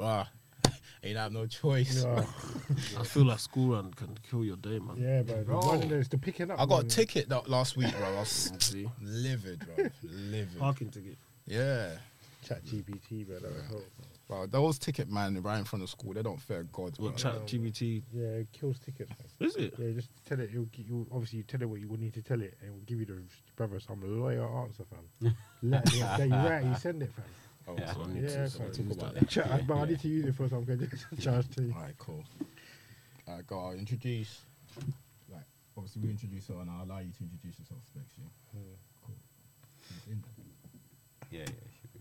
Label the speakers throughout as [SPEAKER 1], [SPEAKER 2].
[SPEAKER 1] ah, ain't have no choice.
[SPEAKER 2] Yeah,
[SPEAKER 3] I feel like school run can kill your day, man.
[SPEAKER 2] yeah bro.
[SPEAKER 3] Bro.
[SPEAKER 2] One of those to pick it up.
[SPEAKER 1] I got a
[SPEAKER 2] man.
[SPEAKER 1] ticket that last week, bro. I was
[SPEAKER 3] See?
[SPEAKER 1] livid, bro. Livid.
[SPEAKER 3] Parking ticket.
[SPEAKER 1] Yeah.
[SPEAKER 2] Chat GPT, bro. That would help.
[SPEAKER 1] Bro, those ticket man right in front of school, they don't fear God.
[SPEAKER 3] What
[SPEAKER 1] bro.
[SPEAKER 3] chat GBT
[SPEAKER 2] Yeah, it kills tickets. man.
[SPEAKER 3] is it?
[SPEAKER 2] Yeah, just tell it. It'll, gi- you'll, obviously, you tell it what you will need to tell it, and it will give you the brother some lawyer answer, fam. Let it yeah, you right, you send it, fam.
[SPEAKER 1] Oh,
[SPEAKER 4] Yeah.
[SPEAKER 1] so-
[SPEAKER 3] I need to-
[SPEAKER 2] Yeah,
[SPEAKER 3] I
[SPEAKER 2] fam.
[SPEAKER 3] need to
[SPEAKER 1] talk about
[SPEAKER 2] Ch- But I need to use it for something. Charge to you.
[SPEAKER 1] All right, cool. All right, go. I'll introduce. Like, obviously, we introduce her, and I'll allow you to introduce yourself, Specs. Yeah. Cool. It's in there.
[SPEAKER 4] Yeah, yeah, it should be.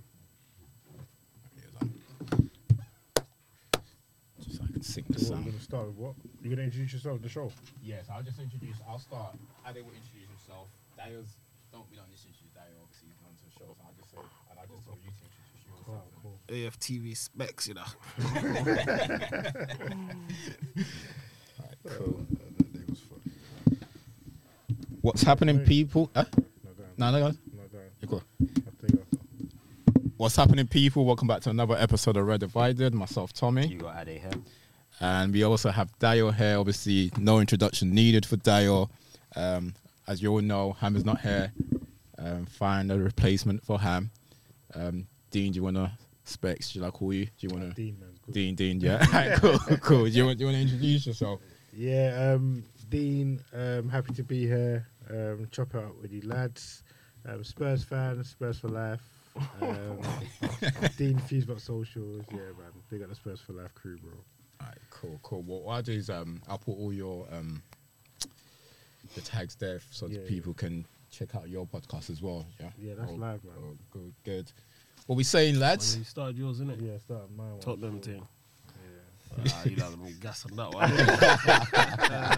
[SPEAKER 1] Yeah, like- Just so I can sync the
[SPEAKER 2] So What, we're
[SPEAKER 1] sound.
[SPEAKER 2] gonna start with what? You're gonna introduce yourself to the show.
[SPEAKER 1] Yes, I'll just introduce. I'll start. I didn't want to introduce himself. Daniel's. Don't we don't need to introduce Daniel? Obviously, he's gone to the show. So I'll just say, and I'll just tell you to introduce
[SPEAKER 2] Wow,
[SPEAKER 1] yourself.
[SPEAKER 2] cool.
[SPEAKER 3] AFTV specs, you know.
[SPEAKER 1] cool. What's happening, people? Huh?
[SPEAKER 2] Not going.
[SPEAKER 1] No, no, no.
[SPEAKER 2] Not going.
[SPEAKER 1] You're cool.
[SPEAKER 2] I'll tell you after.
[SPEAKER 1] What's happening, people? Welcome back to another episode of Red Divided. Myself, Tommy.
[SPEAKER 4] You got Ade here.
[SPEAKER 1] And we also have Dio here. Obviously, no introduction needed for Dio. Um, as you all know, Ham is not here. Um, find a replacement for Ham. Um, Dean, do you want to specs? Should I call you? Do you want to?
[SPEAKER 2] Dean, man. Good.
[SPEAKER 1] Dean, Dean, yeah. Alright, cool, cool. Do you, want, do you want to introduce yourself?
[SPEAKER 2] Yeah, um, Dean, um, happy to be here. Um, chop it up with you lads. Um, Spurs fan, Spurs for life. Um, Dean Fusebox Socials. Yeah, man. Big up the Spurs for life crew, bro.
[SPEAKER 1] All right, cool, cool. Well, what I'll do is um, I'll put all your um, the tags there so
[SPEAKER 2] Yeah,
[SPEAKER 1] that
[SPEAKER 2] yeah.
[SPEAKER 1] people can check out your podcast as well. Yeah,
[SPEAKER 2] Yeah, that's
[SPEAKER 1] Oh,
[SPEAKER 2] live, man.
[SPEAKER 1] oh, good, good. What we saying, lads?
[SPEAKER 3] you started yours, innit?
[SPEAKER 2] Yeah, start my one.
[SPEAKER 3] Tottenham
[SPEAKER 2] Sure.
[SPEAKER 3] team.
[SPEAKER 2] Yeah.
[SPEAKER 3] Ah, you lot been gas on that one.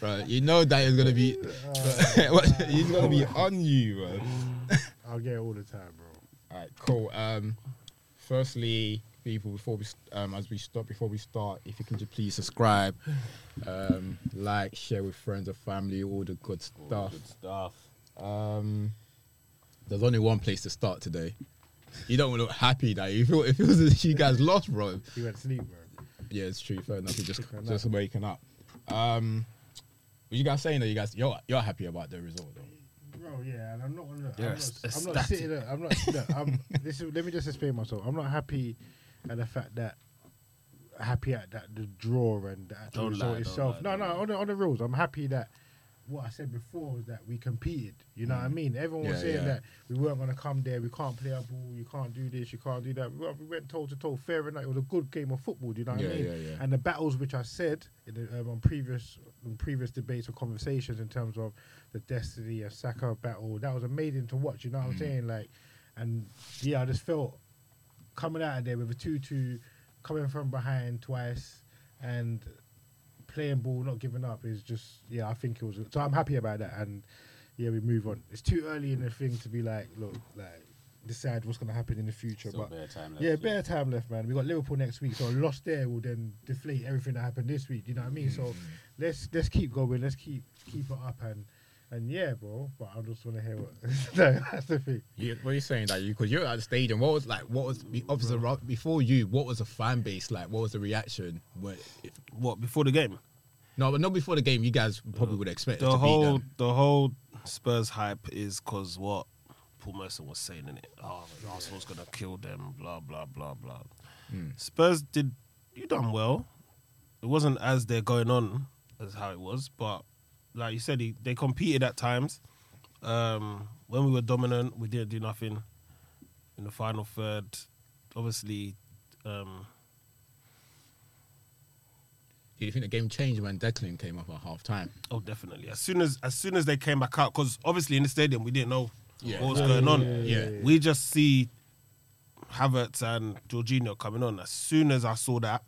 [SPEAKER 1] Right, you know that is gonna be, what- he's gonna be on you. bro.
[SPEAKER 2] I'll get it all the time, bro.
[SPEAKER 1] All right, cool. Um, firstly, people, before we st- um, as we stop, before we start, if you can just please subscribe, um, like, share with friends or family, all the good
[SPEAKER 4] All
[SPEAKER 1] stuff.
[SPEAKER 4] the Good stuff.
[SPEAKER 1] Um, there's only one place to start today. You don't look happy that you feel it feels as if you guys lost, bro.
[SPEAKER 2] You went to sleep, bro.
[SPEAKER 1] Yeah, it's true. Fair enough. You're just
[SPEAKER 2] Fair enough.
[SPEAKER 1] just waking up. Um, what you guys saying though? You guys, you're you're happy about the result though.
[SPEAKER 2] Bro, Oh, yeah, and I'm not. I'm not,
[SPEAKER 3] You're
[SPEAKER 2] I'm not, I'm not
[SPEAKER 3] ecstatic.
[SPEAKER 2] sitting. There, I'm not. Look, I'm, this is, let me just explain myself. I'm not happy at the fact that happy at that the draw and the actual
[SPEAKER 3] Don't
[SPEAKER 2] result
[SPEAKER 3] lie, don't
[SPEAKER 2] itself. no,
[SPEAKER 3] lie, don't
[SPEAKER 2] no. On the, on the rules, I'm happy that what I said before was that we competed. You know what
[SPEAKER 3] Mm.
[SPEAKER 2] I mean? Everyone was
[SPEAKER 1] Yeah,
[SPEAKER 2] saying
[SPEAKER 1] yeah.
[SPEAKER 2] that we weren't going to come there. We can't play our ball. You can't do this. You can't do that. We, we went toe to toe. Fair enough. It was a good game of football. Do you know what
[SPEAKER 1] Yeah,
[SPEAKER 2] I mean?
[SPEAKER 1] yeah, yeah.
[SPEAKER 2] And the battles which I said in the, um, on previous on previous debates or conversations in terms of the destiny of Saka battle, that was amazing to watch. You know what
[SPEAKER 1] Mm.
[SPEAKER 2] I'm saying? Like, and yeah, I just felt coming out of there with a two-two, coming from behind twice, and playing ball, not giving up is just yeah. I think it was so. I'm happy about that, and yeah, we move on. It's too early in the thing to be like, look, like decide what's gonna happen in the future,
[SPEAKER 4] Still
[SPEAKER 2] but.
[SPEAKER 4] bare time left.
[SPEAKER 2] Yeah, bare time left, man. We got Liverpool next week, so a loss there will then deflate everything that happened this week. You know what I mean? So let's let's keep going. Let's keep keep it up and and yeah, bro. But I just want to hear what. no, that's the thing.
[SPEAKER 1] You, what are you saying that you? Because you're at the stadium. What was like? What was be- obviously ro- before you? What was the fan base like? What was the reaction? What,
[SPEAKER 3] what, before the game?
[SPEAKER 1] no, but not before the game. You guys probably would expect us
[SPEAKER 3] The
[SPEAKER 1] to
[SPEAKER 3] whole
[SPEAKER 1] beat them.
[SPEAKER 3] the whole Spurs hype is because what Paul Merson was saying in it. Oh, Arsenal's gonna kill them. Blah blah blah blah. Spurs did you done well. It wasn't as they're going on as how it was, but like you said, he, they competed at times. Um, when we were dominant, we didn't do nothing. In the final third, obviously, um,
[SPEAKER 1] Do you think the game changed when Declan came up at half time?
[SPEAKER 3] Oh, definitely. As soon as as soon as they came back out, because obviously in the stadium we didn't know
[SPEAKER 1] Yeah.
[SPEAKER 3] what was going on.
[SPEAKER 1] yeah, yeah.
[SPEAKER 3] We just see Havertz and Jorginho coming on. As soon as I saw that,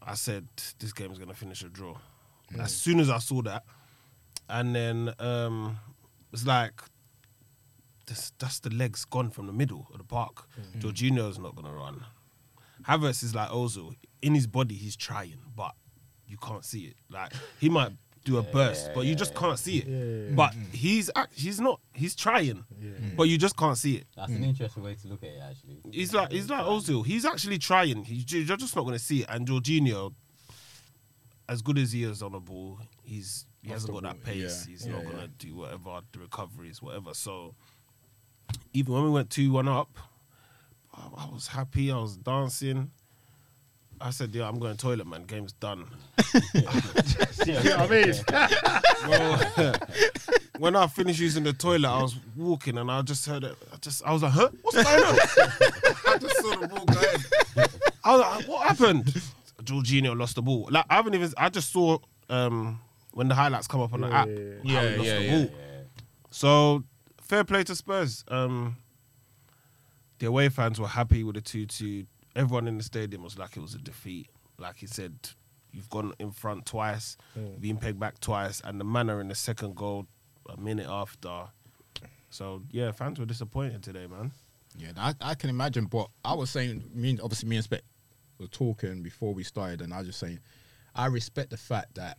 [SPEAKER 3] I said this game is going to finish a draw. As soon as I saw that, and then um, it's like this, that's the legs gone from the middle of the park.
[SPEAKER 2] Mm.
[SPEAKER 3] Jorginho's not going to run. Havertz is like Ozil. In his body, he's trying, but you can't see it. Like he might do a burst, but you just can't see it.
[SPEAKER 2] Yeah, yeah.
[SPEAKER 3] But he's act- he's not he's trying,
[SPEAKER 2] Yeah.
[SPEAKER 3] but you just can't see it.
[SPEAKER 4] That's
[SPEAKER 2] Hmm.
[SPEAKER 4] an interesting way to look at it, actually.
[SPEAKER 3] He's like he's like Ozil. He's actually trying. He's, ju- you're just not going to see it. And Jorginho, as good as he is on the ball, he's he
[SPEAKER 1] Off
[SPEAKER 3] hasn't
[SPEAKER 1] the
[SPEAKER 3] got that
[SPEAKER 1] ball, yeah,
[SPEAKER 3] pace. he's
[SPEAKER 1] yeah,
[SPEAKER 3] not
[SPEAKER 1] yeah.
[SPEAKER 3] going to do whatever the recoveries, whatever. So even when we went two one up, I I was happy. I was dancing. I said, "Yeah, I'm going toilet, man. Game's done."
[SPEAKER 2] You know what I mean?
[SPEAKER 3] Bro, when I finished using the toilet, I was walking and I just heard it. I just I was like, huh? What's going on? I just saw the ball going. I was like, what happened? Jorginho lost the ball. Like I haven't even. I just saw um when the highlights come up on the
[SPEAKER 2] Yeah,
[SPEAKER 3] app.
[SPEAKER 2] yeah,
[SPEAKER 1] yeah.
[SPEAKER 3] how he
[SPEAKER 1] Yeah,
[SPEAKER 3] lost
[SPEAKER 1] yeah,
[SPEAKER 3] the
[SPEAKER 1] yeah.
[SPEAKER 3] ball. So fair play to Spurs. Um, the away fans were happy with the two-two. Everyone in the stadium was like it was a defeat. Like he said, you've gone in front twice,
[SPEAKER 2] Hmm.
[SPEAKER 3] been pegged back twice, and the manner in the second goal a minute after. So yeah, fans were disappointed today, man.
[SPEAKER 1] Yeah, and I, I can imagine, but I was saying, me and, obviously me and Spec were talking before we started, and I was just saying, I respect the fact that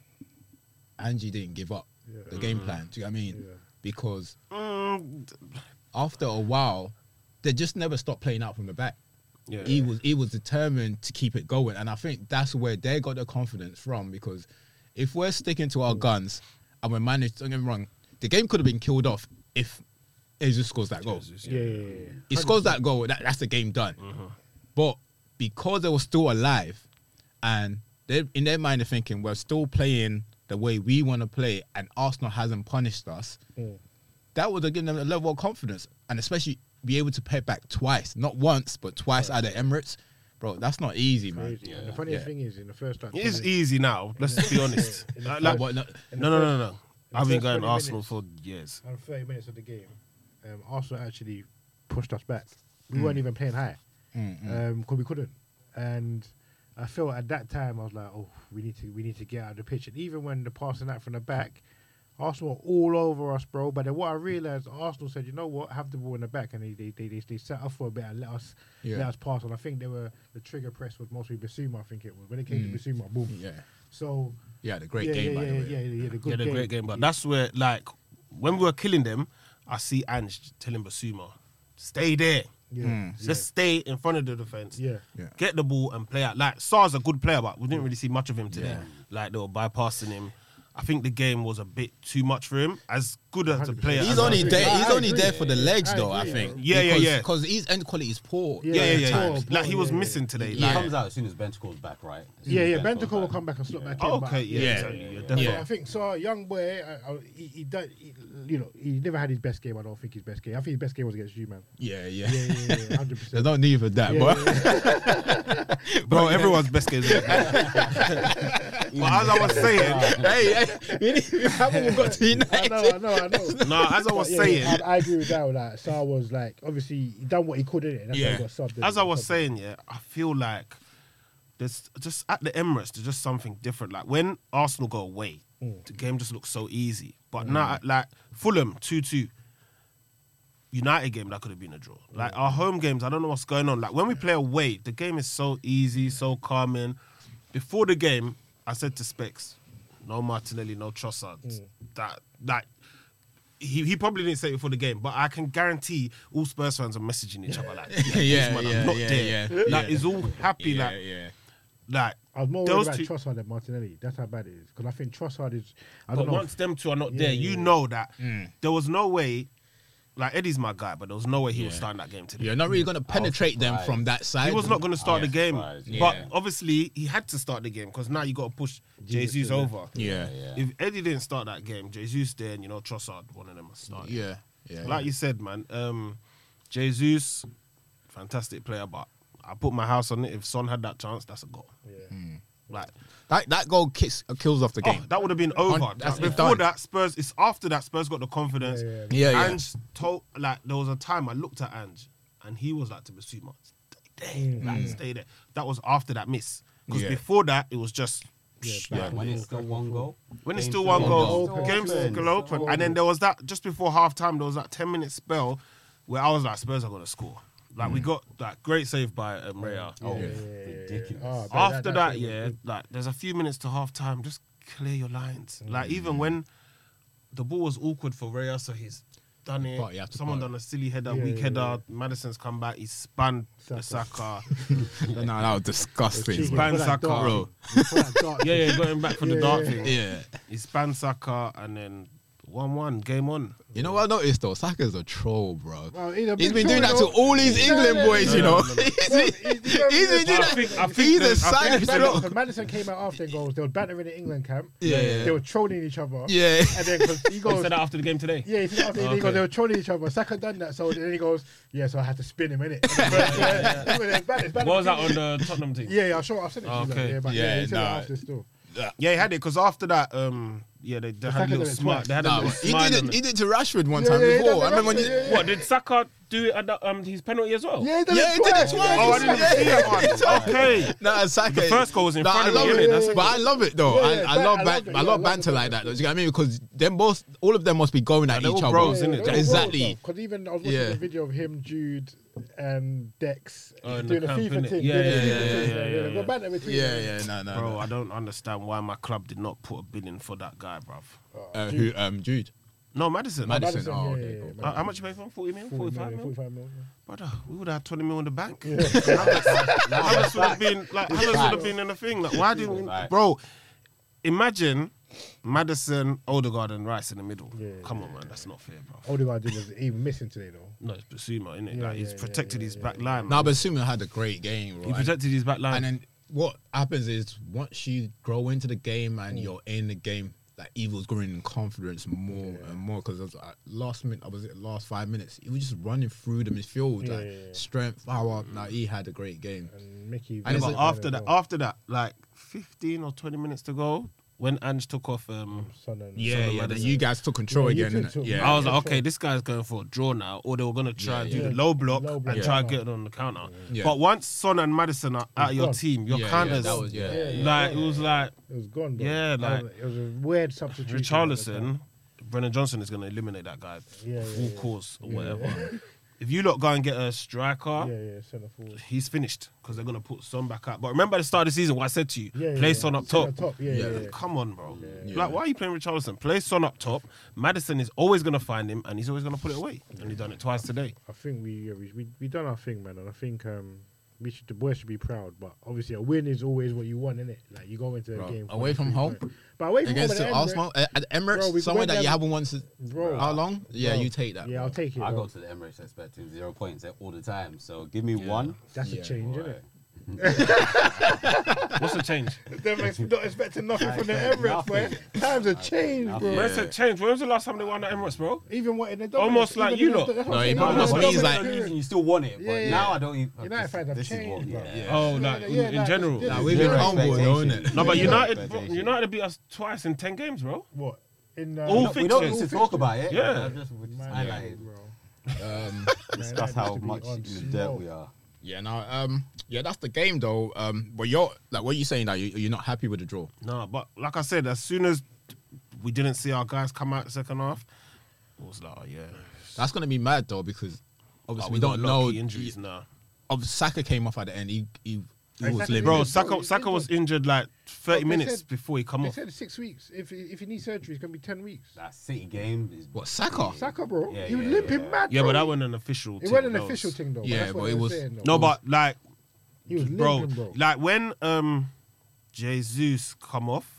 [SPEAKER 1] Angie didn't give up
[SPEAKER 2] Yeah.
[SPEAKER 1] the game plan. Do you know what I mean?
[SPEAKER 2] Yeah.
[SPEAKER 1] Because
[SPEAKER 3] Mm,
[SPEAKER 1] after a while, they just never stopped playing out from the back.
[SPEAKER 3] yeah,
[SPEAKER 1] He was he was determined to keep it going, and I think that's where they got their confidence from. Because if we're sticking to
[SPEAKER 3] Mm.
[SPEAKER 1] our guns and we managed, don't get me wrong, the game could have been killed off if Jesus scores that goal.
[SPEAKER 3] Jesus, Uh-huh.
[SPEAKER 2] Yeah, yeah, yeah.
[SPEAKER 1] He scores that goal, that, that's the game done. But because they were still alive, and they in their mind they're thinking we're still playing the way we want to play, and Arsenal hasn't punished us.
[SPEAKER 2] Mm.
[SPEAKER 1] That would have given them a level of confidence, and especially be able to pay back twice, not once, but twice at the Emirates, bro. That's not easy, man.
[SPEAKER 2] Crazy. And the funniest
[SPEAKER 1] Yeah. e-
[SPEAKER 2] thing is, in the first like,
[SPEAKER 3] It is easy now. Let's be honest. Like,
[SPEAKER 1] Like,
[SPEAKER 3] like-
[SPEAKER 1] what, Oh, no-
[SPEAKER 3] no, no, no, no, no.
[SPEAKER 2] the
[SPEAKER 3] I've been
[SPEAKER 2] first
[SPEAKER 3] going
[SPEAKER 2] 20
[SPEAKER 3] Arsenal
[SPEAKER 2] minutes-
[SPEAKER 3] for years.
[SPEAKER 2] and 30 minutes of the game, um, Arsenal actually pushed us back. We
[SPEAKER 1] Mm.
[SPEAKER 2] weren't even playing high because Um, we couldn't. And I feel at that time I was like, oh, we need to we need to get out of the pitch. And even when the passing out from the back, Arsenal were all over us, bro. But then what I realised, Arsenal said, you know what, have the ball in the back, and they they, they, they, they sat up for a bit and let us
[SPEAKER 1] Yeah.
[SPEAKER 2] let us pass. And I think they were the trigger press was mostly Basuma, I think it was. When it came to Basuma, boom.
[SPEAKER 1] yeah,
[SPEAKER 2] So
[SPEAKER 1] yeah, the great
[SPEAKER 2] yeah,
[SPEAKER 1] game
[SPEAKER 2] yeah,
[SPEAKER 1] by
[SPEAKER 2] yeah,
[SPEAKER 1] the way.
[SPEAKER 2] yeah, yeah, yeah, the good
[SPEAKER 3] yeah, the
[SPEAKER 2] game.
[SPEAKER 3] great game. But that's where, like, when we were killing them, I see Ange telling Basuma, stay there.
[SPEAKER 2] Yeah,
[SPEAKER 1] Mm.
[SPEAKER 2] yeah,
[SPEAKER 3] Just stay in front of the defence.
[SPEAKER 2] yeah.
[SPEAKER 1] Yeah.
[SPEAKER 3] Get the ball and play out. Like, Sar's a good player, but we didn't really see much of him today. Like, they were bypassing him. I think the game was a bit too much for him. As good as the
[SPEAKER 2] 100%.
[SPEAKER 3] player,
[SPEAKER 1] He's
[SPEAKER 3] as I-
[SPEAKER 1] only
[SPEAKER 2] agree.
[SPEAKER 1] there.
[SPEAKER 2] I
[SPEAKER 1] He's only
[SPEAKER 2] agree.
[SPEAKER 1] there for the legs,
[SPEAKER 2] I
[SPEAKER 1] though. I
[SPEAKER 2] agree.
[SPEAKER 1] think.
[SPEAKER 3] Yeah, yeah, yeah.
[SPEAKER 1] Because his end quality is poor.
[SPEAKER 2] Yeah.
[SPEAKER 3] Yeah, yeah,
[SPEAKER 1] at
[SPEAKER 3] yeah.
[SPEAKER 1] times.
[SPEAKER 2] Poor,
[SPEAKER 3] Like, he
[SPEAKER 2] poor,
[SPEAKER 3] was
[SPEAKER 2] yeah,
[SPEAKER 3] missing today.
[SPEAKER 4] He
[SPEAKER 3] like-
[SPEAKER 4] comes out as soon as Ben scores back, right? As soon
[SPEAKER 2] Yeah,
[SPEAKER 4] as
[SPEAKER 2] yeah,
[SPEAKER 4] Ben scores
[SPEAKER 2] Bentico will come back and slot back in.
[SPEAKER 3] Oh,
[SPEAKER 2] but-
[SPEAKER 3] okay, yeah,
[SPEAKER 1] Yeah.
[SPEAKER 3] exactly. Yeah,
[SPEAKER 2] But
[SPEAKER 3] definitely.
[SPEAKER 1] Yeah.
[SPEAKER 2] I think so. Young boy, eh, I, I, he, he, don't, he, you know, he never had his best game. I don't think his best game. I think his best game was against you, man.
[SPEAKER 1] Yeah,
[SPEAKER 2] Yeah, yeah,
[SPEAKER 1] yeah.
[SPEAKER 2] yeah, hundred
[SPEAKER 1] There's
[SPEAKER 2] percent.
[SPEAKER 1] no need for that,
[SPEAKER 2] Yeah,
[SPEAKER 1] bro.
[SPEAKER 2] yeah,
[SPEAKER 3] Bro, everyone's best game. But as I was saying,
[SPEAKER 1] hey, hey, we need- we haven't even got to
[SPEAKER 2] I
[SPEAKER 1] United.
[SPEAKER 2] know, I know, I know.
[SPEAKER 3] no, as I was
[SPEAKER 2] Yeah,
[SPEAKER 3] saying,
[SPEAKER 2] yeah, I, I agree with that. With that, Sar was like, obviously, he done what he could in it. That's
[SPEAKER 1] Yeah.
[SPEAKER 2] why he got subbed. in.
[SPEAKER 3] as I was
[SPEAKER 2] Subbed.
[SPEAKER 3] saying, yeah, I feel like there's just at the Emirates, there's just something different. Like when Arsenal go away,
[SPEAKER 2] Mm.
[SPEAKER 3] the game just looks so easy. But now, like Fulham two two, United game that could have been a draw. Like our home games, I don't know what's going on. Like when we play away, the game is so easy, so calming. Before the game, I said to Specs, no Martinelli, no Trossard.
[SPEAKER 1] Mm.
[SPEAKER 3] That that. He, he probably didn't say it before the game, but I can guarantee all Spurs fans are messaging each other like, yeah,
[SPEAKER 1] Yeah,
[SPEAKER 3] these man are
[SPEAKER 1] yeah,
[SPEAKER 3] not
[SPEAKER 1] yeah,
[SPEAKER 3] there.
[SPEAKER 1] yeah,
[SPEAKER 3] like,
[SPEAKER 1] yeah.
[SPEAKER 3] it's all happy.
[SPEAKER 1] yeah,
[SPEAKER 3] like,
[SPEAKER 1] yeah.
[SPEAKER 3] like
[SPEAKER 2] I was more worried
[SPEAKER 3] those
[SPEAKER 2] about
[SPEAKER 3] two-
[SPEAKER 2] Trossard than Martinelli. That's how bad it is. Because I think Trossard is. I
[SPEAKER 3] But
[SPEAKER 2] don't know.
[SPEAKER 3] once them two are not
[SPEAKER 2] Yeah,
[SPEAKER 3] there,
[SPEAKER 2] yeah,
[SPEAKER 3] you
[SPEAKER 2] yeah.
[SPEAKER 3] know that
[SPEAKER 1] Mm.
[SPEAKER 3] there was no way. Like Eddie's my guy, but there was no way he was
[SPEAKER 1] Yeah.
[SPEAKER 3] starting that game today.
[SPEAKER 1] You're not really going to penetrate them
[SPEAKER 4] surprised.
[SPEAKER 1] from that side.
[SPEAKER 3] He was not going to start
[SPEAKER 4] Yeah,
[SPEAKER 3] the game,
[SPEAKER 4] surprised, yeah.
[SPEAKER 3] but
[SPEAKER 1] Yeah.
[SPEAKER 3] obviously he had to start the game because now you got to push Jesus,
[SPEAKER 2] Jesus, yeah.
[SPEAKER 3] over.
[SPEAKER 1] Yeah,
[SPEAKER 4] Yeah.
[SPEAKER 3] If Eddie didn't start that game, Jesus then you know Trossard, one of them was starting.
[SPEAKER 1] yeah, yeah.
[SPEAKER 3] Like you said, man, um, Jesus, fantastic player, but I put my house on it. If Son had that chance, that's a goal.
[SPEAKER 2] Yeah.
[SPEAKER 3] Hmm. Like
[SPEAKER 1] that that goal kicks, kills off the game.
[SPEAKER 3] Oh, that would have been over.
[SPEAKER 1] On- that's
[SPEAKER 3] Like,
[SPEAKER 1] it,
[SPEAKER 3] before
[SPEAKER 1] done.
[SPEAKER 3] that, Spurs. It's after that Spurs got the confidence.
[SPEAKER 2] Yeah, yeah,
[SPEAKER 1] yeah. Yeah, yeah.
[SPEAKER 3] Ange told like there was a time I looked at Ange and he was like to Basuma, stay
[SPEAKER 2] Mm.
[SPEAKER 3] there, like, stay there. That was after that miss because
[SPEAKER 1] Mm. Yeah.
[SPEAKER 3] before that it was just.
[SPEAKER 2] Yeah,
[SPEAKER 3] sh-
[SPEAKER 2] back
[SPEAKER 3] like,
[SPEAKER 2] and
[SPEAKER 4] When it's still one goal.
[SPEAKER 3] when it's
[SPEAKER 4] game's
[SPEAKER 3] still one goal,
[SPEAKER 2] open.
[SPEAKER 3] game's
[SPEAKER 2] Open.
[SPEAKER 3] still open.
[SPEAKER 2] Still
[SPEAKER 3] And then
[SPEAKER 2] open.
[SPEAKER 3] there was that just before half time, there was that 10 minute spell where I was like, Spurs are going to score. Like,
[SPEAKER 1] Mm.
[SPEAKER 3] we got that great save by um, Raya.
[SPEAKER 4] Oh,
[SPEAKER 2] Yeah, yeah, yeah, yeah.
[SPEAKER 4] ridiculous.
[SPEAKER 2] Ah, but
[SPEAKER 3] After
[SPEAKER 2] that-
[SPEAKER 3] that,
[SPEAKER 2] that
[SPEAKER 3] yeah, like there's a few minutes to half time. Just clear your lines.
[SPEAKER 2] Mm.
[SPEAKER 3] Like even when the ball was awkward for Raya, so he's done it.
[SPEAKER 1] But you have to
[SPEAKER 3] Someone
[SPEAKER 1] part.
[SPEAKER 3] done a silly header,
[SPEAKER 2] Yeah,
[SPEAKER 3] weak
[SPEAKER 2] yeah,
[SPEAKER 3] header.
[SPEAKER 2] yeah.
[SPEAKER 3] Madison's come back. He spun
[SPEAKER 2] Saka.
[SPEAKER 3] Saka.
[SPEAKER 1] no, that was disgusting.
[SPEAKER 2] Cheeky. Put
[SPEAKER 1] man.
[SPEAKER 3] Span
[SPEAKER 2] that
[SPEAKER 3] Saka,
[SPEAKER 2] dart-
[SPEAKER 3] bro.
[SPEAKER 2] put that dart-
[SPEAKER 3] yeah, yeah, got him back from the
[SPEAKER 2] Yeah,
[SPEAKER 3] dark
[SPEAKER 2] yeah,
[SPEAKER 3] thing.
[SPEAKER 1] Yeah.
[SPEAKER 3] He spanned Saka and then one-one game on.
[SPEAKER 1] You know what I noticed though? Saka's a troll, bro.
[SPEAKER 2] Well, he's a
[SPEAKER 1] he's
[SPEAKER 2] big
[SPEAKER 1] been doing that
[SPEAKER 2] troll,
[SPEAKER 1] to
[SPEAKER 2] you know.
[SPEAKER 1] all his
[SPEAKER 2] No,
[SPEAKER 1] England
[SPEAKER 2] no,
[SPEAKER 1] boys,
[SPEAKER 3] no,
[SPEAKER 1] you
[SPEAKER 3] no,
[SPEAKER 1] know.
[SPEAKER 3] no, no.
[SPEAKER 2] Well,
[SPEAKER 1] He's been
[SPEAKER 2] he's-
[SPEAKER 1] he's been doing
[SPEAKER 3] I think- I
[SPEAKER 1] that.
[SPEAKER 3] think
[SPEAKER 1] He's a
[SPEAKER 3] there's- I
[SPEAKER 1] sad
[SPEAKER 3] think there's-
[SPEAKER 1] troll.
[SPEAKER 2] Madison, Madison came out after goals. They were bantering in the England camp.
[SPEAKER 1] Yeah, yeah.
[SPEAKER 2] They were trolling each other.
[SPEAKER 1] Yeah.
[SPEAKER 2] And then 'cause he "Oh."
[SPEAKER 3] He
[SPEAKER 2] goes,
[SPEAKER 3] said that after the game today.
[SPEAKER 2] yeah, he said after he
[SPEAKER 3] Okay.
[SPEAKER 2] goes, they were trolling each other. Saka done that, so then he goes, yeah, so I had to spin him in it. yeah,
[SPEAKER 3] What was that on the Tottenham team?
[SPEAKER 2] Yeah, yeah, sure. I've seen it. to you, like,
[SPEAKER 3] Okay.
[SPEAKER 2] Yeah, but
[SPEAKER 1] Yeah,
[SPEAKER 2] yeah, he said
[SPEAKER 1] nah.
[SPEAKER 2] that after still.
[SPEAKER 3] Yeah, he had it because after that, um, yeah, they, they
[SPEAKER 2] Saka
[SPEAKER 3] had a little
[SPEAKER 2] did it
[SPEAKER 3] smile.
[SPEAKER 2] twice.
[SPEAKER 3] They had
[SPEAKER 1] Nah,
[SPEAKER 3] a little
[SPEAKER 1] but he
[SPEAKER 3] smile.
[SPEAKER 1] did
[SPEAKER 3] on
[SPEAKER 1] it. He
[SPEAKER 3] it.
[SPEAKER 1] did it to Rashford one
[SPEAKER 2] Yeah,
[SPEAKER 1] time
[SPEAKER 2] yeah, he done
[SPEAKER 1] before. I
[SPEAKER 2] that
[SPEAKER 1] remember when.
[SPEAKER 2] after,
[SPEAKER 1] you-
[SPEAKER 2] yeah, yeah.
[SPEAKER 3] What did Saka do it at that, um his penalty as well?
[SPEAKER 2] Yeah, he did
[SPEAKER 1] Yeah, he did it
[SPEAKER 2] twice.
[SPEAKER 1] twice.
[SPEAKER 3] Oh, I didn't see that one. Okay.
[SPEAKER 1] Nah, Saka.
[SPEAKER 3] The first goal was in
[SPEAKER 1] Nah,
[SPEAKER 3] front
[SPEAKER 1] I
[SPEAKER 3] of me.
[SPEAKER 1] love
[SPEAKER 3] innit?
[SPEAKER 1] it,
[SPEAKER 3] That's
[SPEAKER 2] yeah,
[SPEAKER 3] it.
[SPEAKER 1] but I love it though.
[SPEAKER 2] Yeah,
[SPEAKER 1] I,
[SPEAKER 2] yeah,
[SPEAKER 1] I
[SPEAKER 2] ban-
[SPEAKER 1] love
[SPEAKER 2] I love
[SPEAKER 1] ban-
[SPEAKER 2] it.
[SPEAKER 1] I
[SPEAKER 2] Yeah, I
[SPEAKER 1] love
[SPEAKER 2] love
[SPEAKER 1] banter
[SPEAKER 2] it.
[SPEAKER 1] like that. Though. Do you know what I mean? Because them both, all of them must be going at
[SPEAKER 3] They're
[SPEAKER 1] each
[SPEAKER 3] all
[SPEAKER 1] other.
[SPEAKER 3] bros, innit?
[SPEAKER 2] they're all
[SPEAKER 1] Exactly.
[SPEAKER 2] bros, though, 'cause even I was watching
[SPEAKER 1] Yeah.
[SPEAKER 2] the video of him, Jude, and Dex
[SPEAKER 3] Oh, in
[SPEAKER 2] doing
[SPEAKER 3] the
[SPEAKER 2] the
[SPEAKER 3] camp,
[SPEAKER 2] FIFA
[SPEAKER 3] innit?
[SPEAKER 2] thing.
[SPEAKER 3] Yeah,
[SPEAKER 2] doing
[SPEAKER 3] yeah,
[SPEAKER 2] the
[SPEAKER 3] yeah,
[SPEAKER 2] FIFA
[SPEAKER 3] yeah,
[SPEAKER 2] thing,
[SPEAKER 3] yeah, yeah, yeah.
[SPEAKER 2] We're banter between
[SPEAKER 1] Yeah,
[SPEAKER 2] them.
[SPEAKER 1] yeah, no, no,
[SPEAKER 3] Bro,
[SPEAKER 1] no.
[SPEAKER 3] I don't understand why my club did not put a bid in for that guy, bruv.
[SPEAKER 1] Uh, who? Um, Jude.
[SPEAKER 3] No, Madison. Uh,
[SPEAKER 1] Madison.
[SPEAKER 2] Madison,
[SPEAKER 1] Oh,
[SPEAKER 2] yeah,
[SPEAKER 1] okay,
[SPEAKER 2] yeah,
[SPEAKER 1] cool.
[SPEAKER 2] yeah,
[SPEAKER 3] How, how much you pay for him? 40 million? 45
[SPEAKER 2] million,
[SPEAKER 3] million?
[SPEAKER 2] 45 million.
[SPEAKER 3] Brother, we would have 20 million in the bank.
[SPEAKER 2] Yeah.
[SPEAKER 3] Havertz would have been like Havertz would have
[SPEAKER 4] Facts.
[SPEAKER 3] been in the thing. Like, why didn't
[SPEAKER 4] Facts.
[SPEAKER 3] bro? Imagine Madison, Odegaard, and Rice in the middle.
[SPEAKER 2] Yeah.
[SPEAKER 3] Come on, man, that's not fair, bro.
[SPEAKER 2] Odegaard did was even missing today though.
[SPEAKER 3] No, it's Basuma, innit?
[SPEAKER 2] Yeah,
[SPEAKER 3] like, he's
[SPEAKER 2] yeah,
[SPEAKER 3] protected
[SPEAKER 2] yeah,
[SPEAKER 3] his
[SPEAKER 2] yeah,
[SPEAKER 3] back line.
[SPEAKER 1] Nah,
[SPEAKER 3] man.
[SPEAKER 1] but Suma had a great game, bro.
[SPEAKER 3] he
[SPEAKER 1] And-
[SPEAKER 3] protected his back line.
[SPEAKER 1] And then what happens is once you grow into the game and you're in the game, that evil's growing in confidence more and more because I was like, last minute, I was at last five minutes, he was just running through the midfield,
[SPEAKER 2] Yeah,
[SPEAKER 1] like
[SPEAKER 2] yeah, yeah. Mm.
[SPEAKER 1] strength, power. Now he had a great game.
[SPEAKER 2] And Mickey.
[SPEAKER 1] And
[SPEAKER 3] Yeah,
[SPEAKER 1] it's
[SPEAKER 3] but
[SPEAKER 1] like-
[SPEAKER 3] after that, after that, like 15 or 20 minutes to go, when Ange took off, um,
[SPEAKER 2] Son and-
[SPEAKER 1] Yeah,
[SPEAKER 3] So
[SPEAKER 1] yeah. Then
[SPEAKER 3] Madison-
[SPEAKER 1] you guys took control
[SPEAKER 2] Yeah, you
[SPEAKER 1] again.
[SPEAKER 2] two
[SPEAKER 1] innit?
[SPEAKER 2] took- Oh,
[SPEAKER 1] Yeah,
[SPEAKER 3] I was
[SPEAKER 2] yeah,
[SPEAKER 3] like,
[SPEAKER 2] sure.
[SPEAKER 3] okay, this guy's going for a draw now, or they were going to try
[SPEAKER 1] Yeah,
[SPEAKER 3] and do
[SPEAKER 2] yeah.
[SPEAKER 3] the low block,
[SPEAKER 2] Low block,
[SPEAKER 3] and try and
[SPEAKER 2] yeah.
[SPEAKER 3] get it on the counter.
[SPEAKER 1] Yeah.
[SPEAKER 3] But once Son and Madison are out of your
[SPEAKER 2] gone.
[SPEAKER 3] team, your
[SPEAKER 1] yeah,
[SPEAKER 3] counters,
[SPEAKER 1] yeah, that was yeah.
[SPEAKER 2] Yeah, yeah,
[SPEAKER 3] like,
[SPEAKER 2] yeah.
[SPEAKER 3] it was like
[SPEAKER 2] It was gone. Bro.
[SPEAKER 3] Yeah,
[SPEAKER 2] That
[SPEAKER 3] like-
[SPEAKER 2] was- it was a weird substitution.
[SPEAKER 3] Richarlison, Brennan Johnson is going to eliminate that guy,
[SPEAKER 2] Yeah, yeah,
[SPEAKER 3] full
[SPEAKER 2] yeah.
[SPEAKER 3] course or
[SPEAKER 2] Yeah,
[SPEAKER 3] whatever. if you lot go and get a striker,
[SPEAKER 2] Yeah, yeah, centre forward.
[SPEAKER 3] he's finished because they're going to put Son back up. But remember at the start of the season, what I said to you,
[SPEAKER 2] Yeah, yeah,
[SPEAKER 3] play
[SPEAKER 2] yeah.
[SPEAKER 3] Son up
[SPEAKER 2] Centre
[SPEAKER 3] top.
[SPEAKER 2] top. Yeah, yeah,
[SPEAKER 1] Yeah.
[SPEAKER 2] yeah.
[SPEAKER 3] Come on, bro.
[SPEAKER 1] Yeah.
[SPEAKER 3] Like, why are you playing Richarlison? Play Son up top. Madison is always going to find him, and he's always going to put it away. And he done it twice today.
[SPEAKER 2] I think we, yeah, we we we done our thing, man, and I think um we should the boys should be proud. But obviously, a win is always what you want, innit? Like you go into the
[SPEAKER 1] Bro,
[SPEAKER 2] game
[SPEAKER 1] away
[SPEAKER 2] with
[SPEAKER 1] from
[SPEAKER 2] three
[SPEAKER 1] home?
[SPEAKER 2] points. but away from
[SPEAKER 1] Against
[SPEAKER 2] home at
[SPEAKER 1] the
[SPEAKER 2] the end,
[SPEAKER 1] Arsenal uh, at Emirates,
[SPEAKER 2] Bro, we
[SPEAKER 1] somewhere
[SPEAKER 2] went
[SPEAKER 1] that you
[SPEAKER 2] down-
[SPEAKER 1] haven't won. To,
[SPEAKER 2] Bro.
[SPEAKER 1] how long? Yeah,
[SPEAKER 2] Bro.
[SPEAKER 1] you take that.
[SPEAKER 2] Yeah, I'll take it.
[SPEAKER 4] I
[SPEAKER 2] bro.
[SPEAKER 4] go to the Emirates expecting zero points all the time. So give me one.
[SPEAKER 2] That's
[SPEAKER 1] Yeah,
[SPEAKER 2] a change,
[SPEAKER 4] Boy.
[SPEAKER 2] innit?
[SPEAKER 3] What's the change?
[SPEAKER 2] Them ex- not expecting nothing from the
[SPEAKER 4] expect
[SPEAKER 2] Emirates, boy. Times have changed, bro.
[SPEAKER 4] nothing.
[SPEAKER 3] Where's the change? When was the last time they won at Emirates, bro?
[SPEAKER 2] Even what in the
[SPEAKER 3] Almost like you lot.
[SPEAKER 1] No, he
[SPEAKER 4] No,
[SPEAKER 1] But
[SPEAKER 4] no,
[SPEAKER 1] must
[SPEAKER 4] but
[SPEAKER 1] be
[SPEAKER 4] even
[SPEAKER 1] like-
[SPEAKER 4] if you're losing, you still want it. But
[SPEAKER 2] Yeah, yeah.
[SPEAKER 4] now I don't even.
[SPEAKER 2] United fans have
[SPEAKER 4] this is what-
[SPEAKER 2] changed, bro.
[SPEAKER 4] yeah.
[SPEAKER 1] Yeah.
[SPEAKER 3] Oh, like
[SPEAKER 2] Yeah,
[SPEAKER 3] in,
[SPEAKER 2] yeah,
[SPEAKER 3] in
[SPEAKER 2] like,
[SPEAKER 3] general.
[SPEAKER 2] yeah.
[SPEAKER 1] Nah,
[SPEAKER 2] Zero
[SPEAKER 1] we've been humble, though,
[SPEAKER 4] expectation.
[SPEAKER 1] innit?
[SPEAKER 3] No, but
[SPEAKER 2] Yeah.
[SPEAKER 3] United,
[SPEAKER 4] Expectation.
[SPEAKER 3] United beat us twice in ten games, bro.
[SPEAKER 2] What in uh,
[SPEAKER 3] All
[SPEAKER 4] No, we don't need to
[SPEAKER 3] fixtures.
[SPEAKER 4] talk about it.
[SPEAKER 3] Yeah.
[SPEAKER 4] I just, we just
[SPEAKER 2] Man,
[SPEAKER 4] highlighted.
[SPEAKER 2] bro. Oh.
[SPEAKER 1] Um,
[SPEAKER 2] Man,
[SPEAKER 4] Discuss
[SPEAKER 2] that used
[SPEAKER 4] how
[SPEAKER 2] to be
[SPEAKER 4] much
[SPEAKER 2] on
[SPEAKER 4] in the dirt
[SPEAKER 2] smoke.
[SPEAKER 4] we are.
[SPEAKER 1] Yeah, no, um, yeah, that's the game though. Um, but you're like, what are you saying? That you, you're not happy with the draw?
[SPEAKER 3] No, but like I said, as soon as we didn't see our guys come out second half, it was like, oh, yeah.
[SPEAKER 1] That's gonna be mad though because obviously
[SPEAKER 3] Like,
[SPEAKER 1] we
[SPEAKER 3] Oh, got
[SPEAKER 1] don't
[SPEAKER 3] a lot
[SPEAKER 1] know.
[SPEAKER 3] of key injuries now.
[SPEAKER 1] Of Saka came off at the end. He he, he was
[SPEAKER 2] Exactly.
[SPEAKER 1] living.
[SPEAKER 3] Bro,
[SPEAKER 2] He's
[SPEAKER 3] Saka,
[SPEAKER 2] injured.
[SPEAKER 3] Saka was injured like 30
[SPEAKER 2] But they
[SPEAKER 3] minutes
[SPEAKER 2] said-
[SPEAKER 3] before he come
[SPEAKER 2] They
[SPEAKER 3] off.
[SPEAKER 2] said six weeks. If if he needs surgery, it's gonna be ten weeks.
[SPEAKER 4] That City game is.
[SPEAKER 1] What Saka?
[SPEAKER 2] Saka, bro,
[SPEAKER 4] Yeah,
[SPEAKER 2] he was
[SPEAKER 4] yeah,
[SPEAKER 2] limping
[SPEAKER 4] yeah.
[SPEAKER 2] mad.
[SPEAKER 3] Yeah,
[SPEAKER 2] bro.
[SPEAKER 3] but that wasn't an official
[SPEAKER 2] It
[SPEAKER 3] thing,
[SPEAKER 2] wasn't an
[SPEAKER 3] that was-
[SPEAKER 2] official thing though.
[SPEAKER 1] Yeah,
[SPEAKER 2] that's what
[SPEAKER 1] but
[SPEAKER 2] they
[SPEAKER 1] it
[SPEAKER 2] were
[SPEAKER 1] was-
[SPEAKER 2] saying, though.
[SPEAKER 3] No, but like,
[SPEAKER 2] he was
[SPEAKER 3] bro,
[SPEAKER 2] limping, bro.
[SPEAKER 3] like when um Jesus come off,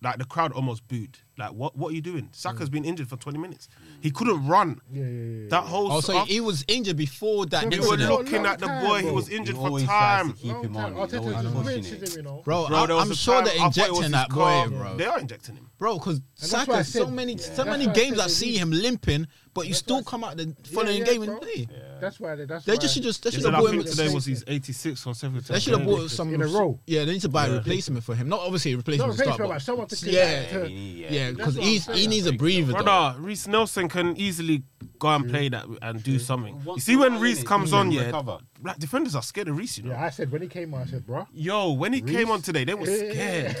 [SPEAKER 3] like the crowd almost booed. Like, what what are you doing? Saka's been injured for 20 minutes. He couldn't run.
[SPEAKER 2] Yeah, yeah, Mm. yeah.
[SPEAKER 3] That whole
[SPEAKER 1] Oh, so
[SPEAKER 3] stuff-
[SPEAKER 1] he was injured before that.
[SPEAKER 2] Yeah,
[SPEAKER 3] they
[SPEAKER 2] It
[SPEAKER 1] incident.
[SPEAKER 2] was
[SPEAKER 3] were
[SPEAKER 2] a
[SPEAKER 3] looking
[SPEAKER 2] long
[SPEAKER 3] at the
[SPEAKER 2] time,
[SPEAKER 3] boy. He
[SPEAKER 2] bro.
[SPEAKER 3] was
[SPEAKER 2] He
[SPEAKER 3] injured
[SPEAKER 4] He
[SPEAKER 3] for
[SPEAKER 4] always
[SPEAKER 3] time.
[SPEAKER 4] tries to keep him on. He's
[SPEAKER 2] Arteta's
[SPEAKER 4] always
[SPEAKER 2] just
[SPEAKER 4] pushing
[SPEAKER 2] rinsing
[SPEAKER 4] it.
[SPEAKER 2] him, you know.
[SPEAKER 1] Bro,
[SPEAKER 3] Bro, there
[SPEAKER 1] I,
[SPEAKER 3] was
[SPEAKER 1] am
[SPEAKER 3] a
[SPEAKER 1] sure
[SPEAKER 3] time
[SPEAKER 1] they're
[SPEAKER 3] I thought it was
[SPEAKER 1] injecting
[SPEAKER 3] his
[SPEAKER 1] that boy,
[SPEAKER 3] car.
[SPEAKER 1] bro.
[SPEAKER 3] They are injecting him.
[SPEAKER 1] Bro, because
[SPEAKER 2] that's why I
[SPEAKER 1] Saka, so
[SPEAKER 2] said-
[SPEAKER 1] many,
[SPEAKER 2] Yeah.
[SPEAKER 1] so many
[SPEAKER 2] That's why I
[SPEAKER 1] games
[SPEAKER 2] said
[SPEAKER 1] I
[SPEAKER 2] they
[SPEAKER 1] see
[SPEAKER 2] need-
[SPEAKER 1] him limping, but you
[SPEAKER 2] That's
[SPEAKER 1] still
[SPEAKER 2] why I
[SPEAKER 1] come out the
[SPEAKER 2] Yeah,
[SPEAKER 1] following
[SPEAKER 2] yeah,
[SPEAKER 1] game
[SPEAKER 2] bro.
[SPEAKER 1] and play.
[SPEAKER 4] Yeah.
[SPEAKER 2] That's why they. That's
[SPEAKER 1] They
[SPEAKER 2] why
[SPEAKER 1] just should just they
[SPEAKER 3] They
[SPEAKER 1] should
[SPEAKER 3] said,
[SPEAKER 1] have
[SPEAKER 3] I
[SPEAKER 1] bought
[SPEAKER 3] think
[SPEAKER 1] him.
[SPEAKER 2] with
[SPEAKER 3] today
[SPEAKER 2] the
[SPEAKER 3] was
[SPEAKER 2] same
[SPEAKER 3] his 86th or 70th.
[SPEAKER 1] They should have bought
[SPEAKER 3] Yeah.
[SPEAKER 1] some
[SPEAKER 2] In a row.
[SPEAKER 1] Yeah, they need to buy a replacement for him. Not obviously a
[SPEAKER 2] No,
[SPEAKER 1] replacement. to
[SPEAKER 2] face
[SPEAKER 1] start,
[SPEAKER 2] for
[SPEAKER 1] but
[SPEAKER 2] like someone to take
[SPEAKER 1] Yeah.
[SPEAKER 2] that to-
[SPEAKER 4] E, Yeah,
[SPEAKER 1] yeah,
[SPEAKER 4] yeah.
[SPEAKER 1] because
[SPEAKER 2] what I'm
[SPEAKER 1] he's he
[SPEAKER 2] saying.
[SPEAKER 1] needs a breather. though.
[SPEAKER 3] Brother, Reese Nelson can easily go and play that and do something. You
[SPEAKER 4] Once
[SPEAKER 3] see, when
[SPEAKER 4] in a
[SPEAKER 3] Reese
[SPEAKER 4] minute,
[SPEAKER 3] comes
[SPEAKER 4] he
[SPEAKER 3] on,
[SPEAKER 4] can
[SPEAKER 3] yeah,
[SPEAKER 4] recover.
[SPEAKER 3] black defenders are scared of Reese, you know.
[SPEAKER 2] Yeah, I said when he came on, I said, bro.
[SPEAKER 3] Yo, when he came on today, they were scared.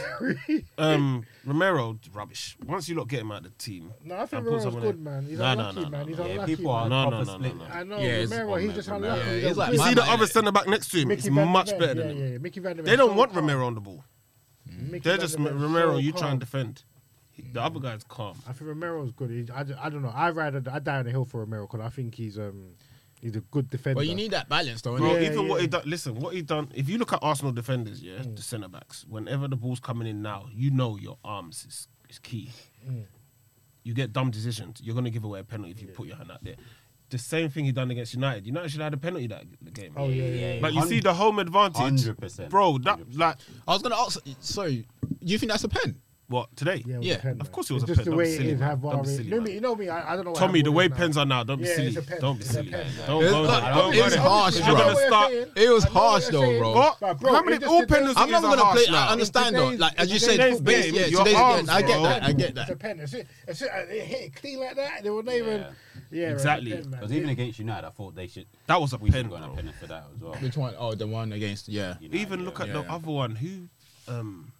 [SPEAKER 3] um, Romero, rubbish. Once you lot get him out of the team,
[SPEAKER 2] No, I think
[SPEAKER 3] and put
[SPEAKER 2] Romero's
[SPEAKER 3] someone
[SPEAKER 2] good,
[SPEAKER 3] in-
[SPEAKER 2] man. He's
[SPEAKER 3] Nah, nah,
[SPEAKER 2] unlucky,
[SPEAKER 3] nah,
[SPEAKER 2] man. He's
[SPEAKER 4] Yeah,
[SPEAKER 2] unlucky.
[SPEAKER 4] people are
[SPEAKER 2] man.
[SPEAKER 3] No,
[SPEAKER 4] proper
[SPEAKER 3] no, no,
[SPEAKER 4] split.
[SPEAKER 3] no, no.
[SPEAKER 2] I know
[SPEAKER 1] Yeah, it's
[SPEAKER 2] Romero. He's
[SPEAKER 4] on
[SPEAKER 2] just
[SPEAKER 4] that,
[SPEAKER 2] unlucky.
[SPEAKER 1] Romero.
[SPEAKER 2] He's
[SPEAKER 1] Yeah, he's
[SPEAKER 2] a
[SPEAKER 1] like
[SPEAKER 3] You
[SPEAKER 2] whiz.
[SPEAKER 1] Man
[SPEAKER 3] see the
[SPEAKER 1] United.
[SPEAKER 3] other centre back next to him.
[SPEAKER 2] Mickey
[SPEAKER 3] He's
[SPEAKER 2] Van de
[SPEAKER 3] much
[SPEAKER 2] Ven,
[SPEAKER 3] better than
[SPEAKER 2] yeah,
[SPEAKER 3] him.
[SPEAKER 2] Yeah, Mickey Van de Ven.
[SPEAKER 3] They don't
[SPEAKER 2] so
[SPEAKER 3] want
[SPEAKER 2] calm.
[SPEAKER 3] Romero on the ball.
[SPEAKER 2] Mickey
[SPEAKER 3] They're just
[SPEAKER 2] Benjamin's
[SPEAKER 3] Romero.
[SPEAKER 2] so
[SPEAKER 3] you try
[SPEAKER 2] calm.
[SPEAKER 3] and defend. He- The other guy's calm.
[SPEAKER 2] I think Romero's good. He, I, ju- I don't know. I ride. I die on the hill for Romero because I think he's um he's a good defender.
[SPEAKER 1] But you need that balance, though.
[SPEAKER 3] Bro,
[SPEAKER 1] innit?
[SPEAKER 2] Yeah,
[SPEAKER 3] even what
[SPEAKER 2] yeah.
[SPEAKER 3] he done, listen, what he done. If you look at Arsenal defenders, yeah,
[SPEAKER 2] Mm.
[SPEAKER 3] the centre backs, whenever the ball's coming in now, you know your arms is, is key.
[SPEAKER 2] Mm.
[SPEAKER 3] You get dumb decisions. You're gonna give away a penalty if you put your hand out there. The same thing he done against United. United should have had a penalty that g- the game.
[SPEAKER 2] Oh yeah, yeah. yeah.
[SPEAKER 3] But you see the home advantage,
[SPEAKER 4] 100%.
[SPEAKER 3] bro. That like
[SPEAKER 1] I was gonna ask. Sorry, you think that's a pen?
[SPEAKER 3] what today?
[SPEAKER 2] it was
[SPEAKER 1] Yeah,
[SPEAKER 2] a pen,
[SPEAKER 3] of
[SPEAKER 2] man.
[SPEAKER 3] course it was
[SPEAKER 2] It's
[SPEAKER 3] a
[SPEAKER 2] just
[SPEAKER 3] pen.
[SPEAKER 2] the
[SPEAKER 3] Don't be
[SPEAKER 2] way it
[SPEAKER 3] silly,
[SPEAKER 2] is.
[SPEAKER 3] man.
[SPEAKER 2] Have
[SPEAKER 3] Don't
[SPEAKER 2] VAR.
[SPEAKER 3] be silly,
[SPEAKER 2] No,
[SPEAKER 3] man.
[SPEAKER 2] me- you know me. I, I don't know. what
[SPEAKER 3] Tommy,
[SPEAKER 2] VAR
[SPEAKER 3] the way
[SPEAKER 2] is now.
[SPEAKER 3] pens are now, don't be
[SPEAKER 2] Yeah, it's
[SPEAKER 3] silly.
[SPEAKER 2] a pen.
[SPEAKER 3] Don't be
[SPEAKER 2] It's a
[SPEAKER 3] silly.
[SPEAKER 2] pen.
[SPEAKER 3] Don't
[SPEAKER 1] It's
[SPEAKER 3] go there.
[SPEAKER 1] not-
[SPEAKER 3] Don't
[SPEAKER 1] it's
[SPEAKER 3] go there.
[SPEAKER 1] harsh,
[SPEAKER 3] You're
[SPEAKER 1] bro.
[SPEAKER 3] gonna start.
[SPEAKER 1] It was harsh though, bro.
[SPEAKER 3] What?
[SPEAKER 2] But, bro,
[SPEAKER 3] How
[SPEAKER 2] it
[SPEAKER 3] many
[SPEAKER 2] just
[SPEAKER 3] all
[SPEAKER 2] depends-
[SPEAKER 3] penalties
[SPEAKER 1] I'm not
[SPEAKER 3] are
[SPEAKER 1] gonna
[SPEAKER 3] harsh
[SPEAKER 1] play.
[SPEAKER 3] now?
[SPEAKER 1] I understand though.
[SPEAKER 2] today's-
[SPEAKER 1] Like as you
[SPEAKER 2] in
[SPEAKER 1] said,
[SPEAKER 2] today's
[SPEAKER 1] football-
[SPEAKER 3] game,
[SPEAKER 1] yeah,
[SPEAKER 3] your
[SPEAKER 1] today's
[SPEAKER 3] arms,
[SPEAKER 1] game. I get
[SPEAKER 3] bro.
[SPEAKER 1] that. I get
[SPEAKER 2] It's a
[SPEAKER 1] that.
[SPEAKER 2] pen. It's it. It's it. uh, It hit it clean like that. They were not even.
[SPEAKER 4] Yeah.
[SPEAKER 2] Yeah, right,
[SPEAKER 3] Exactly.
[SPEAKER 2] pen, man.
[SPEAKER 4] Because even against United, I thought they should.
[SPEAKER 3] That was a
[SPEAKER 4] we
[SPEAKER 3] pen,
[SPEAKER 4] should have
[SPEAKER 3] bro.
[SPEAKER 4] gone a penalty for that as well.
[SPEAKER 1] Which one? Oh, the one against. Yeah.
[SPEAKER 4] United,
[SPEAKER 3] Even look
[SPEAKER 4] yeah.
[SPEAKER 3] at the
[SPEAKER 1] Yeah.
[SPEAKER 3] other one. Who? Um,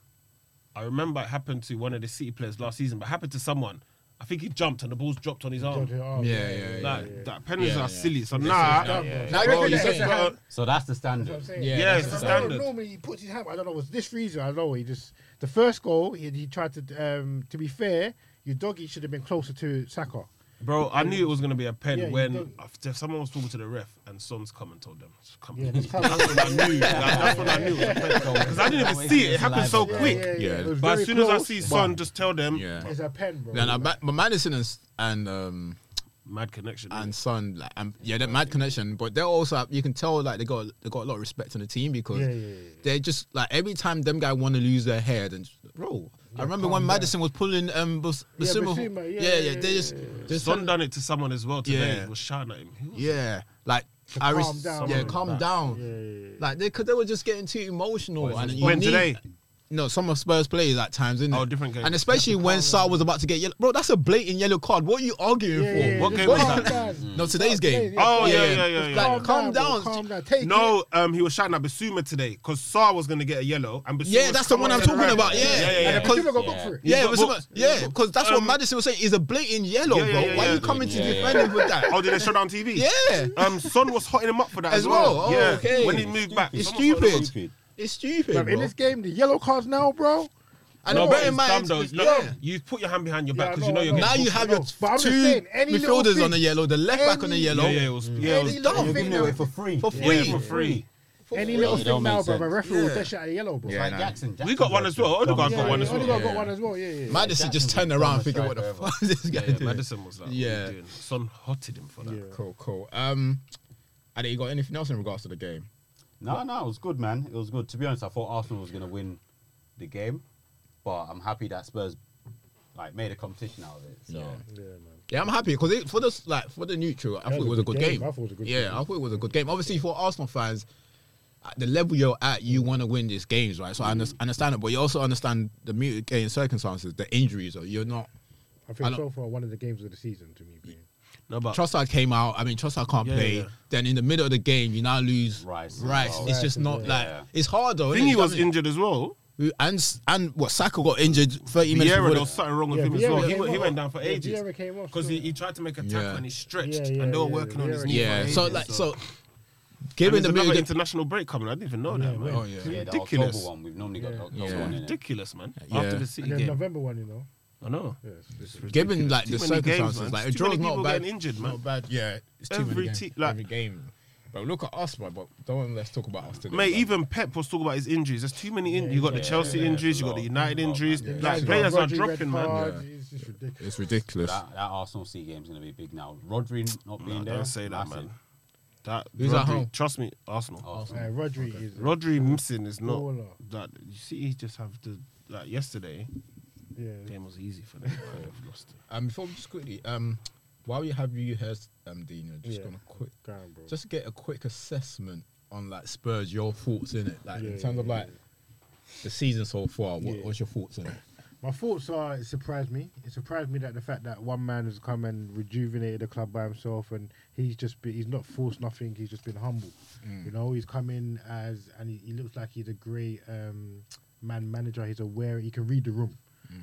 [SPEAKER 3] I remember it happened to one of the City players last season, but it happened to someone. I think he jumped and the ball's dropped on his arm.
[SPEAKER 2] Jordan, oh,
[SPEAKER 1] Yeah, yeah, yeah.
[SPEAKER 3] Like that penalties
[SPEAKER 1] Yeah,
[SPEAKER 3] are
[SPEAKER 1] yeah.
[SPEAKER 3] silly. So
[SPEAKER 2] It's
[SPEAKER 3] nah,
[SPEAKER 2] a stand,
[SPEAKER 4] yeah,
[SPEAKER 2] bro.
[SPEAKER 1] Now I get what you're saying.
[SPEAKER 3] But-
[SPEAKER 4] So that's
[SPEAKER 2] That's
[SPEAKER 4] the
[SPEAKER 2] what
[SPEAKER 4] standard.
[SPEAKER 2] I'm saying.
[SPEAKER 1] Yeah,
[SPEAKER 3] Yeah, it's
[SPEAKER 2] Because
[SPEAKER 3] the
[SPEAKER 2] Romero
[SPEAKER 3] standard.
[SPEAKER 2] Normally he puts his hand. I don't know. Was this reason? I don't know. He just the first goal. He, he tried to. Um, to be fair, your doggy should have been closer to Saka.
[SPEAKER 3] Bro, I knew it was gonna be a pen
[SPEAKER 2] Yeah, you
[SPEAKER 3] when
[SPEAKER 2] don't-
[SPEAKER 3] after someone was talking to the ref and Son's come and told them. "Just Come
[SPEAKER 2] Yeah,
[SPEAKER 3] on."
[SPEAKER 2] that's
[SPEAKER 3] that's,
[SPEAKER 2] how-
[SPEAKER 3] when I knew. like, that's when I knew. Because I didn't even see it. It happened so
[SPEAKER 4] Yeah,
[SPEAKER 3] quick.
[SPEAKER 5] Yeah.
[SPEAKER 2] It was
[SPEAKER 3] But
[SPEAKER 2] very
[SPEAKER 3] as soon as I
[SPEAKER 2] close,
[SPEAKER 3] see
[SPEAKER 2] but
[SPEAKER 3] Son, just tell them.
[SPEAKER 1] Yeah.
[SPEAKER 2] it's a pen, bro.
[SPEAKER 1] Then I,
[SPEAKER 2] Like,
[SPEAKER 1] but Madison and s- and um
[SPEAKER 3] Mad connection.
[SPEAKER 1] and Son, like, um, yeah, they're mad connection. But they're also you can tell like they got they got a lot of respect on the team because
[SPEAKER 2] Yeah, yeah, yeah.
[SPEAKER 1] they just like every time them guy want to lose their head and just- bro. I remember
[SPEAKER 2] calm
[SPEAKER 1] when
[SPEAKER 2] down.
[SPEAKER 1] Madison was pulling um Bas-
[SPEAKER 2] Yeah,
[SPEAKER 1] Basuma-
[SPEAKER 2] Basuma, yeah,
[SPEAKER 1] yeah,
[SPEAKER 2] yeah,
[SPEAKER 1] they just
[SPEAKER 2] yeah,
[SPEAKER 1] just
[SPEAKER 3] Son done it to someone as well today.
[SPEAKER 1] Yeah.
[SPEAKER 3] Was shouting at him. Who was it?
[SPEAKER 1] yeah, like
[SPEAKER 2] To
[SPEAKER 1] I
[SPEAKER 2] calm
[SPEAKER 1] res-
[SPEAKER 2] down.
[SPEAKER 1] yeah,
[SPEAKER 3] Something
[SPEAKER 1] calm
[SPEAKER 3] like that.
[SPEAKER 1] down,
[SPEAKER 2] yeah, yeah, yeah.
[SPEAKER 1] like they because they were just getting too emotional and you
[SPEAKER 3] When
[SPEAKER 1] need-
[SPEAKER 3] today?
[SPEAKER 1] No, some of Spurs players at times, isn't
[SPEAKER 3] Oh,
[SPEAKER 1] it?
[SPEAKER 3] different game.
[SPEAKER 1] And especially when Sar was about to get yellow. Bro, that's a blatant yellow card. What are you arguing
[SPEAKER 2] Yeah,
[SPEAKER 1] for?
[SPEAKER 2] yeah,
[SPEAKER 3] What
[SPEAKER 2] just
[SPEAKER 3] game was
[SPEAKER 2] calm
[SPEAKER 3] that?
[SPEAKER 2] down.
[SPEAKER 1] No, today's game.
[SPEAKER 3] Oh yeah,
[SPEAKER 1] Yeah,
[SPEAKER 3] yeah, yeah.
[SPEAKER 1] yeah.
[SPEAKER 3] yeah,
[SPEAKER 1] Like,
[SPEAKER 3] yeah.
[SPEAKER 1] calm
[SPEAKER 2] bro,
[SPEAKER 1] down.
[SPEAKER 2] calm down. Take it.
[SPEAKER 3] No, um, he was shouting at Basuma today because Saar was going to get a yellow. And Basuma
[SPEAKER 1] Yeah,
[SPEAKER 3] was
[SPEAKER 1] that's the
[SPEAKER 3] coming
[SPEAKER 1] one I'm
[SPEAKER 3] to the
[SPEAKER 1] talking
[SPEAKER 3] ref.
[SPEAKER 1] about. Yeah,
[SPEAKER 3] yeah, yeah.
[SPEAKER 1] And
[SPEAKER 2] And
[SPEAKER 1] the
[SPEAKER 2] the
[SPEAKER 1] cause-
[SPEAKER 2] consumer got
[SPEAKER 4] yeah.
[SPEAKER 2] booked for it.
[SPEAKER 1] Yeah,
[SPEAKER 3] He's
[SPEAKER 1] it was
[SPEAKER 3] got
[SPEAKER 1] about-
[SPEAKER 3] books.
[SPEAKER 1] yeah,
[SPEAKER 3] He's got
[SPEAKER 1] because that's what
[SPEAKER 3] Um,
[SPEAKER 1] Madison was saying. It's a blatant yellow,
[SPEAKER 3] Yeah, yeah,
[SPEAKER 1] bro.
[SPEAKER 3] yeah,
[SPEAKER 1] Why are
[SPEAKER 3] yeah.
[SPEAKER 1] you coming to
[SPEAKER 4] Yeah, yeah.
[SPEAKER 1] defend him with that?
[SPEAKER 3] Oh, did they show that on TV?
[SPEAKER 1] Yeah,
[SPEAKER 3] Um, Son was hotting him up for that
[SPEAKER 1] As
[SPEAKER 3] as, well.
[SPEAKER 1] well? Oh,
[SPEAKER 3] yeah.
[SPEAKER 1] okay.
[SPEAKER 3] When he moved back,
[SPEAKER 1] It's
[SPEAKER 3] someone hotted him up.
[SPEAKER 1] stupid. it's stupid.
[SPEAKER 2] Bruv,
[SPEAKER 1] bro.
[SPEAKER 2] in this game, the yellow cards now, bro.
[SPEAKER 1] and
[SPEAKER 3] No,
[SPEAKER 1] bear
[SPEAKER 3] but
[SPEAKER 1] in
[SPEAKER 3] it's
[SPEAKER 1] mind,
[SPEAKER 3] dumb though. Look,
[SPEAKER 1] yeah.
[SPEAKER 3] You put your hand behind your
[SPEAKER 2] Yeah, I
[SPEAKER 3] back because
[SPEAKER 2] know, I
[SPEAKER 3] you know
[SPEAKER 2] know.
[SPEAKER 3] you're
[SPEAKER 1] now
[SPEAKER 3] getting.
[SPEAKER 1] you
[SPEAKER 2] But
[SPEAKER 1] have
[SPEAKER 2] I'm
[SPEAKER 1] your
[SPEAKER 2] just saying,
[SPEAKER 1] two
[SPEAKER 2] any little
[SPEAKER 1] midfielders
[SPEAKER 2] thing-
[SPEAKER 1] on the yellow, the left back on the
[SPEAKER 2] Any-
[SPEAKER 1] yellow.
[SPEAKER 3] Yeah, yeah, it was. Yeah, it
[SPEAKER 1] Any
[SPEAKER 3] was
[SPEAKER 1] little
[SPEAKER 2] You're
[SPEAKER 4] You're
[SPEAKER 1] thing
[SPEAKER 4] giving it
[SPEAKER 2] now.
[SPEAKER 4] away for free.
[SPEAKER 1] For
[SPEAKER 3] yeah,
[SPEAKER 1] free.
[SPEAKER 3] for free.
[SPEAKER 1] for
[SPEAKER 2] Any
[SPEAKER 1] free.
[SPEAKER 2] little
[SPEAKER 4] It don't
[SPEAKER 2] thing now,
[SPEAKER 4] make
[SPEAKER 2] bro. A
[SPEAKER 4] sense.
[SPEAKER 2] referee will
[SPEAKER 1] Yeah.
[SPEAKER 2] just shout at yellow, bro.
[SPEAKER 5] Yeah,
[SPEAKER 4] Like
[SPEAKER 5] nah.
[SPEAKER 4] Jackson,
[SPEAKER 3] We got one as well. Odegaard
[SPEAKER 2] Yeah,
[SPEAKER 3] got one
[SPEAKER 2] yeah,
[SPEAKER 3] as well.
[SPEAKER 2] Odegaard got
[SPEAKER 1] Yeah.
[SPEAKER 2] one as well. Yeah, yeah. yeah.
[SPEAKER 1] Madison just
[SPEAKER 4] Jackson
[SPEAKER 1] turned
[SPEAKER 4] was
[SPEAKER 1] around,
[SPEAKER 4] dumbest
[SPEAKER 1] thinking, "What the
[SPEAKER 4] striker
[SPEAKER 1] fuck is this guy
[SPEAKER 3] Yeah,
[SPEAKER 1] doing?"
[SPEAKER 3] Madison was like, what
[SPEAKER 1] Yeah.
[SPEAKER 3] are you doing? Son hotted him for that.
[SPEAKER 2] Yeah.
[SPEAKER 1] Cool, cool. Um, and you got anything else in regards to the game?
[SPEAKER 4] No, no, it was good, man. It was good. To be honest, I thought Arsenal was going to win the game, but I'm happy that Spurs like made a competition out of it. So
[SPEAKER 1] Yeah.
[SPEAKER 2] Yeah, man.
[SPEAKER 1] Yeah, I'm happy because for the like for the neutral, I
[SPEAKER 2] That
[SPEAKER 1] thought it was a good game.
[SPEAKER 2] I thought it was a good
[SPEAKER 1] yeah,
[SPEAKER 2] game.
[SPEAKER 1] I thought it was a good game. Obviously, for Arsenal fans, at the level you're at, you want to win these games, right? So I under- understand it, but you also understand the mitigating circumstances, the injuries, or you're not.
[SPEAKER 2] I
[SPEAKER 1] I
[SPEAKER 2] think
[SPEAKER 1] don't-
[SPEAKER 2] so far one of the games of the season to me. being-
[SPEAKER 3] No, but
[SPEAKER 1] Trossard came out. I mean, Trossard can't
[SPEAKER 3] Yeah,
[SPEAKER 1] play.
[SPEAKER 3] yeah, yeah.
[SPEAKER 1] Then in the middle of the game, you now lose
[SPEAKER 4] Rice as
[SPEAKER 1] Rice.
[SPEAKER 4] well.
[SPEAKER 1] It's
[SPEAKER 2] Rice
[SPEAKER 1] just
[SPEAKER 2] as
[SPEAKER 1] not
[SPEAKER 2] well.
[SPEAKER 1] like
[SPEAKER 4] Yeah.
[SPEAKER 1] it's hard though.
[SPEAKER 3] Thingy
[SPEAKER 1] innit?
[SPEAKER 3] was
[SPEAKER 1] I mean,
[SPEAKER 3] injured as well.
[SPEAKER 1] and and what Saka got injured 30 minutes before.
[SPEAKER 3] Vieira, there was
[SPEAKER 1] The,
[SPEAKER 3] something wrong with
[SPEAKER 2] Yeah,
[SPEAKER 3] him as
[SPEAKER 2] Vieira
[SPEAKER 3] well. He,
[SPEAKER 2] came
[SPEAKER 3] went- he
[SPEAKER 2] off.
[SPEAKER 3] went down for
[SPEAKER 2] Yeah,
[SPEAKER 3] ages
[SPEAKER 2] Vieira came off,
[SPEAKER 3] because he,
[SPEAKER 2] still.
[SPEAKER 3] he tried to make a tackle
[SPEAKER 1] Yeah.
[SPEAKER 3] and he stretched,
[SPEAKER 2] Yeah, yeah,
[SPEAKER 3] and they were
[SPEAKER 2] yeah,
[SPEAKER 3] working on his
[SPEAKER 2] Vieira
[SPEAKER 3] knee.
[SPEAKER 2] came
[SPEAKER 3] for
[SPEAKER 1] yeah.
[SPEAKER 3] ages,
[SPEAKER 1] So like so,
[SPEAKER 3] And
[SPEAKER 1] given
[SPEAKER 3] there's
[SPEAKER 1] the
[SPEAKER 3] another
[SPEAKER 1] middle.
[SPEAKER 3] international break coming. I didn't even know that,
[SPEAKER 2] Yeah,
[SPEAKER 3] man.
[SPEAKER 1] Oh yeah.
[SPEAKER 4] yeah, the
[SPEAKER 3] Ridiculous.
[SPEAKER 4] October one we've normally got
[SPEAKER 2] Yeah.
[SPEAKER 4] the October
[SPEAKER 1] Yeah.
[SPEAKER 4] one in it.
[SPEAKER 3] Ridiculous, man.
[SPEAKER 1] Yeah.
[SPEAKER 3] After the City
[SPEAKER 2] And then
[SPEAKER 3] game,
[SPEAKER 2] November one, you know.
[SPEAKER 3] I know.
[SPEAKER 2] Yes. this is-
[SPEAKER 1] Given like
[SPEAKER 3] Too
[SPEAKER 1] the
[SPEAKER 3] many games,
[SPEAKER 1] circumstances,
[SPEAKER 3] man.
[SPEAKER 1] like
[SPEAKER 3] Too
[SPEAKER 1] a
[SPEAKER 3] many
[SPEAKER 1] draw's not
[SPEAKER 3] people
[SPEAKER 1] bad.
[SPEAKER 3] getting injured, man.
[SPEAKER 1] Not bad. Yeah, it's too
[SPEAKER 3] Every
[SPEAKER 1] many games.
[SPEAKER 3] te- like-
[SPEAKER 1] every game. But look at us, bro. But don't let's talk about us today.
[SPEAKER 3] Mate,
[SPEAKER 1] bro.
[SPEAKER 3] even Pep was talking about his injuries. There's too many. In- you got the
[SPEAKER 4] yeah,
[SPEAKER 3] Chelsea
[SPEAKER 4] yeah,
[SPEAKER 3] injuries.
[SPEAKER 4] it's
[SPEAKER 3] You
[SPEAKER 4] a
[SPEAKER 3] got the
[SPEAKER 4] lot.
[SPEAKER 3] United injuries.
[SPEAKER 2] Yeah,
[SPEAKER 3] Like
[SPEAKER 2] he's got
[SPEAKER 3] players are
[SPEAKER 2] Rodri, red
[SPEAKER 3] dropping, man.
[SPEAKER 2] card, It's just ridiculous.
[SPEAKER 1] it's ridiculous.
[SPEAKER 4] That, that Arsenal C game is going to be big now. Rodri not being
[SPEAKER 3] Nah,
[SPEAKER 4] there.
[SPEAKER 3] don't say that,
[SPEAKER 4] massive.
[SPEAKER 3] man. That
[SPEAKER 1] Who's
[SPEAKER 3] Rodri,
[SPEAKER 1] at home?
[SPEAKER 3] Trust me, Arsenal.
[SPEAKER 4] Arsenal.
[SPEAKER 2] Uh, Rodri is.
[SPEAKER 3] Rodri missing is not
[SPEAKER 2] Baller.
[SPEAKER 3] that. You see, he just have to like yesterday. The
[SPEAKER 2] Yeah.
[SPEAKER 3] game was easy for them. man. They've lost it.
[SPEAKER 1] Um, before we just quickly, um, while we have you here, um, Dino, just
[SPEAKER 2] Yeah.
[SPEAKER 1] gonna quick,
[SPEAKER 2] Gone, bro.
[SPEAKER 1] just get a quick assessment on like Spurs, your thoughts in it, like
[SPEAKER 2] Yeah,
[SPEAKER 1] in terms of
[SPEAKER 2] yeah,
[SPEAKER 1] like the season so far. What,
[SPEAKER 2] Yeah.
[SPEAKER 1] What's your thoughts on it?
[SPEAKER 2] My thoughts are it surprised me. It surprised me that the fact that one man has come and rejuvenated the club by himself and he's just been, he's not forced nothing, he's just been humble. You know, he's come in as and he, he looks like he's a great um, man manager, he's aware, he can read the room.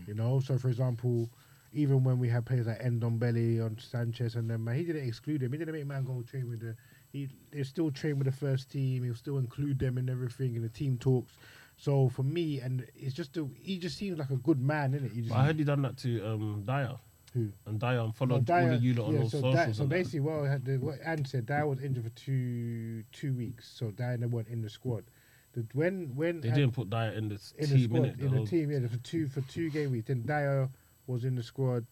[SPEAKER 2] You know, so for example, even when we had players like Endombele on Sanchez and them, man, he didn't exclude him. He didn't make man go train with the. He, he still train with the first team. He'll still include them in everything in the team talks. So for me, and it's just a, he just seems like a good man, isn't it? He just,
[SPEAKER 3] But I heard you done that to um Dyer,
[SPEAKER 2] Who?
[SPEAKER 3] and Dyer
[SPEAKER 2] Well,
[SPEAKER 3] unfollowed all
[SPEAKER 2] Dyer-
[SPEAKER 3] of you lot on
[SPEAKER 2] yeah,
[SPEAKER 3] all
[SPEAKER 2] so
[SPEAKER 3] socials.
[SPEAKER 2] Dyer- so
[SPEAKER 3] and that.
[SPEAKER 2] basically, what, I had to- what Anne said, Dyer was injured for two two weeks, so Dyer never went in the squad. The, when when
[SPEAKER 3] they
[SPEAKER 2] Anne-
[SPEAKER 3] didn't put Dyer in this
[SPEAKER 2] in the
[SPEAKER 3] team
[SPEAKER 2] squad
[SPEAKER 3] innit?
[SPEAKER 2] in the
[SPEAKER 3] whole-
[SPEAKER 2] team, yeah, for two for two game weeks. Then Dyer was in the squad.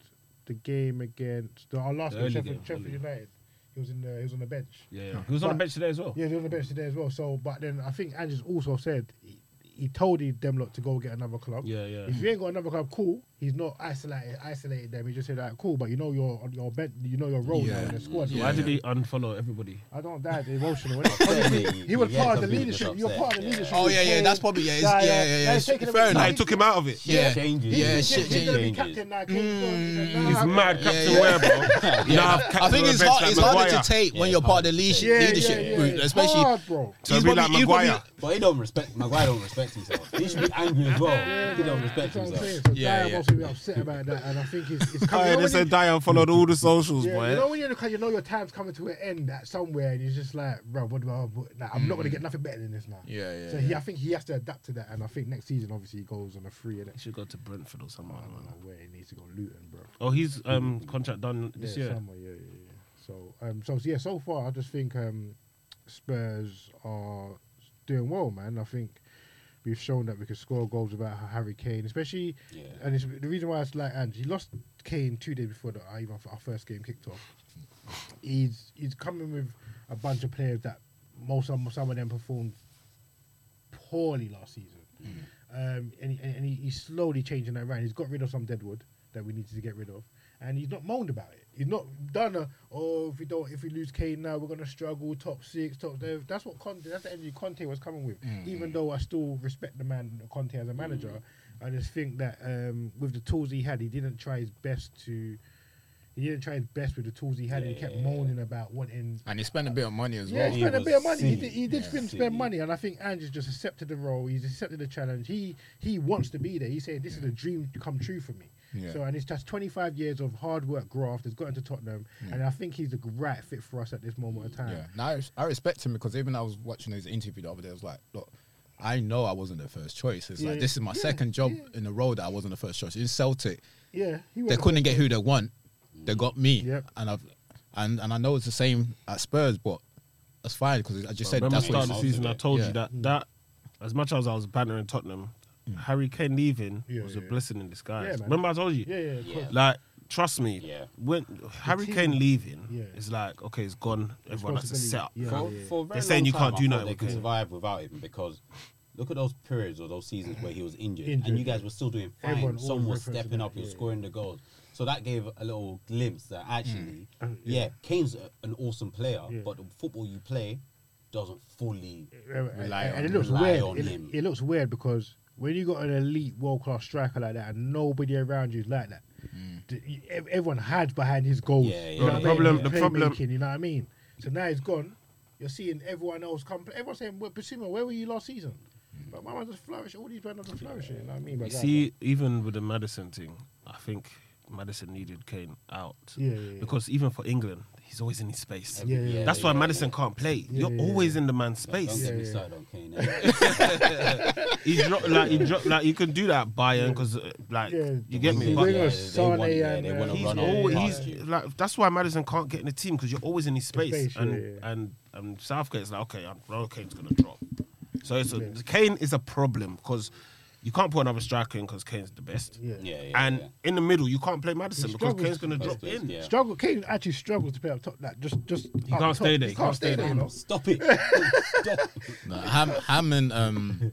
[SPEAKER 2] The game against the, our last
[SPEAKER 3] The
[SPEAKER 2] game,
[SPEAKER 3] early
[SPEAKER 2] Sheffield,
[SPEAKER 3] game,
[SPEAKER 2] Sheffield
[SPEAKER 3] early.
[SPEAKER 2] United, he was in the he was on the bench.
[SPEAKER 3] Yeah, yeah. he was on the
[SPEAKER 2] But-
[SPEAKER 3] bench today as well.
[SPEAKER 2] Yeah, they were on the bench today as well. So, but then I think Ange's also said he, he told he- them lot to go get another club.
[SPEAKER 3] Yeah, yeah.
[SPEAKER 2] If you ain't got another club, cool. He's not isolated isolated them. He just said like, cool, but you know your your bench, you know your role now in the squad.
[SPEAKER 3] Why did he unfollow everybody?
[SPEAKER 2] I don't doubt the emotional. innit?
[SPEAKER 4] Yeah,
[SPEAKER 2] he was
[SPEAKER 4] he had
[SPEAKER 2] part of the
[SPEAKER 4] some business
[SPEAKER 2] leadership.
[SPEAKER 4] up
[SPEAKER 2] You're
[SPEAKER 4] there,
[SPEAKER 2] part of the
[SPEAKER 4] yeah.
[SPEAKER 2] leadership.
[SPEAKER 6] Oh yeah, yeah, that's probably yeah, it's, yeah, yeah, yeah. it's- fair
[SPEAKER 3] Nah, he
[SPEAKER 6] enough.
[SPEAKER 3] took him out of it.
[SPEAKER 6] Yeah,
[SPEAKER 4] Changes.
[SPEAKER 6] yeah,
[SPEAKER 2] Shit,
[SPEAKER 6] shit
[SPEAKER 2] he's gonna be
[SPEAKER 6] changes.
[SPEAKER 2] captain now. Kane.
[SPEAKER 3] He's mad, Captain
[SPEAKER 6] yeah.
[SPEAKER 3] Ware, bro. Nah, I've
[SPEAKER 6] I
[SPEAKER 3] captained
[SPEAKER 6] think
[SPEAKER 3] on the
[SPEAKER 6] it's
[SPEAKER 3] bench
[SPEAKER 6] hard.
[SPEAKER 3] like
[SPEAKER 6] it's harder
[SPEAKER 3] Maguire.
[SPEAKER 6] to take when you're part of the leash,
[SPEAKER 2] Yeah,
[SPEAKER 6] leadership
[SPEAKER 2] yeah, yeah.
[SPEAKER 6] group,
[SPEAKER 2] It's
[SPEAKER 6] especially.
[SPEAKER 2] hard, bro.
[SPEAKER 3] So he'd be like
[SPEAKER 6] he's probably-
[SPEAKER 3] Maguire.
[SPEAKER 4] But he don't respect Maguire. Don't respect himself. He should be angry as well. he don't respect
[SPEAKER 2] That's what I'm
[SPEAKER 4] himself.
[SPEAKER 2] saying. So
[SPEAKER 6] Yeah,
[SPEAKER 2] yeah,
[SPEAKER 6] yeah.
[SPEAKER 2] must be upset about that, and I think it's, it's coming.
[SPEAKER 3] Dyer,
[SPEAKER 2] you know
[SPEAKER 3] they
[SPEAKER 2] when
[SPEAKER 3] said
[SPEAKER 2] you-
[SPEAKER 3] Dyer followed all the socials,
[SPEAKER 2] yeah,
[SPEAKER 3] boy.
[SPEAKER 2] you know when you're in the car, you know your time's coming to an end at somewhere, and you're just like, bro, what do I? What, nah, I'm not gonna get nothing better than this now.
[SPEAKER 6] Yeah, yeah,
[SPEAKER 2] So he, I think he has to adapt to that, and I think next season, obviously, he goes on a free. And
[SPEAKER 3] He should go to Brentford or somewhere.
[SPEAKER 2] I don't know where he needs to go, Luton, bro.
[SPEAKER 3] Oh, he's um contract done this
[SPEAKER 2] yeah,
[SPEAKER 3] year.
[SPEAKER 2] somewhere, yeah, yeah, yeah. So, um, so yeah, so far I just think um, Spurs are doing well, man. I think we've shown that we can score goals without Harry Kane, especially.
[SPEAKER 4] Yeah.
[SPEAKER 2] And it's, the reason why it's like and he lost Kane two days before the, our- even our first game kicked off. He's he's coming with a bunch of players that most of some of them performed poorly last season. Um, and he, and he, he's slowly changing that around. He's got rid of some deadwood that we needed to get rid of, and he's not moaned about it. He's not done a oh if we don't if we lose Kane now we're gonna struggle top six top. there." That's what Conte. That's the energy Conte was coming with. Even though I still respect the man Conte as a manager, I just think that um, with the tools he had, he didn't try his best to. He didn't try his best with the tools he had. and he kept moaning about wanting
[SPEAKER 1] And he spent a bit of money as
[SPEAKER 2] yeah,
[SPEAKER 1] well.
[SPEAKER 2] he
[SPEAKER 4] He
[SPEAKER 2] spent a
[SPEAKER 4] was
[SPEAKER 2] bit of money. He
[SPEAKER 4] seen.
[SPEAKER 2] did, he did
[SPEAKER 4] Yeah.
[SPEAKER 2] spend,
[SPEAKER 4] Seen.
[SPEAKER 2] spend money, and I think Andrew's just accepted the role. He's accepted the challenge. He he wants to be there. He's saying this is a dream come true for me.
[SPEAKER 1] Yeah.
[SPEAKER 2] So and it's just 25 years of hard work, graft has got into Tottenham, and I think he's the right fit for us at this moment of time.
[SPEAKER 1] Yeah. Now I, res- I respect him because even I was watching his interview the other day. I was like, look, I know I wasn't the first choice. It's
[SPEAKER 2] Yeah,
[SPEAKER 1] like this is my
[SPEAKER 2] yeah,
[SPEAKER 1] second job
[SPEAKER 2] yeah.
[SPEAKER 1] in a row that I wasn't the first choice. In Celtic,
[SPEAKER 2] Yeah, he
[SPEAKER 1] they
[SPEAKER 2] went-
[SPEAKER 1] couldn't get who they want. They got me,
[SPEAKER 2] Yep.
[SPEAKER 1] and I've and and I know it's the same at Spurs, but that's fine because I just said
[SPEAKER 3] Remember
[SPEAKER 1] that's
[SPEAKER 3] the start
[SPEAKER 1] what.
[SPEAKER 3] of the
[SPEAKER 1] it's-
[SPEAKER 3] season, I told
[SPEAKER 1] Yeah.
[SPEAKER 3] you
[SPEAKER 4] Mm.
[SPEAKER 3] that that as much as I was bantering Tottenham, Harry Kane leaving
[SPEAKER 2] Yeah,
[SPEAKER 3] was a
[SPEAKER 2] yeah.
[SPEAKER 3] blessing in disguise.
[SPEAKER 2] Yeah, man.
[SPEAKER 3] Remember I told you.
[SPEAKER 2] Yeah, yeah, of
[SPEAKER 4] Yeah.
[SPEAKER 2] course.
[SPEAKER 3] Like, trust me.
[SPEAKER 4] Yeah.
[SPEAKER 3] When Harry
[SPEAKER 2] team-
[SPEAKER 3] Kane leaving,
[SPEAKER 2] Yeah.
[SPEAKER 3] it's like okay, it's gone. Everyone has to
[SPEAKER 2] Responsibility.
[SPEAKER 3] set up.
[SPEAKER 2] Yeah.
[SPEAKER 4] For, for a very
[SPEAKER 3] They're saying
[SPEAKER 4] long
[SPEAKER 3] you
[SPEAKER 4] time,
[SPEAKER 3] can't
[SPEAKER 4] I
[SPEAKER 3] do
[SPEAKER 4] thought
[SPEAKER 3] nothing
[SPEAKER 4] They
[SPEAKER 3] with
[SPEAKER 4] could
[SPEAKER 3] Kane.
[SPEAKER 4] survive without him because look at those periods or those seasons where he was injured,
[SPEAKER 2] Injured.
[SPEAKER 4] and you guys were still doing fine.
[SPEAKER 2] Everyone
[SPEAKER 4] Someone
[SPEAKER 2] always
[SPEAKER 4] was
[SPEAKER 2] refers to
[SPEAKER 4] stepping
[SPEAKER 2] that,
[SPEAKER 4] up, you're
[SPEAKER 2] yeah.
[SPEAKER 4] scoring the goals. So that gave a little glimpse that actually,
[SPEAKER 2] Mm. Uh, yeah.
[SPEAKER 4] yeah. Kane's a, an awesome player,
[SPEAKER 2] Yeah.
[SPEAKER 4] but the football you play doesn't fully.
[SPEAKER 1] Rely
[SPEAKER 2] and
[SPEAKER 1] on-
[SPEAKER 2] it looks
[SPEAKER 4] rely on
[SPEAKER 2] weird. It,
[SPEAKER 4] him.
[SPEAKER 2] it looks weird because when you got an elite world class striker like that and nobody around you is like that, d- you- ev- everyone hides behind his goals.
[SPEAKER 4] Mm. Yeah, yeah,
[SPEAKER 2] you
[SPEAKER 4] yeah.
[SPEAKER 2] know what I
[SPEAKER 4] The
[SPEAKER 2] mean?
[SPEAKER 3] problem-
[SPEAKER 2] His
[SPEAKER 3] the problem-
[SPEAKER 2] playmaking, You know what I mean? So now he's gone. You're seeing everyone else come. Everyone's saying, well, Basuma, where were you last season?
[SPEAKER 4] Mm.
[SPEAKER 2] But my man just flourish. All these men are just flourishing. You know what I mean? But
[SPEAKER 3] You
[SPEAKER 2] like-
[SPEAKER 3] see, even with the Madison thing, I think Madison needed Kane out.
[SPEAKER 2] Yeah, yeah, yeah.
[SPEAKER 3] Because even for England, he's always in his space.
[SPEAKER 2] Yeah, yeah,
[SPEAKER 3] That's
[SPEAKER 4] yeah,
[SPEAKER 3] why
[SPEAKER 4] yeah,
[SPEAKER 3] Madison can't play.
[SPEAKER 2] Yeah,
[SPEAKER 3] You're
[SPEAKER 2] yeah,
[SPEAKER 3] always in the man's
[SPEAKER 4] Don't
[SPEAKER 3] space.
[SPEAKER 4] get
[SPEAKER 2] Yeah,
[SPEAKER 4] me
[SPEAKER 2] yeah.
[SPEAKER 4] started on Kane. eh?
[SPEAKER 3] He dro- like he dro- like you can do that at Bayern because uh, like
[SPEAKER 2] Yeah.
[SPEAKER 3] you get me.
[SPEAKER 4] Yeah,
[SPEAKER 3] But
[SPEAKER 2] Bring us
[SPEAKER 4] they
[SPEAKER 2] Sane
[SPEAKER 4] want- yeah, they
[SPEAKER 2] and,
[SPEAKER 4] wanna
[SPEAKER 2] uh,
[SPEAKER 3] he's
[SPEAKER 4] run
[SPEAKER 2] all-
[SPEAKER 3] always
[SPEAKER 4] over
[SPEAKER 2] he's-
[SPEAKER 4] past you.
[SPEAKER 3] like that's why Madison can't get in the team because you're always in his space.
[SPEAKER 2] space, yeah,
[SPEAKER 3] and,
[SPEAKER 2] yeah.
[SPEAKER 3] and and Southgate's like okay, I know Kane's gonna drop. So it's a,
[SPEAKER 2] Yeah.
[SPEAKER 3] Kane is a problem because you can't put another striker in because Kane's the best.
[SPEAKER 2] Yeah.
[SPEAKER 4] Yeah, yeah,
[SPEAKER 3] and
[SPEAKER 4] yeah.
[SPEAKER 3] in the middle, you can't play Madison
[SPEAKER 2] He
[SPEAKER 3] because
[SPEAKER 2] struggles.
[SPEAKER 3] Kane's gonna
[SPEAKER 4] That's
[SPEAKER 3] drop
[SPEAKER 4] the-
[SPEAKER 3] in.
[SPEAKER 4] yeah.
[SPEAKER 2] Struggle. Kane actually struggles to play up top. Like just, just he
[SPEAKER 3] can't stay there,
[SPEAKER 2] He can't stay there. you know?
[SPEAKER 4] Stop it! Stop it.
[SPEAKER 1] No, Ham, Ham and um,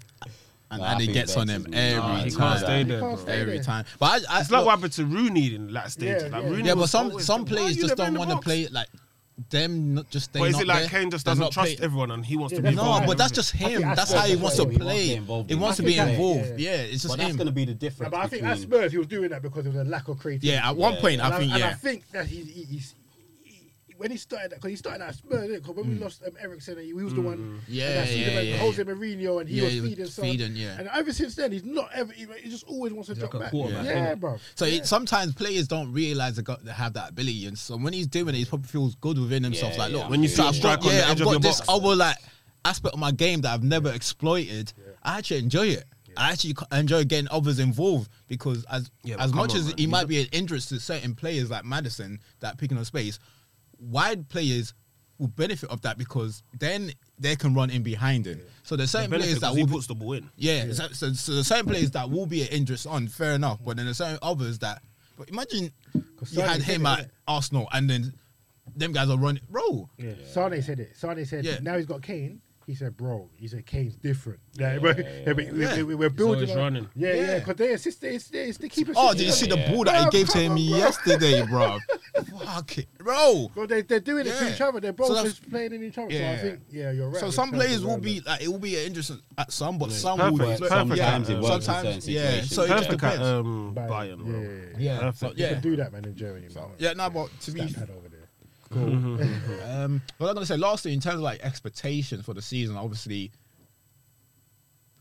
[SPEAKER 1] and
[SPEAKER 4] Nah, I
[SPEAKER 1] Addy
[SPEAKER 4] think
[SPEAKER 1] gets on him
[SPEAKER 4] Betts is-
[SPEAKER 1] every
[SPEAKER 4] Nah,
[SPEAKER 1] time.
[SPEAKER 3] he can't stay
[SPEAKER 2] He
[SPEAKER 3] there,
[SPEAKER 2] can't
[SPEAKER 3] bro.
[SPEAKER 2] stay
[SPEAKER 1] Every
[SPEAKER 2] there.
[SPEAKER 1] time, but I, I,
[SPEAKER 3] It's like
[SPEAKER 1] look-
[SPEAKER 3] what happened to Rooney in that stage.
[SPEAKER 2] Yeah,
[SPEAKER 3] like,
[SPEAKER 2] yeah.
[SPEAKER 3] Rooney
[SPEAKER 1] Yeah, but
[SPEAKER 3] was
[SPEAKER 1] some
[SPEAKER 3] always-
[SPEAKER 1] some
[SPEAKER 3] Why are
[SPEAKER 1] players
[SPEAKER 3] you
[SPEAKER 1] just
[SPEAKER 3] never
[SPEAKER 1] don't
[SPEAKER 3] in the
[SPEAKER 1] want to
[SPEAKER 3] box?
[SPEAKER 1] play like them. Not just they.
[SPEAKER 3] But is
[SPEAKER 1] not
[SPEAKER 3] it like
[SPEAKER 1] there,
[SPEAKER 3] Kane just
[SPEAKER 1] they're
[SPEAKER 3] doesn't
[SPEAKER 1] not
[SPEAKER 3] trust
[SPEAKER 1] play-
[SPEAKER 3] everyone and he wants
[SPEAKER 2] Yeah,
[SPEAKER 3] to be
[SPEAKER 2] that's
[SPEAKER 1] No,
[SPEAKER 2] Right.
[SPEAKER 3] involved?
[SPEAKER 1] but that's just
[SPEAKER 2] I think
[SPEAKER 1] him.
[SPEAKER 2] that's
[SPEAKER 1] That's how he
[SPEAKER 4] what-
[SPEAKER 1] wants
[SPEAKER 4] that's
[SPEAKER 1] to
[SPEAKER 4] what he wants to
[SPEAKER 1] play.
[SPEAKER 4] get involved
[SPEAKER 1] He
[SPEAKER 4] in.
[SPEAKER 1] wants
[SPEAKER 4] I
[SPEAKER 1] to be
[SPEAKER 2] think that-
[SPEAKER 1] involved.
[SPEAKER 2] yeah.
[SPEAKER 1] Yeah, it's just
[SPEAKER 4] but that's going to
[SPEAKER 1] him.
[SPEAKER 4] be the
[SPEAKER 2] Yeah,
[SPEAKER 4] difference.
[SPEAKER 2] but I think at
[SPEAKER 4] between-
[SPEAKER 2] Spurs he was doing that because there was a lack of creativity.
[SPEAKER 1] Yeah, at one
[SPEAKER 4] Yeah.
[SPEAKER 1] point I
[SPEAKER 2] and
[SPEAKER 1] think
[SPEAKER 2] I, and I
[SPEAKER 1] yeah.
[SPEAKER 2] think that he, he, he's, he he- when he started because he started at Spurs because when we lost um, Ericsson, he was the one.
[SPEAKER 1] Mm. Mm-hmm. Yeah,
[SPEAKER 2] and I see
[SPEAKER 1] yeah,
[SPEAKER 2] him and
[SPEAKER 1] yeah,
[SPEAKER 2] Jose Mourinho, and he
[SPEAKER 1] Yeah,
[SPEAKER 2] was
[SPEAKER 1] he was
[SPEAKER 2] feeding, son.
[SPEAKER 1] feeding, yeah.
[SPEAKER 2] And ever since then, he's not ever. He, he just always wants to
[SPEAKER 3] He's
[SPEAKER 2] drop
[SPEAKER 3] like a
[SPEAKER 2] back.
[SPEAKER 3] quarterback,
[SPEAKER 2] Yeah,
[SPEAKER 3] innit?
[SPEAKER 2] bro.
[SPEAKER 1] So it, sometimes players don't realize they, got, they have that ability, and so when he's doing it, he probably feels good within himself.
[SPEAKER 4] Yeah,
[SPEAKER 1] like,
[SPEAKER 4] yeah.
[SPEAKER 1] look,
[SPEAKER 4] When you
[SPEAKER 1] so
[SPEAKER 4] see him
[SPEAKER 1] I've
[SPEAKER 3] strike
[SPEAKER 1] got,
[SPEAKER 3] on the
[SPEAKER 1] yeah,
[SPEAKER 3] edge
[SPEAKER 1] I've
[SPEAKER 3] of
[SPEAKER 1] got
[SPEAKER 3] your
[SPEAKER 1] this
[SPEAKER 3] box.
[SPEAKER 1] other like aspect of my game that I've never exploited, I actually enjoy it. I actually c- enjoy getting others involved because as
[SPEAKER 3] Yeah, but
[SPEAKER 1] as
[SPEAKER 3] come
[SPEAKER 1] much
[SPEAKER 3] on,
[SPEAKER 1] as
[SPEAKER 3] man.
[SPEAKER 1] he
[SPEAKER 3] You
[SPEAKER 1] might be an interest to certain players like Madison that picking up space, wide players will benefit of that because then they can run in behind him. So there's certain
[SPEAKER 3] Benefit
[SPEAKER 1] players that
[SPEAKER 3] 'cause he
[SPEAKER 1] will be-
[SPEAKER 3] puts the ball in.
[SPEAKER 1] yeah, So, so, so there's certain players that will be an interest on, fair enough. But then there's certain others that. But imagine you
[SPEAKER 2] Sterling
[SPEAKER 1] had
[SPEAKER 2] did
[SPEAKER 1] him
[SPEAKER 2] it,
[SPEAKER 1] at
[SPEAKER 2] innit?
[SPEAKER 1] Arsenal and then them guys are running. Bro,
[SPEAKER 2] Yeah. Sane said it. Sane said
[SPEAKER 1] Yeah.
[SPEAKER 2] now he's got Kane. He said, "Bro, he said Kane's different. Yeah, but- yeah, but we-
[SPEAKER 1] Yeah.
[SPEAKER 2] we- we're building.
[SPEAKER 3] always
[SPEAKER 2] on-
[SPEAKER 3] running.
[SPEAKER 2] Yeah, yeah,
[SPEAKER 1] Yeah.
[SPEAKER 2] because they assist. They, it's, they, it's the keeper.
[SPEAKER 1] Oh,
[SPEAKER 2] assist,
[SPEAKER 1] did you
[SPEAKER 2] innit?
[SPEAKER 1] see the
[SPEAKER 3] Yeah.
[SPEAKER 1] ball that he
[SPEAKER 2] Bro,
[SPEAKER 1] gave to
[SPEAKER 2] come
[SPEAKER 1] him
[SPEAKER 2] on, bro.
[SPEAKER 1] yesterday, bro? Fuck it, bro.
[SPEAKER 2] Well, they, they're doing it to
[SPEAKER 1] Yeah.
[SPEAKER 2] each other. They're both
[SPEAKER 1] So that's-
[SPEAKER 2] just playing in each other.
[SPEAKER 1] Yeah.
[SPEAKER 2] So I think, yeah, you're right.
[SPEAKER 1] So
[SPEAKER 2] in
[SPEAKER 1] some
[SPEAKER 2] terms of
[SPEAKER 1] players will
[SPEAKER 2] random.
[SPEAKER 1] be like it will be interesting at some, but some
[SPEAKER 3] Perfect,
[SPEAKER 1] will.
[SPEAKER 3] perfect.
[SPEAKER 4] Sometimes
[SPEAKER 1] yeah,
[SPEAKER 4] it works in
[SPEAKER 1] sometimes,
[SPEAKER 4] certain
[SPEAKER 1] yeah.
[SPEAKER 4] situations.
[SPEAKER 1] So it just
[SPEAKER 3] Perfect at
[SPEAKER 1] depends.
[SPEAKER 3] um,
[SPEAKER 2] Bayern,
[SPEAKER 3] Bayern.
[SPEAKER 2] yeah,
[SPEAKER 3] bro.
[SPEAKER 2] yeah, yeah, yeah.
[SPEAKER 1] Yeah,
[SPEAKER 3] Perfect.
[SPEAKER 1] so- yeah,
[SPEAKER 2] You can do that, man, in Germany, man.
[SPEAKER 1] yeah. No, but to
[SPEAKER 2] That
[SPEAKER 1] be
[SPEAKER 2] pad over there.
[SPEAKER 1] Um, what I'm gonna say lastly, in terms of like expectations for the season, obviously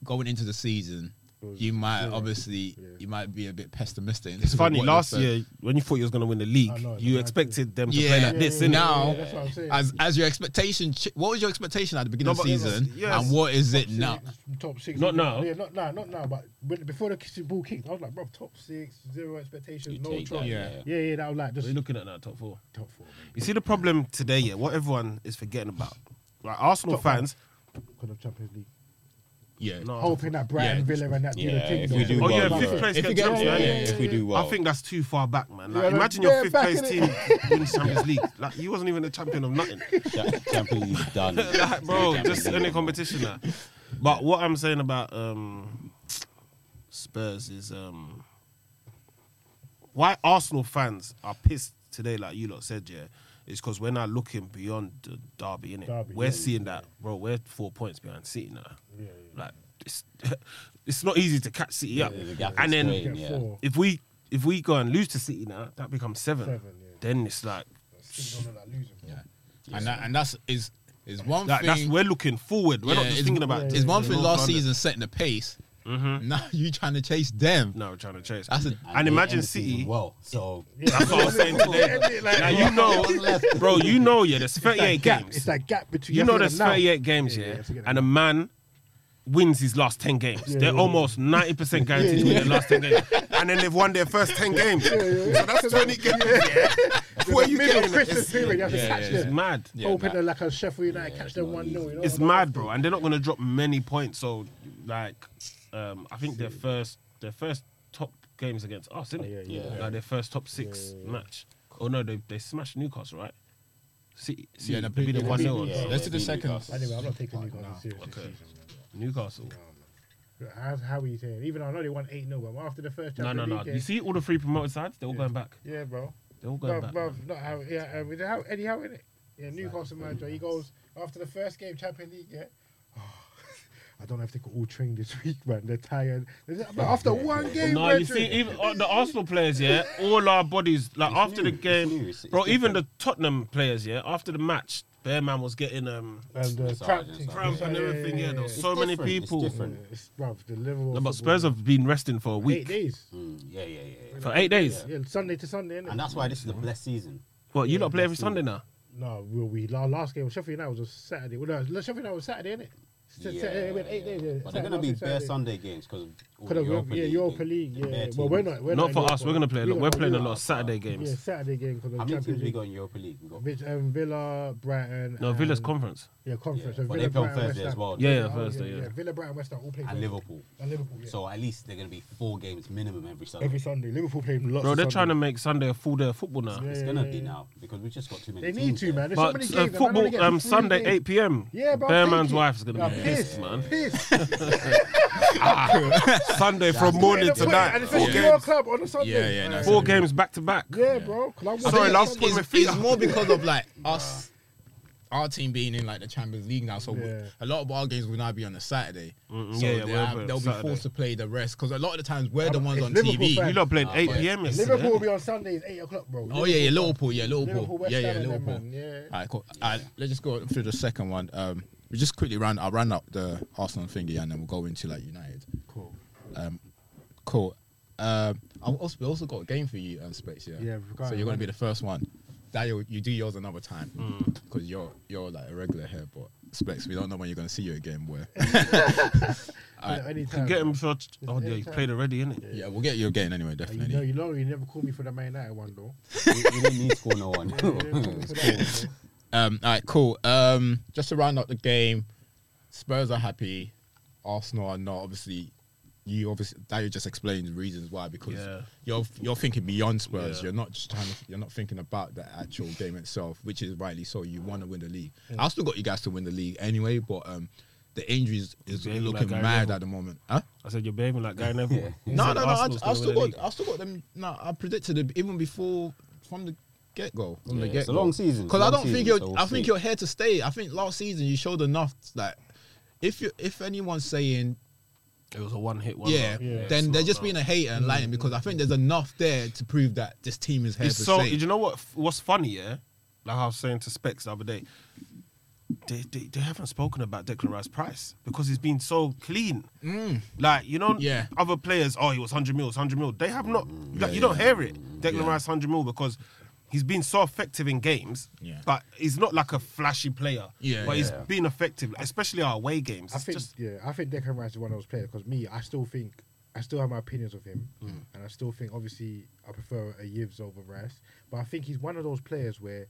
[SPEAKER 1] going into the season,
[SPEAKER 2] was
[SPEAKER 1] you might
[SPEAKER 2] zero.
[SPEAKER 1] obviously
[SPEAKER 2] Yeah.
[SPEAKER 1] you might be a bit pessimistic. in terms
[SPEAKER 3] Mm. It's
[SPEAKER 1] of
[SPEAKER 3] funny.
[SPEAKER 1] what
[SPEAKER 3] Last
[SPEAKER 1] you expect.
[SPEAKER 3] year, when you thought you was gonna win the league,
[SPEAKER 2] I know,
[SPEAKER 3] you
[SPEAKER 2] man.
[SPEAKER 3] expected them to
[SPEAKER 1] Yeah.
[SPEAKER 3] play like this.
[SPEAKER 2] Yeah,
[SPEAKER 3] innit?
[SPEAKER 1] now,
[SPEAKER 2] that's what I'm saying.
[SPEAKER 1] as as your expectation, ch- what was your expectation at the beginning of
[SPEAKER 3] No,
[SPEAKER 1] the
[SPEAKER 3] but it was-
[SPEAKER 1] season,
[SPEAKER 3] yes.
[SPEAKER 1] and what is it
[SPEAKER 2] Six,
[SPEAKER 1] now?
[SPEAKER 2] Top six.
[SPEAKER 3] Not now.
[SPEAKER 2] Yeah, not now, not now. But when, before the kiss- ball kicked, I was like, bro, top six, zero expectations,
[SPEAKER 4] You
[SPEAKER 2] no
[SPEAKER 4] take
[SPEAKER 2] trouble.
[SPEAKER 4] that,
[SPEAKER 2] Yeah.
[SPEAKER 4] yeah.
[SPEAKER 2] yeah, yeah, that was like
[SPEAKER 3] What are
[SPEAKER 2] just
[SPEAKER 3] you looking at now? Top four.
[SPEAKER 2] top four. man,
[SPEAKER 3] You see the problem today, yeah. What everyone is forgetting about, like Arsenal
[SPEAKER 2] Top four.
[SPEAKER 3] fans.
[SPEAKER 2] Because of Champions League.
[SPEAKER 1] Yeah,
[SPEAKER 3] No.
[SPEAKER 2] Hoping that Brighton,
[SPEAKER 1] Yeah.
[SPEAKER 2] Villa, and that do
[SPEAKER 4] Yeah,
[SPEAKER 2] the thing.
[SPEAKER 4] if we
[SPEAKER 2] though.
[SPEAKER 4] do
[SPEAKER 3] Oh
[SPEAKER 4] well,
[SPEAKER 3] yeah,
[SPEAKER 4] yeah.
[SPEAKER 3] fifth place
[SPEAKER 1] If
[SPEAKER 3] gets
[SPEAKER 1] you get-
[SPEAKER 3] Champions
[SPEAKER 1] yeah,
[SPEAKER 3] League.
[SPEAKER 1] yeah,
[SPEAKER 4] if we do well,
[SPEAKER 3] I think that's too far back, man. Like,
[SPEAKER 2] Yeah, no,
[SPEAKER 3] imagine your
[SPEAKER 2] they're
[SPEAKER 3] fifth
[SPEAKER 2] back,
[SPEAKER 3] place team winning Champions League. Like, you wasn't even the champion of nothing,
[SPEAKER 4] Cha- Champions League done.
[SPEAKER 3] like, bro. Just any competition. Like. But what I'm saying about um, Spurs is um, why Arsenal fans are pissed today, like you lot said, yeah, is because we're now looking beyond the derby, innit?
[SPEAKER 2] Derby,
[SPEAKER 3] we're
[SPEAKER 2] yeah,
[SPEAKER 3] seeing that, bro. We're four points behind City now.
[SPEAKER 2] Yeah,
[SPEAKER 3] Like, it's it's not easy to catch City up,
[SPEAKER 4] there's a gap
[SPEAKER 3] and then
[SPEAKER 4] between.
[SPEAKER 2] yeah. Get
[SPEAKER 4] Yeah.
[SPEAKER 2] four.
[SPEAKER 3] if we if we go and lose to City now, that becomes seven.
[SPEAKER 2] Seven, yeah.
[SPEAKER 3] Then it's like,
[SPEAKER 2] Still don't look like losing, bro.
[SPEAKER 1] yeah. and that, and that's is is one
[SPEAKER 3] like
[SPEAKER 1] thing.
[SPEAKER 3] that's we're looking forward.
[SPEAKER 1] Yeah,
[SPEAKER 3] We're not just
[SPEAKER 1] it's-
[SPEAKER 3] thinking about.
[SPEAKER 1] It's one thing
[SPEAKER 3] North
[SPEAKER 1] last
[SPEAKER 3] London.
[SPEAKER 1] season setting the pace.
[SPEAKER 3] Mm-hmm.
[SPEAKER 1] Now you trying to chase them.
[SPEAKER 3] No, we're trying to chase.
[SPEAKER 1] That's a-
[SPEAKER 3] and
[SPEAKER 4] they
[SPEAKER 3] imagine
[SPEAKER 4] end the season
[SPEAKER 3] City.
[SPEAKER 4] Well, so
[SPEAKER 3] That's what I was saying today. now you know, bro. You know, yeah. There's 38
[SPEAKER 2] Gap.
[SPEAKER 3] games.
[SPEAKER 2] It's that gap between.
[SPEAKER 3] you
[SPEAKER 2] have
[SPEAKER 3] know,
[SPEAKER 2] to
[SPEAKER 3] there's
[SPEAKER 2] now.
[SPEAKER 3] 38 games, yeah,
[SPEAKER 2] yeah, forget that.
[SPEAKER 3] and a man wins his last 10 games.
[SPEAKER 2] Yeah,
[SPEAKER 3] They're
[SPEAKER 2] yeah,
[SPEAKER 3] almost 90% guaranteed to win their last 10 games, and then they've won their first 10 games. So that's 20 games. Yeah. Before
[SPEAKER 2] Well,
[SPEAKER 3] you
[SPEAKER 2] you
[SPEAKER 3] get in,
[SPEAKER 2] Christmas
[SPEAKER 3] it's,
[SPEAKER 2] period, you have to
[SPEAKER 1] yeah,
[SPEAKER 2] catch
[SPEAKER 1] yeah,
[SPEAKER 3] it's
[SPEAKER 2] them.
[SPEAKER 3] mad.
[SPEAKER 1] Yeah,
[SPEAKER 2] Open
[SPEAKER 1] nah.
[SPEAKER 2] them like a Sheffield United, catch them one 0
[SPEAKER 3] It's mad, bro, and they're not gonna drop many points. So, like, um, I think their first their first top games against us, isn't it?
[SPEAKER 2] Oh, yeah,
[SPEAKER 4] yeah.
[SPEAKER 3] Like their first top six match. Oh no, they they smashed Newcastle, right? See, see
[SPEAKER 1] Yeah, they
[SPEAKER 3] they beat
[SPEAKER 1] beat-
[SPEAKER 3] them
[SPEAKER 1] they
[SPEAKER 3] one
[SPEAKER 1] beat-
[SPEAKER 3] 0
[SPEAKER 4] yeah.
[SPEAKER 1] Let's do the
[SPEAKER 4] Maybe
[SPEAKER 1] second.
[SPEAKER 4] because-
[SPEAKER 2] Anyway, I'm not taking you guys seriously.
[SPEAKER 3] Okay.
[SPEAKER 2] this season, man.
[SPEAKER 3] Newcastle.
[SPEAKER 2] How's, how are you saying? Even though I know they won 8 0, but after the first
[SPEAKER 3] No,
[SPEAKER 2] Champions
[SPEAKER 3] no, no.
[SPEAKER 2] League
[SPEAKER 3] You see all the three promoted sides? They're all going back.
[SPEAKER 2] game- Yeah, bro.
[SPEAKER 3] They're all going
[SPEAKER 2] Bro,
[SPEAKER 3] back.
[SPEAKER 2] bro, not how, yeah, uh, with how, Eddie Howe in it. Yeah, Newcastle manager. He goes, after the first game, Champions League, yeah. I don't know if they could all train this week, man. They're tired. But after one game,
[SPEAKER 3] No, you
[SPEAKER 2] brethren,
[SPEAKER 3] see, even uh, the Arsenal players, yeah, all our bodies, like
[SPEAKER 4] It's
[SPEAKER 3] after
[SPEAKER 4] new,
[SPEAKER 3] the
[SPEAKER 4] it's
[SPEAKER 3] game,
[SPEAKER 4] new, it's- it's
[SPEAKER 3] bro, even the
[SPEAKER 4] different.
[SPEAKER 3] Tottenham players, yeah, after the match, their man was getting um,
[SPEAKER 2] and uh,
[SPEAKER 4] Massage
[SPEAKER 2] cramp,
[SPEAKER 4] and stuff.
[SPEAKER 3] cramp and everything. Yeah, there was so many
[SPEAKER 4] different, it's
[SPEAKER 3] people.
[SPEAKER 4] different.
[SPEAKER 2] It's, bruv, the Liverpool.
[SPEAKER 3] No, but
[SPEAKER 2] football,
[SPEAKER 3] Spurs have been resting for
[SPEAKER 2] man.
[SPEAKER 3] a
[SPEAKER 2] Eight
[SPEAKER 3] week,
[SPEAKER 2] days.
[SPEAKER 4] Mm, yeah, yeah, yeah, yeah.
[SPEAKER 3] for eight days.
[SPEAKER 2] Yeah, Sunday to Sunday, innit?
[SPEAKER 4] And that's why this is the blessed season.
[SPEAKER 3] What you lot play every Sunday now?
[SPEAKER 2] No, well, we our last game was Sheffield United was on Saturday. Well, no, Sheffield United was Saturday, innit?
[SPEAKER 4] Yeah,
[SPEAKER 2] Saturday, Saturday, we had eight days. Yeah.
[SPEAKER 4] But they're gonna
[SPEAKER 2] Saturday,
[SPEAKER 4] be
[SPEAKER 2] Saturday.
[SPEAKER 4] bare Sunday games because of
[SPEAKER 2] Could have, yeah, Europa League. Yeah, well, we're not. We're
[SPEAKER 3] Not
[SPEAKER 2] in
[SPEAKER 3] for
[SPEAKER 2] Europa.
[SPEAKER 3] us. We're gonna play.
[SPEAKER 2] We
[SPEAKER 3] Look,
[SPEAKER 2] got-
[SPEAKER 3] we're
[SPEAKER 2] we
[SPEAKER 3] playing a
[SPEAKER 2] got-
[SPEAKER 3] lot of Saturday
[SPEAKER 2] Yeah,
[SPEAKER 3] games.
[SPEAKER 2] Saturday game because of
[SPEAKER 4] How many
[SPEAKER 2] Champions
[SPEAKER 4] teams we
[SPEAKER 2] League.
[SPEAKER 4] got in Europa League? We got
[SPEAKER 2] Which, um, Villa, Brighton.
[SPEAKER 3] No, Villa's
[SPEAKER 2] and-
[SPEAKER 3] conference.
[SPEAKER 2] Yeah,
[SPEAKER 4] yeah.
[SPEAKER 2] conference. so
[SPEAKER 4] but
[SPEAKER 2] Villa,
[SPEAKER 4] they play on
[SPEAKER 2] Brighton,
[SPEAKER 4] Thursday
[SPEAKER 2] West
[SPEAKER 4] as
[SPEAKER 2] Ham.
[SPEAKER 4] well.
[SPEAKER 3] Yeah, yeah,
[SPEAKER 2] Oh,
[SPEAKER 3] Thursday. Yeah.
[SPEAKER 2] Villa, Brighton, and West Ham all play.
[SPEAKER 4] And Liverpool.
[SPEAKER 2] And Liverpool. Yeah.
[SPEAKER 4] So at least they're gonna be four games minimum every Sunday.
[SPEAKER 2] every Sunday, Liverpool playing lots.
[SPEAKER 3] Bro,
[SPEAKER 2] of
[SPEAKER 3] they're trying to
[SPEAKER 2] Sunday.
[SPEAKER 3] make Sunday a full day of football now.
[SPEAKER 4] It's
[SPEAKER 2] Yeah,
[SPEAKER 4] gonna
[SPEAKER 2] yeah,
[SPEAKER 4] be
[SPEAKER 2] yeah.
[SPEAKER 4] now because we just got too many.
[SPEAKER 2] They need
[SPEAKER 4] teams
[SPEAKER 2] to,
[SPEAKER 4] there.
[SPEAKER 2] man. There's so
[SPEAKER 3] But
[SPEAKER 2] many
[SPEAKER 3] uh,
[SPEAKER 2] games. man, man only
[SPEAKER 3] football
[SPEAKER 2] gets
[SPEAKER 3] um,
[SPEAKER 2] three
[SPEAKER 3] Sunday
[SPEAKER 2] games.
[SPEAKER 3] 8 p.m.
[SPEAKER 2] Yeah, bro.
[SPEAKER 3] Bear
[SPEAKER 2] thank
[SPEAKER 3] man's
[SPEAKER 2] you.
[SPEAKER 3] wife is gonna
[SPEAKER 2] Yeah,
[SPEAKER 3] be
[SPEAKER 2] pissed,
[SPEAKER 3] pissed, man.
[SPEAKER 2] Pissed.
[SPEAKER 3] Sunday from morning
[SPEAKER 2] And
[SPEAKER 3] to
[SPEAKER 2] the- And
[SPEAKER 3] night.
[SPEAKER 2] it's a
[SPEAKER 3] Four
[SPEAKER 1] Yeah.
[SPEAKER 2] your
[SPEAKER 3] games.
[SPEAKER 2] club on a Sunday.
[SPEAKER 1] Yeah, yeah, no,
[SPEAKER 2] man.
[SPEAKER 3] Four games back to back.
[SPEAKER 2] Yeah, bro. 'cause I'm
[SPEAKER 3] Sorry,
[SPEAKER 2] watching
[SPEAKER 3] last
[SPEAKER 2] Sunday.
[SPEAKER 3] put my
[SPEAKER 1] it's,
[SPEAKER 3] feet
[SPEAKER 1] it's
[SPEAKER 3] up.
[SPEAKER 1] more because of like us, our team being in like the Champions League now. So we-
[SPEAKER 2] Yeah.
[SPEAKER 1] a lot of our games will now be on a Saturday.
[SPEAKER 3] Mm,
[SPEAKER 1] so
[SPEAKER 3] yeah, yeah,
[SPEAKER 1] they
[SPEAKER 3] we'll
[SPEAKER 1] have-
[SPEAKER 3] be on
[SPEAKER 1] they'll be
[SPEAKER 3] Saturday.
[SPEAKER 1] forced to play the rest because a lot of the times we're the
[SPEAKER 2] I'm-
[SPEAKER 1] ones
[SPEAKER 2] it's
[SPEAKER 1] on
[SPEAKER 2] Liverpool
[SPEAKER 1] TV.
[SPEAKER 2] fans.
[SPEAKER 3] You lot playing
[SPEAKER 4] Ah,
[SPEAKER 3] 8
[SPEAKER 4] but
[SPEAKER 3] p.m. yesterday.
[SPEAKER 2] Liverpool will be on Sunday. It's eight o'clock, bro.
[SPEAKER 1] Oh yeah, yeah, Liverpool, yeah, Liverpool,
[SPEAKER 2] Liverpool, West
[SPEAKER 1] yeah, yeah,
[SPEAKER 2] Ham and them,
[SPEAKER 1] Liverpool.
[SPEAKER 2] man, yeah.
[SPEAKER 1] All right, cool. All right, let's just go through the second one. Um, we just quickly ran. I ran up the Arsenal thingy, and then we'll go into like United.
[SPEAKER 2] Cool.
[SPEAKER 1] Cool. Um, I also, we also got a game for you, um, Specs. Yeah.
[SPEAKER 2] Yeah, we've got
[SPEAKER 1] So
[SPEAKER 2] it,
[SPEAKER 1] you're gonna
[SPEAKER 2] man.
[SPEAKER 1] be the first one. Daniel, you do yours another time because you're you're like a regular here, but Specs, we don't know when you're going to see you again. Where?
[SPEAKER 2] You know, anytime.
[SPEAKER 3] get him for. Oh yeah, you
[SPEAKER 2] anytime.
[SPEAKER 3] played already, innit?
[SPEAKER 1] yeah, we'll get you again anyway,
[SPEAKER 2] Uh, You know,
[SPEAKER 1] definitely.
[SPEAKER 2] you know, you never called me for the Man United one though.
[SPEAKER 4] you, you didn't need to call no one.
[SPEAKER 2] You never called me for that one, though.
[SPEAKER 1] Um, all right, cool. Um, just to round up the game, Spurs are happy, Arsenal are not. Obviously, you obviously Dario just explained the reasons why because
[SPEAKER 3] Yeah.
[SPEAKER 1] you're you're thinking beyond Spurs.
[SPEAKER 3] Yeah.
[SPEAKER 1] You're not just trying to, you're not thinking about the actual game itself, which is rightly so. You want to win the league. I still got you guys to win the league anyway, but um, the injuries is
[SPEAKER 3] Game
[SPEAKER 1] looking
[SPEAKER 3] like Gary
[SPEAKER 1] mad
[SPEAKER 3] Neville.
[SPEAKER 1] at the moment, huh?
[SPEAKER 3] I said you're behaving like Guy Neville.
[SPEAKER 4] Yeah.
[SPEAKER 3] He
[SPEAKER 1] No,
[SPEAKER 3] said
[SPEAKER 1] no, no. I,
[SPEAKER 3] Arsenal's
[SPEAKER 1] I
[SPEAKER 3] gonna
[SPEAKER 1] still got,
[SPEAKER 3] win the
[SPEAKER 1] I still got them. No, I predicted it even before from the get go. From the
[SPEAKER 4] Yeah,
[SPEAKER 1] get
[SPEAKER 4] it's a long season,
[SPEAKER 1] Because I
[SPEAKER 4] long
[SPEAKER 1] don't think
[SPEAKER 4] season,
[SPEAKER 1] you're.
[SPEAKER 4] so we'll
[SPEAKER 1] I think
[SPEAKER 4] see.
[SPEAKER 1] you're here to stay. I think last season you showed enough that if you if anyone's saying
[SPEAKER 3] league. It was a one-hit wonder.
[SPEAKER 1] yeah, then they're just being a hater and lying because I think there's enough there to prove that this team is here
[SPEAKER 3] It's
[SPEAKER 1] to
[SPEAKER 3] so.
[SPEAKER 1] stay.
[SPEAKER 3] You know what? What's funny? Yeah, like I was saying to Specs the other day, they they, they haven't spoken about Declan Rice Price because he's been so clean. Like you know,
[SPEAKER 1] Mm. Yeah.
[SPEAKER 3] other players. Oh, he was hundred mils, hundred mil. They have not.
[SPEAKER 2] Mm.
[SPEAKER 3] like you don't hear it. Declan
[SPEAKER 1] Yeah.
[SPEAKER 3] Rice hundred mil because. He's been so effective in games,
[SPEAKER 1] Yeah.
[SPEAKER 3] but he's not like a flashy player.
[SPEAKER 1] Yeah,
[SPEAKER 3] but he's
[SPEAKER 4] yeah.
[SPEAKER 3] been effective, especially our away games.
[SPEAKER 2] I
[SPEAKER 3] It's
[SPEAKER 2] think
[SPEAKER 3] just-
[SPEAKER 2] yeah, I think Declan Rice is one of those players because me, I still think I still have my opinions of him,
[SPEAKER 3] Mm.
[SPEAKER 2] and I still think obviously I prefer a Yves over Rice, but I think he's one of those players where.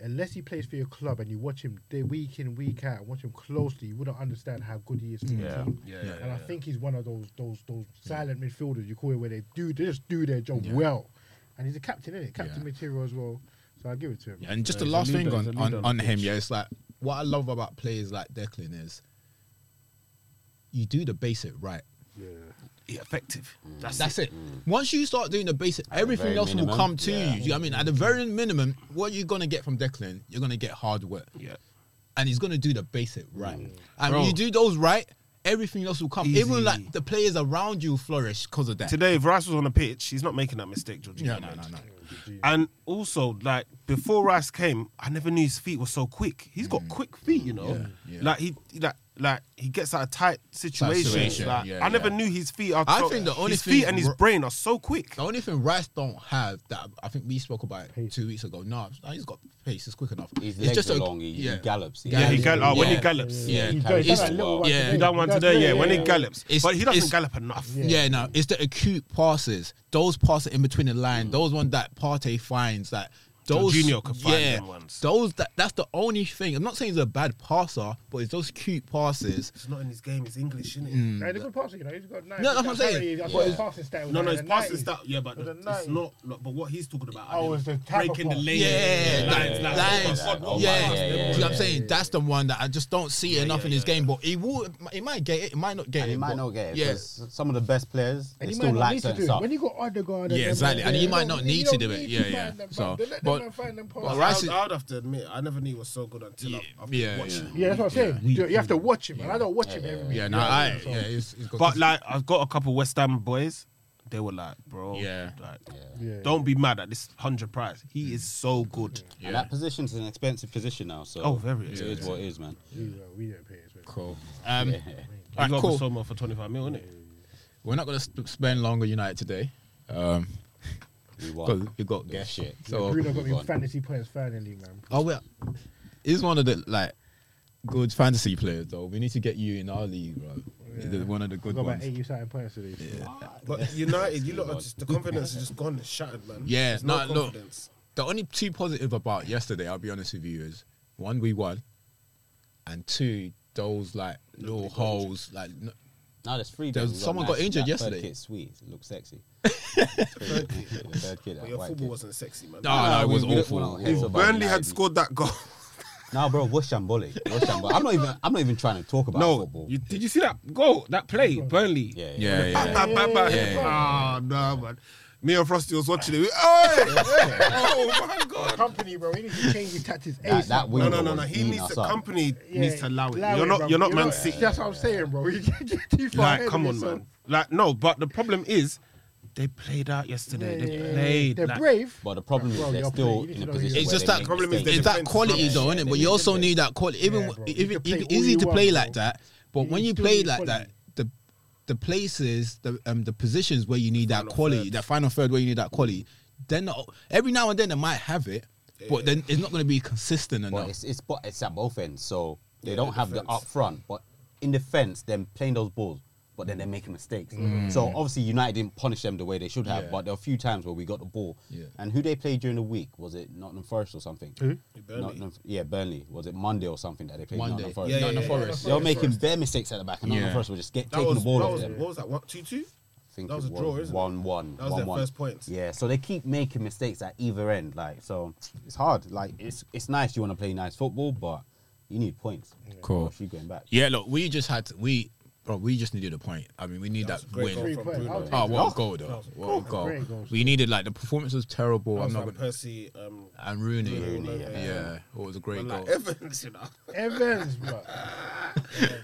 [SPEAKER 2] Unless he plays for your club and you watch him day week in week out and watch him closely, you wouldn't understand how good he is. For the
[SPEAKER 4] Yeah.
[SPEAKER 2] team.
[SPEAKER 3] Yeah, yeah, Mm.
[SPEAKER 2] and I think he's one of those those those silent midfielders you call it where they do they just do their job well, and he's a captain in it, captain
[SPEAKER 1] Yeah.
[SPEAKER 2] material as well. So I give it to him.
[SPEAKER 1] Yeah, and just
[SPEAKER 3] Yeah,
[SPEAKER 1] the
[SPEAKER 3] he's a
[SPEAKER 1] last
[SPEAKER 3] leader,
[SPEAKER 1] thing
[SPEAKER 3] he's a
[SPEAKER 1] on,
[SPEAKER 3] leader
[SPEAKER 1] on,
[SPEAKER 3] on the
[SPEAKER 1] on him,
[SPEAKER 3] pitch.
[SPEAKER 1] yeah, it's like what I love about players like Declan is you do the basic right.
[SPEAKER 3] yeah, effective. That's,
[SPEAKER 1] Mm. That's
[SPEAKER 3] it.
[SPEAKER 1] it. Once you start doing the basic,
[SPEAKER 4] the
[SPEAKER 1] everything
[SPEAKER 4] very
[SPEAKER 1] else will
[SPEAKER 4] minimum,
[SPEAKER 1] come to
[SPEAKER 4] yeah.
[SPEAKER 1] you. you. I mean, at the very minimum, what you're gonna get from Declan, you're gonna get hard work,
[SPEAKER 3] Yeah.
[SPEAKER 1] and he's gonna do the basic right.
[SPEAKER 4] Mm.
[SPEAKER 1] And
[SPEAKER 3] Bro.
[SPEAKER 1] when you do those right, everything else will come.
[SPEAKER 3] Easy.
[SPEAKER 1] Even like the players around you flourish because of that.
[SPEAKER 3] Today, if Rice was on the pitch, he's not making that mistake, Jorginho.
[SPEAKER 1] Yeah, no, no,
[SPEAKER 3] made.
[SPEAKER 1] no.
[SPEAKER 3] And also, like before Rice came, I never knew his feet were so quick. He's got quick feet, you know.
[SPEAKER 1] Mm. Yeah, yeah.
[SPEAKER 3] Like he, he- like, like he gets out of tight situations.
[SPEAKER 1] situation,
[SPEAKER 3] Like,
[SPEAKER 1] yeah,
[SPEAKER 3] I never
[SPEAKER 1] yeah.
[SPEAKER 3] knew his feet. Are
[SPEAKER 1] I
[SPEAKER 3] so-
[SPEAKER 1] think the only
[SPEAKER 3] his
[SPEAKER 1] thing
[SPEAKER 3] feet and his
[SPEAKER 1] Ro-
[SPEAKER 3] brain are so quick.
[SPEAKER 1] The only thing Rice don't have that I think we spoke about it two weeks ago. No, he's got pace. It's quick enough.
[SPEAKER 4] His
[SPEAKER 1] it's
[SPEAKER 4] legs
[SPEAKER 1] just
[SPEAKER 4] are
[SPEAKER 1] a-
[SPEAKER 4] long. He, he
[SPEAKER 1] yeah.
[SPEAKER 4] gallops.
[SPEAKER 3] Yeah, he
[SPEAKER 1] Yeah,
[SPEAKER 3] gall- oh, when he
[SPEAKER 1] yeah. Yeah.
[SPEAKER 3] gallops.
[SPEAKER 2] He's
[SPEAKER 4] He
[SPEAKER 2] done- he's
[SPEAKER 4] carries
[SPEAKER 1] It's-
[SPEAKER 2] done that little
[SPEAKER 4] well.
[SPEAKER 2] one
[SPEAKER 1] yeah.
[SPEAKER 2] today.
[SPEAKER 1] He
[SPEAKER 3] He done one
[SPEAKER 2] does
[SPEAKER 3] today,
[SPEAKER 2] really
[SPEAKER 3] yeah. When he
[SPEAKER 2] well.
[SPEAKER 3] gallops,
[SPEAKER 1] It's-
[SPEAKER 3] but he doesn't
[SPEAKER 1] it's-
[SPEAKER 3] gallop enough.
[SPEAKER 1] Yeah. no, it's the acute passes, those passes in between the line,
[SPEAKER 4] Mm.
[SPEAKER 1] those ones that Partey finds that. Those,
[SPEAKER 3] Jorginho can find
[SPEAKER 1] yeah,
[SPEAKER 3] them ones.
[SPEAKER 1] those that that's the only thing. I'm not saying he's a bad passer, but it's those cute passes.
[SPEAKER 3] It's not in his game. It's English, isn't it?
[SPEAKER 1] Mm.
[SPEAKER 2] Nah, he's a good passer, you know. He's got nine.
[SPEAKER 1] No, that's what I'm saying.
[SPEAKER 2] He's got
[SPEAKER 4] Yeah.
[SPEAKER 2] his passing style. like
[SPEAKER 3] No, no,
[SPEAKER 2] in
[SPEAKER 3] his
[SPEAKER 2] the
[SPEAKER 3] passes
[SPEAKER 2] 90s.
[SPEAKER 3] that. Yeah, but
[SPEAKER 2] With the
[SPEAKER 3] it's
[SPEAKER 2] nine's.
[SPEAKER 3] not. Look, but what he's talking about, I
[SPEAKER 2] Oh,
[SPEAKER 3] mean,
[SPEAKER 2] it's the type
[SPEAKER 3] breaking
[SPEAKER 2] of
[SPEAKER 3] the
[SPEAKER 2] pass.
[SPEAKER 3] lane.
[SPEAKER 1] Yeah,
[SPEAKER 4] yeah,
[SPEAKER 3] lines,
[SPEAKER 4] yeah,
[SPEAKER 3] lines.
[SPEAKER 1] lines.
[SPEAKER 3] Oh, God,
[SPEAKER 4] yeah,
[SPEAKER 3] what
[SPEAKER 1] yeah,
[SPEAKER 3] pass,
[SPEAKER 4] yeah,
[SPEAKER 3] them
[SPEAKER 4] yeah,
[SPEAKER 1] See what
[SPEAKER 3] ones.
[SPEAKER 1] I'm saying? That's the one that I just don't see enough
[SPEAKER 3] yeah,
[SPEAKER 1] in his
[SPEAKER 3] yeah.
[SPEAKER 1] game. But he will, he might get it, he might not get
[SPEAKER 4] And
[SPEAKER 1] it.
[SPEAKER 4] he might
[SPEAKER 1] but-
[SPEAKER 4] not get it.
[SPEAKER 1] Yeah,
[SPEAKER 4] 'cause Some of the best players they
[SPEAKER 2] And he
[SPEAKER 4] still
[SPEAKER 2] might not
[SPEAKER 4] lack
[SPEAKER 2] need to
[SPEAKER 4] certain
[SPEAKER 2] do it.
[SPEAKER 4] stuff.
[SPEAKER 2] When you got Odegaard,
[SPEAKER 1] Yeah,
[SPEAKER 2] them
[SPEAKER 1] exactly.
[SPEAKER 2] there,
[SPEAKER 1] And he
[SPEAKER 2] you
[SPEAKER 1] might
[SPEAKER 2] don't-
[SPEAKER 1] not
[SPEAKER 2] you
[SPEAKER 1] need
[SPEAKER 2] don't
[SPEAKER 1] to do it.
[SPEAKER 2] need
[SPEAKER 1] Yeah,
[SPEAKER 2] to
[SPEAKER 1] yeah.
[SPEAKER 2] find them,
[SPEAKER 1] So,
[SPEAKER 2] man. They let
[SPEAKER 1] but-
[SPEAKER 2] them find them
[SPEAKER 1] but
[SPEAKER 2] passes.
[SPEAKER 1] Rice-
[SPEAKER 3] I, would, I would have to admit, I never knew he was so good until
[SPEAKER 1] yeah,
[SPEAKER 3] I, I've
[SPEAKER 1] yeah,
[SPEAKER 3] watched
[SPEAKER 1] yeah.
[SPEAKER 3] him.
[SPEAKER 2] Yeah, that's what I'm saying.
[SPEAKER 1] Yeah.
[SPEAKER 2] You- You have to watch him, and I don't watch him every week.
[SPEAKER 1] yeah. No, I, yeah, he's, he's got
[SPEAKER 3] But like, I've got a couple West Ham boys. They were like, bro,
[SPEAKER 1] Yeah. Mm.
[SPEAKER 3] like,
[SPEAKER 2] Yeah.
[SPEAKER 3] don't be mad at this hundred price. He is so good.
[SPEAKER 4] And that position's an expensive position now. So
[SPEAKER 3] Oh, very
[SPEAKER 4] It is
[SPEAKER 3] expensive.
[SPEAKER 4] what it is, man.
[SPEAKER 2] We don't- we don't pay his rent.
[SPEAKER 1] cool. Um,
[SPEAKER 3] You
[SPEAKER 1] alright,
[SPEAKER 3] got
[SPEAKER 1] cool.
[SPEAKER 3] Basoma for twenty five mil, innit?
[SPEAKER 1] We're not gonna sp- spend long on United today. Um,
[SPEAKER 4] We
[SPEAKER 1] 'cause
[SPEAKER 4] won.
[SPEAKER 1] we got
[SPEAKER 4] Yeah,
[SPEAKER 1] guests.
[SPEAKER 4] shit.
[SPEAKER 1] So
[SPEAKER 2] Bruno got
[SPEAKER 4] Go
[SPEAKER 2] me
[SPEAKER 4] on.
[SPEAKER 2] fantasy points finally, man.
[SPEAKER 1] Oh well, he's one of the like good fantasy players though. We need to get you in our league, bro. He's one of the
[SPEAKER 2] I
[SPEAKER 1] good
[SPEAKER 2] got about
[SPEAKER 1] ones.
[SPEAKER 2] eighty something points today.
[SPEAKER 3] But United, you lot, are just, the confidence is just gone and shattered, man.
[SPEAKER 1] Yeah, nah, look. The only two positive about yesterday, I'll be honest with you, is one we won, and two those like little holes. Like no,
[SPEAKER 4] Now there's three.
[SPEAKER 1] There was-
[SPEAKER 4] bro. We
[SPEAKER 1] someone got
[SPEAKER 4] Nash,
[SPEAKER 1] injured
[SPEAKER 4] that
[SPEAKER 1] yesterday.
[SPEAKER 4] Third kid, sweet. It looks sexy. the third kid, the third kid, that white kid.
[SPEAKER 3] wasn't sexy, man.
[SPEAKER 1] Ah, no, no, it was awful.
[SPEAKER 4] If
[SPEAKER 3] Burnley had scored that goal.
[SPEAKER 4] Now, bro, what's Shamboli? What's Shamboli? I'm not even. I'm not even trying to talk about
[SPEAKER 3] no,
[SPEAKER 4] football.
[SPEAKER 3] you, did you see that goal? That play, Burnley.
[SPEAKER 4] yeah, yeah.
[SPEAKER 1] Yeah, yeah.
[SPEAKER 3] Bah, bah, bah. Ah, nah, man. Me and Frosty was watching it. We- Oi! oh my god.
[SPEAKER 2] Company, bro, he needs to change his tactics.
[SPEAKER 4] That,
[SPEAKER 2] ASAP,
[SPEAKER 4] that
[SPEAKER 2] bro.
[SPEAKER 3] No,
[SPEAKER 4] window
[SPEAKER 3] no, no,
[SPEAKER 4] was
[SPEAKER 3] no. He
[SPEAKER 1] Mm,
[SPEAKER 4] eating
[SPEAKER 3] needs
[SPEAKER 4] us
[SPEAKER 3] to.
[SPEAKER 4] up.
[SPEAKER 3] Company
[SPEAKER 2] Yeah,
[SPEAKER 3] needs to allow it.
[SPEAKER 2] allow
[SPEAKER 3] you're
[SPEAKER 2] it,
[SPEAKER 3] not.
[SPEAKER 2] bro.
[SPEAKER 3] You're not Man
[SPEAKER 2] not-
[SPEAKER 3] City.
[SPEAKER 2] That's what I'm saying, bro. You're too far ahead
[SPEAKER 3] Like,
[SPEAKER 2] of
[SPEAKER 3] come on,
[SPEAKER 2] yourself.
[SPEAKER 3] man. Like, no. But the problem is, they played out yesterday.
[SPEAKER 2] Yeah,
[SPEAKER 3] they
[SPEAKER 2] yeah, yeah.
[SPEAKER 3] played.
[SPEAKER 2] They're
[SPEAKER 3] like-
[SPEAKER 2] brave.
[SPEAKER 4] But the problem
[SPEAKER 2] Bro,
[SPEAKER 4] is they're
[SPEAKER 2] you're
[SPEAKER 4] still
[SPEAKER 2] playing. You
[SPEAKER 4] in
[SPEAKER 2] need
[SPEAKER 4] a
[SPEAKER 2] to know who
[SPEAKER 4] position
[SPEAKER 2] you
[SPEAKER 1] It's
[SPEAKER 4] where
[SPEAKER 1] just
[SPEAKER 4] they
[SPEAKER 1] that
[SPEAKER 4] make
[SPEAKER 3] problem is
[SPEAKER 4] mistakes.
[SPEAKER 3] they
[SPEAKER 1] it's that
[SPEAKER 3] defense
[SPEAKER 1] quality
[SPEAKER 3] rubbish.
[SPEAKER 1] though,
[SPEAKER 4] Yeah,
[SPEAKER 1] innit?
[SPEAKER 4] they
[SPEAKER 1] But you also
[SPEAKER 4] defend.
[SPEAKER 1] need that quality. Even
[SPEAKER 2] Yeah, bro. You
[SPEAKER 1] if
[SPEAKER 2] can
[SPEAKER 1] it,
[SPEAKER 2] play
[SPEAKER 1] if
[SPEAKER 2] all
[SPEAKER 1] easy
[SPEAKER 2] you
[SPEAKER 1] to
[SPEAKER 2] want,
[SPEAKER 1] play
[SPEAKER 2] bro.
[SPEAKER 1] like that, but
[SPEAKER 2] You
[SPEAKER 1] when
[SPEAKER 2] need
[SPEAKER 1] you
[SPEAKER 2] to
[SPEAKER 1] play
[SPEAKER 2] use
[SPEAKER 1] like that,
[SPEAKER 2] quality.
[SPEAKER 1] the the places, the um the positions where you need that quality, that final third where you need that quality, then every now and then they might have it, but then it's not going to be consistent
[SPEAKER 4] But
[SPEAKER 1] enough.
[SPEAKER 4] it's it's but it's at both ends. So They don't have the up front, but in defense, they're playing those balls, but then they're making mistakes. So obviously, United didn't punish them the way they should have,
[SPEAKER 7] Yeah.
[SPEAKER 4] but there were a few times where we got the ball.
[SPEAKER 7] Yeah.
[SPEAKER 4] And who they played during the week was it Nottingham Forest or something?
[SPEAKER 2] Hmm?
[SPEAKER 4] Who? Nottingham, yeah, Burnley. Was it Monday or something that they played
[SPEAKER 1] Monday.
[SPEAKER 4] Nottingham Forest?
[SPEAKER 1] Yeah, yeah,
[SPEAKER 7] Nottingham
[SPEAKER 1] yeah.
[SPEAKER 7] Forest.
[SPEAKER 4] They were making bare mistakes at the back, and Nottingham
[SPEAKER 7] Yeah.
[SPEAKER 4] Forest were just get,
[SPEAKER 3] That
[SPEAKER 4] taking
[SPEAKER 3] was,
[SPEAKER 4] the ball
[SPEAKER 3] that
[SPEAKER 4] off
[SPEAKER 3] was,
[SPEAKER 4] them.
[SPEAKER 3] What was that? One, two, two?
[SPEAKER 4] think
[SPEAKER 3] That was
[SPEAKER 4] it
[SPEAKER 3] a draw, isn't it?
[SPEAKER 4] one one.
[SPEAKER 3] That was their
[SPEAKER 4] one,
[SPEAKER 3] first points.
[SPEAKER 4] Yeah, so they keep making mistakes at either end. Like so, it's hard. Like it's it's nice you want to play nice football, but you need points.
[SPEAKER 7] Cool.
[SPEAKER 4] If you're going back.
[SPEAKER 1] Yeah, look, we just had to, we, bro, we just needed a point. I mean, we need
[SPEAKER 3] That
[SPEAKER 1] that,
[SPEAKER 3] was
[SPEAKER 1] win.
[SPEAKER 3] a great goal
[SPEAKER 2] Three
[SPEAKER 3] from
[SPEAKER 2] points.
[SPEAKER 3] Bruno.
[SPEAKER 2] I'll take
[SPEAKER 1] Oh,
[SPEAKER 2] it.
[SPEAKER 1] what a goal
[SPEAKER 3] That
[SPEAKER 1] though!
[SPEAKER 3] was a
[SPEAKER 1] What a
[SPEAKER 2] Great
[SPEAKER 1] goal!
[SPEAKER 2] goal.
[SPEAKER 1] We needed like the performance was terrible.
[SPEAKER 3] That
[SPEAKER 1] I'm
[SPEAKER 3] was
[SPEAKER 1] not
[SPEAKER 3] like
[SPEAKER 1] gonna
[SPEAKER 3] Percy. Um,
[SPEAKER 1] and Rooney.
[SPEAKER 3] Rooney,
[SPEAKER 1] yeah.
[SPEAKER 3] yeah.
[SPEAKER 1] it was a great goal.
[SPEAKER 3] like Evans, you know.
[SPEAKER 2] Evans, bro.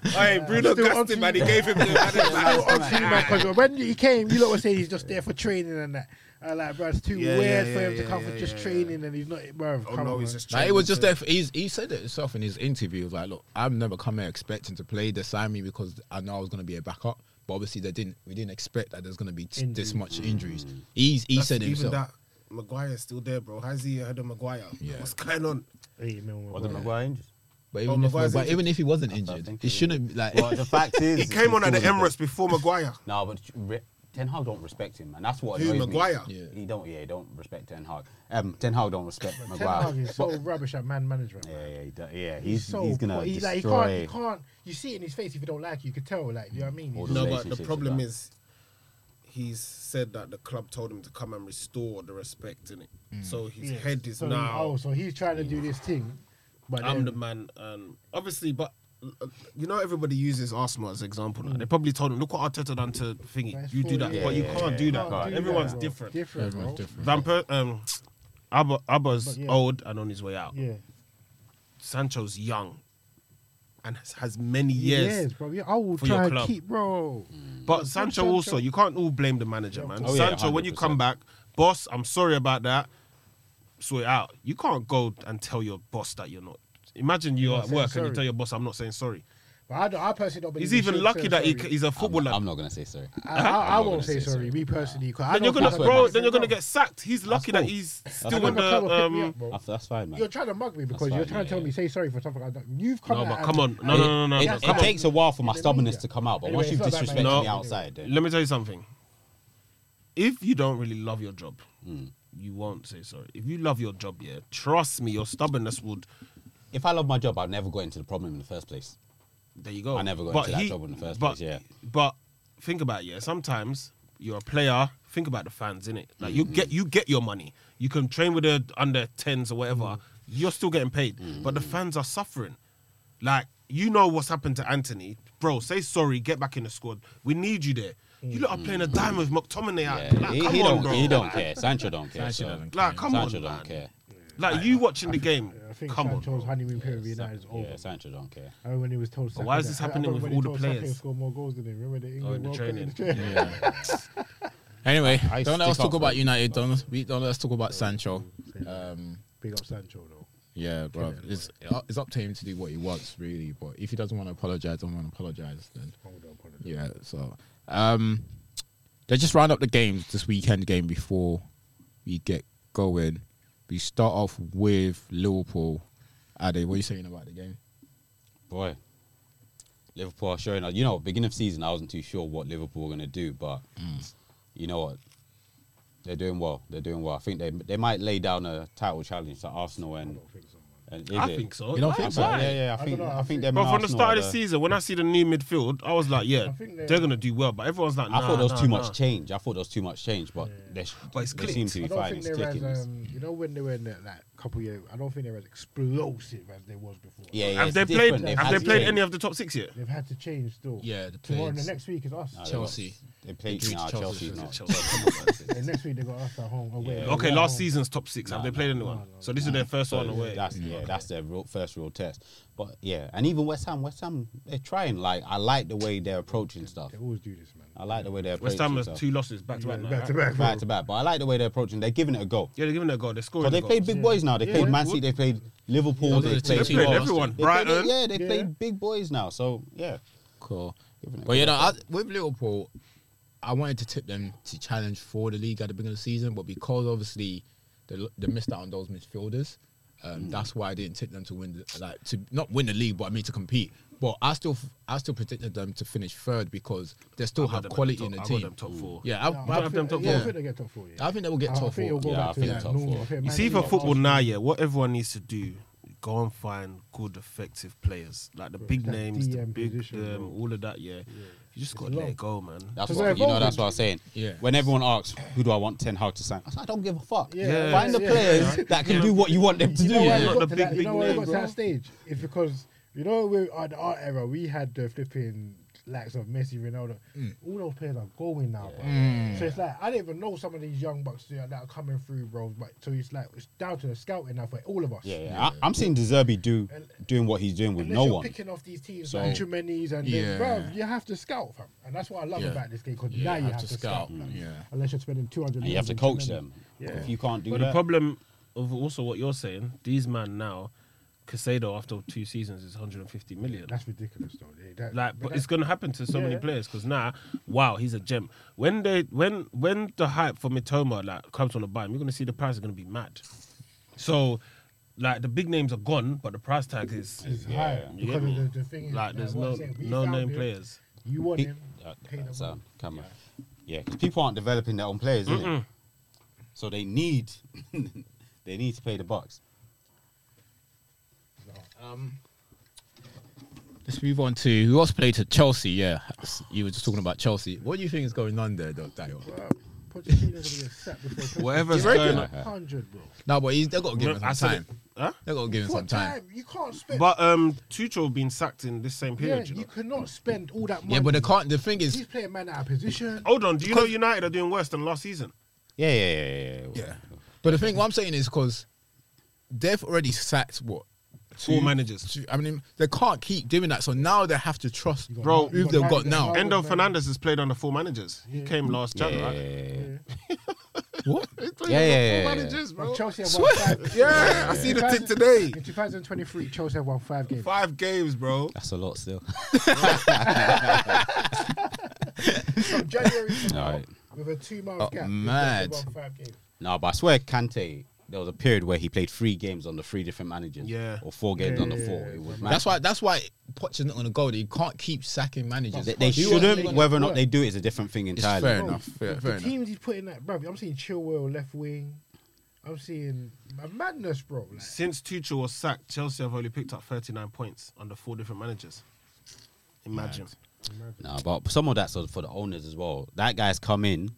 [SPEAKER 3] Hey, Bruno
[SPEAKER 2] still
[SPEAKER 3] gassed
[SPEAKER 2] onto
[SPEAKER 3] him
[SPEAKER 2] you,
[SPEAKER 3] and he
[SPEAKER 2] man.
[SPEAKER 3] gave him the man of the match.
[SPEAKER 2] Because when he came, you lot were saying he's just there for training and that. Uh, like, bro, it's too
[SPEAKER 3] Yeah, yeah,
[SPEAKER 2] weird for
[SPEAKER 3] yeah,
[SPEAKER 2] him to
[SPEAKER 3] yeah,
[SPEAKER 2] come
[SPEAKER 3] yeah,
[SPEAKER 2] for just
[SPEAKER 3] yeah,
[SPEAKER 2] training and he's not. Bro,
[SPEAKER 3] Oh
[SPEAKER 2] come
[SPEAKER 3] no,
[SPEAKER 2] on,
[SPEAKER 3] he's
[SPEAKER 2] man.
[SPEAKER 3] just.
[SPEAKER 1] Like it was just
[SPEAKER 3] that.
[SPEAKER 1] there. For, he's, he said it himself in his interview. He was like, "Look, I've never come here expecting to play. They signed me because I know I was going to be a backup, but obviously they didn't. We didn't expect that there's going to be t- this
[SPEAKER 2] Injuries.
[SPEAKER 1] much injuries." He's, he said it
[SPEAKER 3] Mm. even
[SPEAKER 1] himself.
[SPEAKER 3] that. Maguire's still there, bro. How's he ahead of Maguire?
[SPEAKER 1] Yeah.
[SPEAKER 3] What's going on?
[SPEAKER 2] Hey, man, we're
[SPEAKER 4] Was it
[SPEAKER 2] going.
[SPEAKER 4] Maguire injured?
[SPEAKER 1] But
[SPEAKER 3] Oh,
[SPEAKER 1] even, if,
[SPEAKER 3] Maguire's
[SPEAKER 1] but
[SPEAKER 3] injured.
[SPEAKER 1] even if he wasn't
[SPEAKER 4] I
[SPEAKER 1] injured,
[SPEAKER 4] think
[SPEAKER 1] it
[SPEAKER 4] he
[SPEAKER 1] shouldn't be like.
[SPEAKER 4] Well, the fact is,
[SPEAKER 3] He came on at the
[SPEAKER 4] it's all of
[SPEAKER 3] Emirates
[SPEAKER 4] them.
[SPEAKER 3] before Maguire.
[SPEAKER 4] No, but re- Ten Hag don't respect him, and that's what
[SPEAKER 3] Who,
[SPEAKER 4] annoys
[SPEAKER 3] Maguire?
[SPEAKER 4] me.
[SPEAKER 1] Yeah.
[SPEAKER 4] He don't. Yeah, he don't respect Ten Hag. Um, Ten Hag don't respect
[SPEAKER 2] Ten Hag
[SPEAKER 4] Maguire.
[SPEAKER 2] is so rubbish at man management.
[SPEAKER 4] Yeah,
[SPEAKER 2] man.
[SPEAKER 4] yeah, he do- yeah.
[SPEAKER 2] He's
[SPEAKER 4] He's
[SPEAKER 2] so
[SPEAKER 4] he's gonna
[SPEAKER 2] poor. He's like, he
[SPEAKER 4] destroy.
[SPEAKER 2] can't, he can't. You see it in his face if you don't like it. You can tell, like, you know what I mean?
[SPEAKER 4] All
[SPEAKER 2] He's-
[SPEAKER 4] the
[SPEAKER 3] No, but the
[SPEAKER 4] relationships
[SPEAKER 3] problem
[SPEAKER 4] as well.
[SPEAKER 3] is, he's said that the club told him to come and restore the respect in it. So his
[SPEAKER 2] yeah.
[SPEAKER 3] head is
[SPEAKER 2] so,
[SPEAKER 3] now.
[SPEAKER 2] Oh, so he's trying to do this thing, but
[SPEAKER 3] I'm
[SPEAKER 2] then-
[SPEAKER 3] the man, and obviously, but uh, you know, everybody uses Arsenal as example. now. They probably told him, "Look what Arteta done to thingy.
[SPEAKER 2] That's
[SPEAKER 3] you do
[SPEAKER 2] true,
[SPEAKER 3] that,
[SPEAKER 2] yeah,
[SPEAKER 3] but you
[SPEAKER 4] yeah,
[SPEAKER 3] can't
[SPEAKER 4] yeah,
[SPEAKER 3] do
[SPEAKER 4] yeah.
[SPEAKER 3] that.
[SPEAKER 4] Can't do
[SPEAKER 3] Everyone's
[SPEAKER 2] bro.
[SPEAKER 3] different.
[SPEAKER 2] Different, bro.
[SPEAKER 3] Vamper, um, Abba, Abba's
[SPEAKER 2] But yeah.
[SPEAKER 3] old and on his way out.
[SPEAKER 2] Yeah.
[SPEAKER 3] Sancho's young, and has, has many years.
[SPEAKER 2] Yes, bro. Yeah, I will
[SPEAKER 3] For your
[SPEAKER 2] try and
[SPEAKER 3] club.
[SPEAKER 2] keep, bro.
[SPEAKER 3] But Sancho
[SPEAKER 2] Sancho-
[SPEAKER 3] also, you can't all blame the manager, man.
[SPEAKER 4] Oh, yeah,
[SPEAKER 3] Sancho, when you
[SPEAKER 4] 100%.
[SPEAKER 3] come back, boss, I'm sorry about that. Sort it out. You can't go and tell your boss that you're not. Imagine you're,
[SPEAKER 2] not
[SPEAKER 3] at
[SPEAKER 2] saying
[SPEAKER 3] work and
[SPEAKER 2] sorry.
[SPEAKER 3] you tell your boss, "I'm not saying sorry."
[SPEAKER 2] But I, don't- I personally don't believe.
[SPEAKER 3] He's even lucky that he, c- he's a
[SPEAKER 4] I'm not,
[SPEAKER 3] footballer.
[SPEAKER 4] I'm not gonna say sorry.
[SPEAKER 2] I, I, I
[SPEAKER 4] not
[SPEAKER 2] won't
[SPEAKER 4] gonna
[SPEAKER 2] say
[SPEAKER 4] say
[SPEAKER 2] sorry.
[SPEAKER 4] sorry.
[SPEAKER 2] Me personally, 'cause I
[SPEAKER 3] then you're
[SPEAKER 2] don't
[SPEAKER 3] gonna
[SPEAKER 2] think I'm
[SPEAKER 3] bro.
[SPEAKER 2] gonna
[SPEAKER 3] Then
[SPEAKER 2] say
[SPEAKER 3] you're gonna
[SPEAKER 2] no.
[SPEAKER 3] get sacked. He's lucky that he's still
[SPEAKER 4] cool.
[SPEAKER 3] in
[SPEAKER 2] Remember,
[SPEAKER 3] the.
[SPEAKER 2] Cole picked me
[SPEAKER 3] Um,
[SPEAKER 2] up, bro.
[SPEAKER 4] That's, that's fine, man.
[SPEAKER 2] You're trying to mug me because
[SPEAKER 4] That's
[SPEAKER 2] you're
[SPEAKER 4] fine,
[SPEAKER 2] trying to
[SPEAKER 4] yeah,
[SPEAKER 2] tell
[SPEAKER 4] yeah.
[SPEAKER 2] me say sorry for something. I don't. You've come.
[SPEAKER 3] no,
[SPEAKER 2] out
[SPEAKER 3] but
[SPEAKER 2] and-
[SPEAKER 3] come on, no, no, no, no.
[SPEAKER 4] it,
[SPEAKER 3] no.
[SPEAKER 4] it
[SPEAKER 3] Come on.
[SPEAKER 4] takes a while for my
[SPEAKER 2] Anyway,
[SPEAKER 4] stubbornness
[SPEAKER 2] it's
[SPEAKER 4] to come out, but
[SPEAKER 2] not
[SPEAKER 4] once you've
[SPEAKER 2] that bad,
[SPEAKER 4] disrespected
[SPEAKER 2] man.
[SPEAKER 3] No.
[SPEAKER 4] me outside, then
[SPEAKER 3] Let me tell you something. If you don't really love your job, you won't say sorry. If you love your job, yeah, trust me, your stubbornness would.
[SPEAKER 4] if I love my job, I'd never got into the problem in the first place.
[SPEAKER 3] There you go.
[SPEAKER 4] I never got into that job in the first
[SPEAKER 3] but,
[SPEAKER 4] place, yeah.
[SPEAKER 3] But think about it, yeah. Sometimes you're a player. Think about the fans, innit? Like
[SPEAKER 4] Mm-hmm.
[SPEAKER 3] you get you get your money. You can train with the under tens or whatever.
[SPEAKER 4] Mm.
[SPEAKER 3] You're still getting paid,
[SPEAKER 4] Mm-hmm.
[SPEAKER 3] but the fans are suffering. Like you know what's happened to Anthony, bro. Say sorry. Get back in the squad. We need you there. You lot are playing a dime with McTominay out.
[SPEAKER 4] Mm-hmm. Yeah,
[SPEAKER 3] Like,
[SPEAKER 4] he,
[SPEAKER 3] come
[SPEAKER 4] he
[SPEAKER 3] on,
[SPEAKER 4] don't,
[SPEAKER 3] bro.
[SPEAKER 4] he don't care. Sancho don't care.
[SPEAKER 1] Sancho
[SPEAKER 4] so-
[SPEAKER 1] doesn't
[SPEAKER 3] Like, come
[SPEAKER 4] Sancho
[SPEAKER 3] on,
[SPEAKER 4] don't
[SPEAKER 3] man.
[SPEAKER 4] care.
[SPEAKER 3] Like you watching the game.
[SPEAKER 2] I think
[SPEAKER 3] Come on,
[SPEAKER 2] Sancho's
[SPEAKER 3] bro.
[SPEAKER 2] honeymoon period with United is over.
[SPEAKER 4] Yeah, Sancho don't care.
[SPEAKER 2] I remember when he was told.
[SPEAKER 3] But why
[SPEAKER 2] Saka
[SPEAKER 3] is this
[SPEAKER 2] that- I
[SPEAKER 3] happening
[SPEAKER 2] remember when
[SPEAKER 3] with
[SPEAKER 2] he
[SPEAKER 3] all the
[SPEAKER 2] told Saka
[SPEAKER 3] players?
[SPEAKER 2] Scored more goals than him. Remember the England
[SPEAKER 3] in the
[SPEAKER 2] World Cup in
[SPEAKER 3] training.
[SPEAKER 2] the training.
[SPEAKER 7] Anyway,
[SPEAKER 4] I
[SPEAKER 7] don't let us
[SPEAKER 4] stick
[SPEAKER 7] talk
[SPEAKER 4] up for
[SPEAKER 7] about
[SPEAKER 4] him.
[SPEAKER 7] United. Don't let's, we, don't let us talk about Sancho. Um,
[SPEAKER 2] Big up Sancho though.
[SPEAKER 7] yeah, bro, it's uh, it's up to him to do what he wants, really. But if he doesn't want to apologize, don't want to apologize. Then
[SPEAKER 2] Hold on, hold on.
[SPEAKER 7] yeah, so um, let's just round up the games this weekend game before we get going. We start off with Liverpool. Ade, what are you saying about the game?
[SPEAKER 4] Boy, Liverpool are showing. You know, beginning of season, I wasn't too sure what Liverpool were going to do, but
[SPEAKER 3] Mm.
[SPEAKER 4] you know what? They're doing well. They're doing well. I think they they might lay down a title challenge to Arsenal
[SPEAKER 2] I
[SPEAKER 4] and.
[SPEAKER 2] don't think so. man.
[SPEAKER 4] and
[SPEAKER 3] I think so.
[SPEAKER 7] You don't
[SPEAKER 3] Why-
[SPEAKER 7] think so?
[SPEAKER 3] why?
[SPEAKER 4] Yeah, yeah.
[SPEAKER 2] I
[SPEAKER 4] I think
[SPEAKER 2] dunno, I
[SPEAKER 4] I
[SPEAKER 2] think-
[SPEAKER 4] think them.
[SPEAKER 3] But
[SPEAKER 4] and
[SPEAKER 3] from the
[SPEAKER 4] Arsenal
[SPEAKER 3] start
[SPEAKER 4] are
[SPEAKER 3] of the season, when I see the new midfield, I was like, yeah,
[SPEAKER 2] I think
[SPEAKER 3] they're,
[SPEAKER 2] they're-
[SPEAKER 3] gonna do well. But everyone's like, nah,
[SPEAKER 4] I thought there was
[SPEAKER 3] nah,
[SPEAKER 4] too much
[SPEAKER 3] nah.
[SPEAKER 4] change. I thought there was too much change, but they, sh-
[SPEAKER 3] But it's
[SPEAKER 4] they seem
[SPEAKER 3] clicked.
[SPEAKER 4] to
[SPEAKER 2] I
[SPEAKER 4] be
[SPEAKER 2] don't
[SPEAKER 4] fine.
[SPEAKER 2] think
[SPEAKER 4] It's
[SPEAKER 2] they're
[SPEAKER 4] clicking.
[SPEAKER 2] as
[SPEAKER 4] It's-
[SPEAKER 2] um, you know when they were in that like, couple years. I don't think they're as explosive as they was before.
[SPEAKER 4] yeah, yeah,
[SPEAKER 3] Have
[SPEAKER 4] it's
[SPEAKER 3] they
[SPEAKER 4] different.
[SPEAKER 3] played?
[SPEAKER 4] They've
[SPEAKER 3] Have
[SPEAKER 4] had
[SPEAKER 3] they
[SPEAKER 4] to
[SPEAKER 3] played
[SPEAKER 4] change.
[SPEAKER 3] any of the top six yet?
[SPEAKER 2] They've had to change still.
[SPEAKER 1] Yeah, the
[SPEAKER 2] Tomorrow, and
[SPEAKER 1] players.
[SPEAKER 2] the next week is us.
[SPEAKER 4] No, they got-
[SPEAKER 1] Chelsea.
[SPEAKER 4] They played
[SPEAKER 1] drew to
[SPEAKER 4] nah,
[SPEAKER 1] Chelsea.
[SPEAKER 4] Chelsea. no.
[SPEAKER 3] Chelsea.
[SPEAKER 2] The next week they got us at home away.
[SPEAKER 4] Yeah.
[SPEAKER 3] Okay, last season's top six. Have
[SPEAKER 4] Nah,
[SPEAKER 3] they played anyone?
[SPEAKER 2] nah, nah,
[SPEAKER 3] so this is their first
[SPEAKER 4] So
[SPEAKER 3] one away.
[SPEAKER 4] That's yeah, that's their real, first real test. But yeah, and even West Ham, West Ham, they're trying. Like I like the way they're approaching stuff.
[SPEAKER 2] They always do this, man.
[SPEAKER 4] I like the way they're
[SPEAKER 3] West
[SPEAKER 4] approaching
[SPEAKER 3] Ham has
[SPEAKER 4] stuff.
[SPEAKER 3] two losses back to back. now,
[SPEAKER 2] back to
[SPEAKER 3] right?
[SPEAKER 2] back.
[SPEAKER 4] back to back, but I like the way they're approaching. They're giving it a go.
[SPEAKER 3] Yeah, they're giving it a go. They're
[SPEAKER 4] But
[SPEAKER 3] scoring.
[SPEAKER 4] they played
[SPEAKER 3] goals.
[SPEAKER 4] big boys now. They
[SPEAKER 2] Yeah.
[SPEAKER 4] played
[SPEAKER 2] Yeah.
[SPEAKER 4] Man City. They played Liverpool.
[SPEAKER 1] Those are
[SPEAKER 4] They
[SPEAKER 1] the two
[SPEAKER 4] played,
[SPEAKER 1] teams. They played
[SPEAKER 3] everyone.
[SPEAKER 4] They played-
[SPEAKER 3] Brighton.
[SPEAKER 4] yeah, they
[SPEAKER 2] Yeah.
[SPEAKER 4] played big boys now. So yeah,
[SPEAKER 1] Cool.
[SPEAKER 4] Giving it
[SPEAKER 1] But
[SPEAKER 4] a
[SPEAKER 1] you know,
[SPEAKER 4] go.
[SPEAKER 1] I, with Liverpool, I wanted to tip them to challenge for the league at the beginning of the season, but because obviously they, lo- they missed out on those midfielders,
[SPEAKER 6] Um, That's why I didn't take them to win, the, like to not win the league, but I mean to compete. But I still, I still predicted them to finish third because they still
[SPEAKER 3] got
[SPEAKER 6] have
[SPEAKER 3] them
[SPEAKER 6] quality
[SPEAKER 3] top-
[SPEAKER 6] in the
[SPEAKER 3] I got
[SPEAKER 6] team.
[SPEAKER 3] them top four.
[SPEAKER 6] Yeah, I,
[SPEAKER 2] No,
[SPEAKER 6] I,
[SPEAKER 2] I,
[SPEAKER 3] have
[SPEAKER 2] think,
[SPEAKER 3] them top
[SPEAKER 2] yeah, I
[SPEAKER 6] four.
[SPEAKER 2] think they get top four. Yeah.
[SPEAKER 6] I think they will get
[SPEAKER 2] I
[SPEAKER 6] top
[SPEAKER 2] think it'll
[SPEAKER 6] four.
[SPEAKER 2] go
[SPEAKER 4] Yeah, I
[SPEAKER 2] back to
[SPEAKER 4] think
[SPEAKER 2] that
[SPEAKER 4] top
[SPEAKER 2] normal.
[SPEAKER 4] four.
[SPEAKER 2] I think
[SPEAKER 3] You
[SPEAKER 2] Man
[SPEAKER 3] see,
[SPEAKER 2] City
[SPEAKER 3] for
[SPEAKER 2] are
[SPEAKER 3] football
[SPEAKER 2] Arsenal.
[SPEAKER 3] now, yeah, what everyone needs to do, go and find good, effective players like the
[SPEAKER 2] Bro,
[SPEAKER 3] big
[SPEAKER 2] it's that
[SPEAKER 3] names, the
[SPEAKER 2] DM
[SPEAKER 3] big,
[SPEAKER 2] position,
[SPEAKER 3] um,
[SPEAKER 2] bro.
[SPEAKER 3] all of that. Yeah, you just got to
[SPEAKER 2] It's
[SPEAKER 3] let
[SPEAKER 2] long.
[SPEAKER 3] it go, man.
[SPEAKER 4] That's
[SPEAKER 2] Because
[SPEAKER 4] what
[SPEAKER 2] they're
[SPEAKER 4] you know. That's
[SPEAKER 2] evolving.
[SPEAKER 4] what I'm saying.
[SPEAKER 6] Yeah.
[SPEAKER 4] When everyone asks, "Who do I want Ten Hag to sign?" I, said, I don't give a fuck.
[SPEAKER 2] Yeah,
[SPEAKER 4] Find the
[SPEAKER 2] yeah,
[SPEAKER 4] players
[SPEAKER 2] yeah.
[SPEAKER 4] that can do what you want them to
[SPEAKER 2] You
[SPEAKER 4] do.
[SPEAKER 2] know why
[SPEAKER 4] yeah.
[SPEAKER 2] we
[SPEAKER 3] Not
[SPEAKER 2] got
[SPEAKER 3] the
[SPEAKER 2] to
[SPEAKER 3] big,
[SPEAKER 2] that,
[SPEAKER 3] big
[SPEAKER 2] you know why we
[SPEAKER 3] name,
[SPEAKER 2] got to
[SPEAKER 3] bro.
[SPEAKER 2] that stage? It's because you know we at our era we had the flipping likes of Messi, Ronaldo. All those players are going now, bro. So it's like I didn't even know some of these young bucks you know, that are coming through, bro. But so it's like it's down to the scouting now for all of us.
[SPEAKER 4] Yeah, yeah. I, I'm seeing Deserbi do doing what he's doing with
[SPEAKER 2] Unless
[SPEAKER 4] no
[SPEAKER 2] you're
[SPEAKER 4] one.
[SPEAKER 2] picking off these teams
[SPEAKER 6] So-
[SPEAKER 2] like Jimenez and
[SPEAKER 6] Yeah.
[SPEAKER 2] then, bro, you have to scout, fam. And that's what I love
[SPEAKER 6] Yeah.
[SPEAKER 2] about this game because
[SPEAKER 6] Yeah,
[SPEAKER 2] now you have, to scout. like,
[SPEAKER 6] yeah.
[SPEAKER 2] Unless you're spending two hundred.
[SPEAKER 4] and you have to coach them. If you can't do
[SPEAKER 3] But the
[SPEAKER 4] that,
[SPEAKER 3] problem of also what you're saying, these man now, Casado after two seasons is 150 million.
[SPEAKER 2] That's ridiculous, though. They- that-
[SPEAKER 3] Like, but it's going to happen to so many
[SPEAKER 2] Yeah.
[SPEAKER 3] players because now, wow, he's a gem. When they, when, when the hype for Mitoma like comes on the buy, you're going to see the price is going to be mad. So, like, the big names are gone, but the price tag is
[SPEAKER 2] It's high
[SPEAKER 3] You
[SPEAKER 2] because
[SPEAKER 3] get me?
[SPEAKER 2] of the, the thing is
[SPEAKER 3] like there's
[SPEAKER 2] what I'm
[SPEAKER 3] no
[SPEAKER 2] saying, we
[SPEAKER 3] no
[SPEAKER 2] found
[SPEAKER 3] name
[SPEAKER 2] him,
[SPEAKER 3] players.
[SPEAKER 2] You want
[SPEAKER 4] Pe-
[SPEAKER 2] him?
[SPEAKER 4] that-
[SPEAKER 2] Pay the
[SPEAKER 4] that's,
[SPEAKER 2] money.
[SPEAKER 4] um, camera. Yeah, because people aren't developing their own players, is it? So they need, they need to pay the bucks.
[SPEAKER 1] Let's move on to who else played to Chelsea. Yeah, you were just talking about Chelsea.
[SPEAKER 6] What do you think is going on there, though, Daniel?
[SPEAKER 2] Pochettino's gonna get sacked before Pochettino-
[SPEAKER 3] Whatever's
[SPEAKER 2] Give
[SPEAKER 3] going
[SPEAKER 2] him
[SPEAKER 3] on.
[SPEAKER 2] a hundred, bro.
[SPEAKER 6] No, but he's, they got to give him
[SPEAKER 3] I
[SPEAKER 6] some
[SPEAKER 3] said
[SPEAKER 6] time.
[SPEAKER 3] it. Huh?
[SPEAKER 6] They got to give him some
[SPEAKER 2] What
[SPEAKER 6] time.
[SPEAKER 2] time? You can't spend.
[SPEAKER 3] But um, Tuchel been sacked in this same
[SPEAKER 2] yeah,
[SPEAKER 3] period. you
[SPEAKER 2] you
[SPEAKER 3] know?
[SPEAKER 2] cannot spend all that money.
[SPEAKER 6] Yeah, but they can't. The thing
[SPEAKER 2] He's
[SPEAKER 6] is,
[SPEAKER 2] playing man out of position.
[SPEAKER 3] Hold on, do you know United are doing worse than last season?
[SPEAKER 4] Yeah, yeah, yeah, yeah.
[SPEAKER 6] yeah. But the thing, what I'm saying is, because they've already sacked what
[SPEAKER 3] Four managers.
[SPEAKER 6] two- I mean, they can't keep doing that. So now they have to trust
[SPEAKER 2] You got
[SPEAKER 3] Bro,
[SPEAKER 2] Mar-
[SPEAKER 6] who
[SPEAKER 2] you
[SPEAKER 6] they've
[SPEAKER 2] Mar-
[SPEAKER 6] got now.
[SPEAKER 2] Mar-
[SPEAKER 3] Endo
[SPEAKER 2] Mar-
[SPEAKER 3] Fernandez has played under four managers. He
[SPEAKER 2] Yeah.
[SPEAKER 3] came last
[SPEAKER 4] Yeah,
[SPEAKER 3] January.
[SPEAKER 6] what?
[SPEAKER 3] Played under
[SPEAKER 4] Yeah, yeah,
[SPEAKER 3] four
[SPEAKER 4] yeah, yeah.
[SPEAKER 3] managers,
[SPEAKER 2] Well,
[SPEAKER 3] bro.
[SPEAKER 2] Chelsea have won five.
[SPEAKER 3] Yeah, I seen the tick
[SPEAKER 2] 2000
[SPEAKER 3] today.
[SPEAKER 2] In 2023, Chelsea have won five games.
[SPEAKER 3] Five games, bro.
[SPEAKER 4] That's a lot still.
[SPEAKER 2] From January to now,
[SPEAKER 4] Alright.
[SPEAKER 2] with a two-month
[SPEAKER 1] Oh,
[SPEAKER 2] gap, they've
[SPEAKER 1] mad.
[SPEAKER 2] won five games.
[SPEAKER 4] No, but I swear, Kante. There was a period where he played three games under three different managers.
[SPEAKER 3] Yeah.
[SPEAKER 4] Or four games
[SPEAKER 2] Yeah,
[SPEAKER 4] under
[SPEAKER 2] yeah,
[SPEAKER 4] four.
[SPEAKER 2] yeah.
[SPEAKER 4] It was mad.
[SPEAKER 6] That's why. That's why Poch is not going to go. He can't keep sacking managers.
[SPEAKER 4] They, they
[SPEAKER 6] Who are they
[SPEAKER 4] shouldn't.
[SPEAKER 6] gonna-
[SPEAKER 4] Whether or not they do it is a different thing
[SPEAKER 6] It's
[SPEAKER 4] entirely.
[SPEAKER 6] fair
[SPEAKER 2] Bro,
[SPEAKER 6] enough. Fair,
[SPEAKER 2] the
[SPEAKER 6] fair enough.
[SPEAKER 2] teams he's putting that, bro. I'm seeing Chilwell left wing. I'm seeing a madness, bro. Like,
[SPEAKER 3] Since Tuchel was sacked, Chelsea have only picked up 39 points under four different managers. Imagine.
[SPEAKER 4] No, but some of that's for the owners as well. That guy's come in,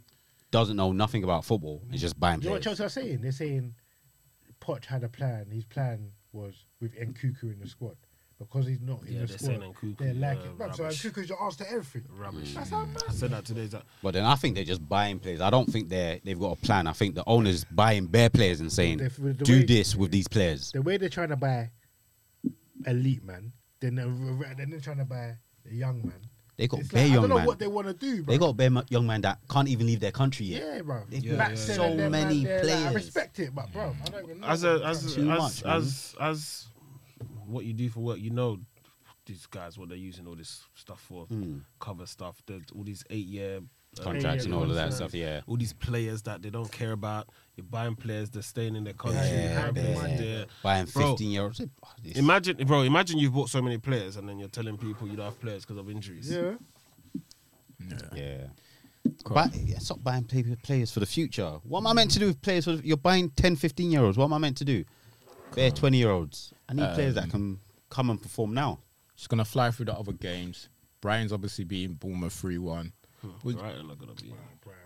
[SPEAKER 4] doesn't know nothing about football, and just buying
[SPEAKER 2] you know what
[SPEAKER 4] players.
[SPEAKER 2] Chelsea are saying? They're saying Poch had a plan. His plan was with Nkuku in the squad. Because he's not in
[SPEAKER 3] Yeah,
[SPEAKER 2] the
[SPEAKER 3] they're
[SPEAKER 2] squad,
[SPEAKER 3] saying Nkuku,
[SPEAKER 2] they're
[SPEAKER 3] yeah,
[SPEAKER 2] lacking. Bro, so
[SPEAKER 3] rubbish.
[SPEAKER 2] Nkuku's your answer to everything.
[SPEAKER 3] Rubbish.
[SPEAKER 2] That's how mad.
[SPEAKER 3] I said that today. That
[SPEAKER 4] But then I think they're just buying players. I don't think they're they've got a plan. I think the owners buying bare players and saying,
[SPEAKER 2] They- with the
[SPEAKER 4] "Do
[SPEAKER 2] way-
[SPEAKER 4] this with these players."
[SPEAKER 2] The way they're trying to buy elite man, then they're, then they're trying to buy a young man.
[SPEAKER 4] They got
[SPEAKER 2] It's
[SPEAKER 4] bare
[SPEAKER 2] like, I
[SPEAKER 4] young
[SPEAKER 2] don't know
[SPEAKER 4] man.
[SPEAKER 2] what they
[SPEAKER 4] they,
[SPEAKER 2] want to do, bro.
[SPEAKER 4] got bare mu- young man that can't even leave their country yet.
[SPEAKER 2] yeah, bro.
[SPEAKER 4] They've
[SPEAKER 3] Yeah,
[SPEAKER 2] Back
[SPEAKER 3] yeah.
[SPEAKER 2] seven,
[SPEAKER 4] so
[SPEAKER 2] them man
[SPEAKER 4] many
[SPEAKER 2] there, like, I
[SPEAKER 4] players.
[SPEAKER 2] respect it, but bro, I don't even know.
[SPEAKER 3] as
[SPEAKER 2] what
[SPEAKER 3] a
[SPEAKER 2] they're trying
[SPEAKER 3] as
[SPEAKER 2] to
[SPEAKER 4] Too
[SPEAKER 3] as,
[SPEAKER 4] much, man.
[SPEAKER 3] as as what you do for work, you know these guys what they're using all this stuff for cover stuff. There's all these uh, eight year
[SPEAKER 4] Hmm. Contracts
[SPEAKER 2] Yeah,
[SPEAKER 4] and all of that
[SPEAKER 2] contracts.
[SPEAKER 4] stuff. Yeah.
[SPEAKER 3] all these players that they don't care about. You're buying players, they're staying in their country.
[SPEAKER 2] Yeah,
[SPEAKER 3] you're buying
[SPEAKER 2] bare.
[SPEAKER 3] players there.
[SPEAKER 4] Buying
[SPEAKER 3] Bro,
[SPEAKER 4] fifteen year olds. oh,
[SPEAKER 3] Imagine, bro. Imagine you've bought so many players, and then you're telling people you don't have players because of injuries.
[SPEAKER 2] Yeah.
[SPEAKER 4] Yeah. But stop buying play- players for the future. What am I meant to do with players? For the, you're buying 10, 15 year olds. What am I meant to do? They're 20 year olds. I need players that can come and perform now.
[SPEAKER 1] Just gonna fly through the other games. Brian's obviously beating Bournemouth three one.
[SPEAKER 3] Hmm. Right, they're not gonna be.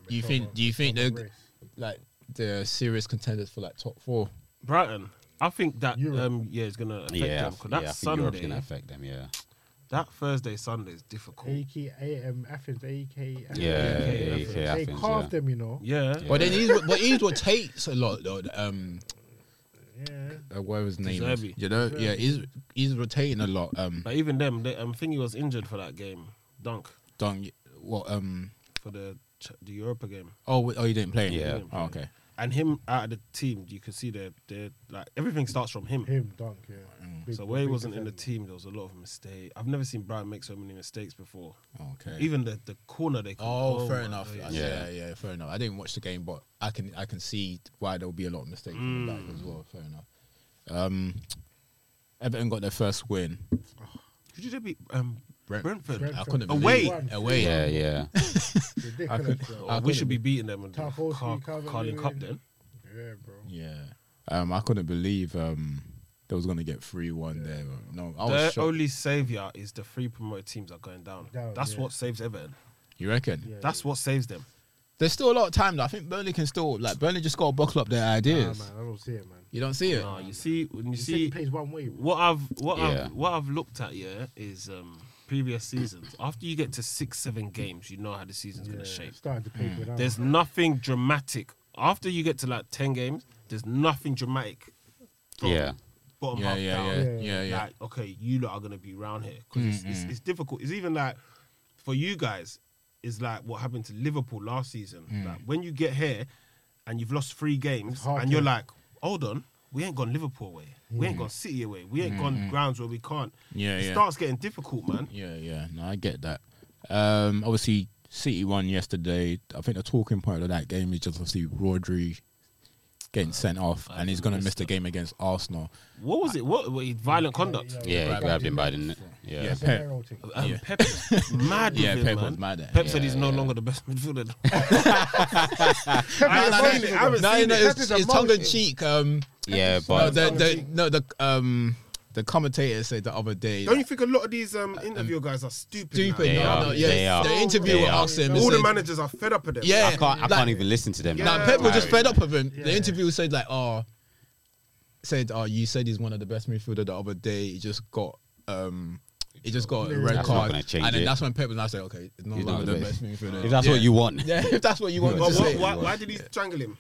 [SPEAKER 6] Do you think? Do you think
[SPEAKER 2] Thomas
[SPEAKER 6] they're
[SPEAKER 2] Race.
[SPEAKER 6] like they're serious contenders for like top four?
[SPEAKER 3] Brighton. I think that
[SPEAKER 2] Europe.
[SPEAKER 3] um yeah is gonna affect
[SPEAKER 4] Yeah,
[SPEAKER 3] them
[SPEAKER 4] I-
[SPEAKER 3] because
[SPEAKER 4] yeah,
[SPEAKER 3] that
[SPEAKER 4] I think Europe's
[SPEAKER 3] Sunday,
[SPEAKER 4] gonna affect them. Yeah,
[SPEAKER 3] that Thursday Sunday is difficult.
[SPEAKER 2] AK, AM, Athens, AK. Athens.
[SPEAKER 4] yeah, yeah.
[SPEAKER 3] Athens.
[SPEAKER 4] yeah,
[SPEAKER 2] They
[SPEAKER 4] Athens,
[SPEAKER 2] carved
[SPEAKER 4] yeah.
[SPEAKER 2] them, you know.
[SPEAKER 3] Yeah,
[SPEAKER 6] But then he's but he's what takes a lot though. Um,
[SPEAKER 2] Yeah.
[SPEAKER 1] Uh, whatever his name is.
[SPEAKER 3] Deserbi.
[SPEAKER 6] you know, yeah, he's he's rotating a lot. Um,
[SPEAKER 3] But even them, they, um, I think he was injured for that game, Dunk,
[SPEAKER 1] don't what um
[SPEAKER 3] for the Ch- the Europa game.
[SPEAKER 1] oh w- oh you didn't play him?
[SPEAKER 4] Yeah.
[SPEAKER 1] Oh, okay.
[SPEAKER 3] And him out of the team, you could see they're, they're like everything starts from him.
[SPEAKER 2] Him, Dunk, yeah. Big-
[SPEAKER 3] Mm. So where he
[SPEAKER 2] big
[SPEAKER 3] wasn't in the
[SPEAKER 2] defender.
[SPEAKER 3] team, there was a lot of mistake. I've never seen Brian make so many mistakes before.
[SPEAKER 1] Okay.
[SPEAKER 3] Even the, the corner they. couldn't-
[SPEAKER 6] oh, fair
[SPEAKER 3] my
[SPEAKER 6] enough. Yeah.
[SPEAKER 3] days.
[SPEAKER 6] yeah, fair enough. I didn't watch the game, but I can I can see why there will be a lot of mistakes in the back as well. Fair enough.
[SPEAKER 1] Um, Everton got their first win.
[SPEAKER 3] Who did they beat? Um,
[SPEAKER 1] Brent-
[SPEAKER 3] Brentford.
[SPEAKER 2] Brentford.
[SPEAKER 1] I couldn't
[SPEAKER 3] Away.
[SPEAKER 1] believe it. away.
[SPEAKER 4] Yeah, yeah.
[SPEAKER 2] Ridiculous, bro.
[SPEAKER 3] Oh, we should be beating them in the
[SPEAKER 2] Top four,
[SPEAKER 3] Car-
[SPEAKER 2] three, Calvert
[SPEAKER 3] Carling Cup
[SPEAKER 2] Lewin.
[SPEAKER 3] then.
[SPEAKER 2] Yeah, bro.
[SPEAKER 1] Yeah. Um, I couldn't believe um they was gonna get three one there. No, I was
[SPEAKER 3] Their
[SPEAKER 1] shocked.
[SPEAKER 3] only savior is the three promoted teams are going down.
[SPEAKER 2] Down,
[SPEAKER 3] That's
[SPEAKER 2] yeah.
[SPEAKER 3] what saves Everton.
[SPEAKER 1] you reckon?
[SPEAKER 2] Yeah,
[SPEAKER 3] That's what saves them.
[SPEAKER 1] There's still a lot of time though. I think Burnley can still like Burnley just gotta buckle up their
[SPEAKER 2] yeah. Nah,
[SPEAKER 1] ideas.
[SPEAKER 2] man, I don't see it, man.
[SPEAKER 1] you don't see it?
[SPEAKER 3] No, you see, when you,
[SPEAKER 2] You
[SPEAKER 3] see,
[SPEAKER 2] see, plays one way. bro.
[SPEAKER 3] what I've what
[SPEAKER 4] Yeah.
[SPEAKER 3] I've what I've looked at here is um, previous seasons. After you get to six, seven games, you know how the season's
[SPEAKER 2] Yeah,
[SPEAKER 3] going to shape. Mm.
[SPEAKER 2] starting to paper down.
[SPEAKER 3] There's nothing dramatic. After you get to like ten games, there's nothing dramatic. from
[SPEAKER 4] Yeah.
[SPEAKER 3] Bottom
[SPEAKER 1] Yeah,
[SPEAKER 3] half
[SPEAKER 1] yeah,
[SPEAKER 3] down.
[SPEAKER 1] yeah,
[SPEAKER 2] Yeah.
[SPEAKER 1] yeah, yeah. Mm-hmm.
[SPEAKER 3] Like, okay, you lot are gonna be round here because it's, it's, it's difficult. It's even like for you guys, it's like what happened to Liverpool last season.
[SPEAKER 1] Mm.
[SPEAKER 3] Like when you get here and you've lost three games,
[SPEAKER 2] hard
[SPEAKER 3] and you're
[SPEAKER 2] to-
[SPEAKER 3] like, hold on, we ain't gone Liverpool away, we ain't gone City away, we ain't gone grounds where we can't.
[SPEAKER 1] Mm. Mm-hmm. Yeah,
[SPEAKER 3] it
[SPEAKER 1] yeah.
[SPEAKER 3] starts getting difficult, man.
[SPEAKER 1] Yeah, yeah. No, I get that. Um, obviously, City won yesterday. I think the talking point of that game is just obviously Rodri getting sent off, and he's going to miss the game against Arsenal.
[SPEAKER 3] What was it? What, what violent conduct?
[SPEAKER 4] Yeah, he grabbed him by the neck. Yeah.
[SPEAKER 1] Yeah.
[SPEAKER 2] It's a narrow thing.
[SPEAKER 3] Um,
[SPEAKER 1] Yeah.
[SPEAKER 3] Pep's mad
[SPEAKER 1] Yeah,
[SPEAKER 3] with him,
[SPEAKER 1] Pep was
[SPEAKER 3] man.
[SPEAKER 1] mad at him.
[SPEAKER 3] Pep said he's
[SPEAKER 4] Yeah,
[SPEAKER 3] no
[SPEAKER 4] yeah.
[SPEAKER 3] longer the best midfielder.
[SPEAKER 2] I haven't seen it, I haven't
[SPEAKER 1] No,
[SPEAKER 2] seen
[SPEAKER 1] no,
[SPEAKER 2] it.
[SPEAKER 1] it's,
[SPEAKER 2] Pep is a
[SPEAKER 1] it's tongue in cheek. Um,
[SPEAKER 4] Yeah,
[SPEAKER 1] no,
[SPEAKER 4] but
[SPEAKER 1] the, the, no, the um, the commentator said the other day.
[SPEAKER 3] Don't you think a lot of these um, interview guys are stupid? now?
[SPEAKER 1] stupid.
[SPEAKER 4] They
[SPEAKER 1] no,
[SPEAKER 4] are,
[SPEAKER 1] no,
[SPEAKER 4] they
[SPEAKER 1] yeah.
[SPEAKER 4] are,
[SPEAKER 1] The interviewer
[SPEAKER 4] they are.
[SPEAKER 1] asked him. he
[SPEAKER 3] All the
[SPEAKER 1] said-
[SPEAKER 3] managers are fed up with them.
[SPEAKER 4] I
[SPEAKER 1] Yeah,
[SPEAKER 4] can't. I
[SPEAKER 1] like-
[SPEAKER 4] can't even listen to them.
[SPEAKER 1] Now
[SPEAKER 3] Yeah.
[SPEAKER 1] Pep was just
[SPEAKER 4] Like,
[SPEAKER 1] fed up with him.
[SPEAKER 2] Yeah.
[SPEAKER 1] The interviewer said like, "Oh, said oh, you said he's one of the best midfielder the other day. He just got um, he just got a red
[SPEAKER 4] That's not
[SPEAKER 1] card,
[SPEAKER 4] gonna
[SPEAKER 1] and
[SPEAKER 4] change
[SPEAKER 1] then
[SPEAKER 4] it.
[SPEAKER 1] that's when Pep was like, okay, it's not
[SPEAKER 4] He's
[SPEAKER 1] longer
[SPEAKER 4] not
[SPEAKER 1] the
[SPEAKER 4] the
[SPEAKER 1] best
[SPEAKER 4] best.
[SPEAKER 1] midfielder.
[SPEAKER 4] If that's what
[SPEAKER 1] Yeah.
[SPEAKER 4] you want,
[SPEAKER 1] yeah, if that's what you want
[SPEAKER 4] But
[SPEAKER 3] But
[SPEAKER 1] to
[SPEAKER 4] what-
[SPEAKER 1] say,
[SPEAKER 3] why, why, why did he strangle him?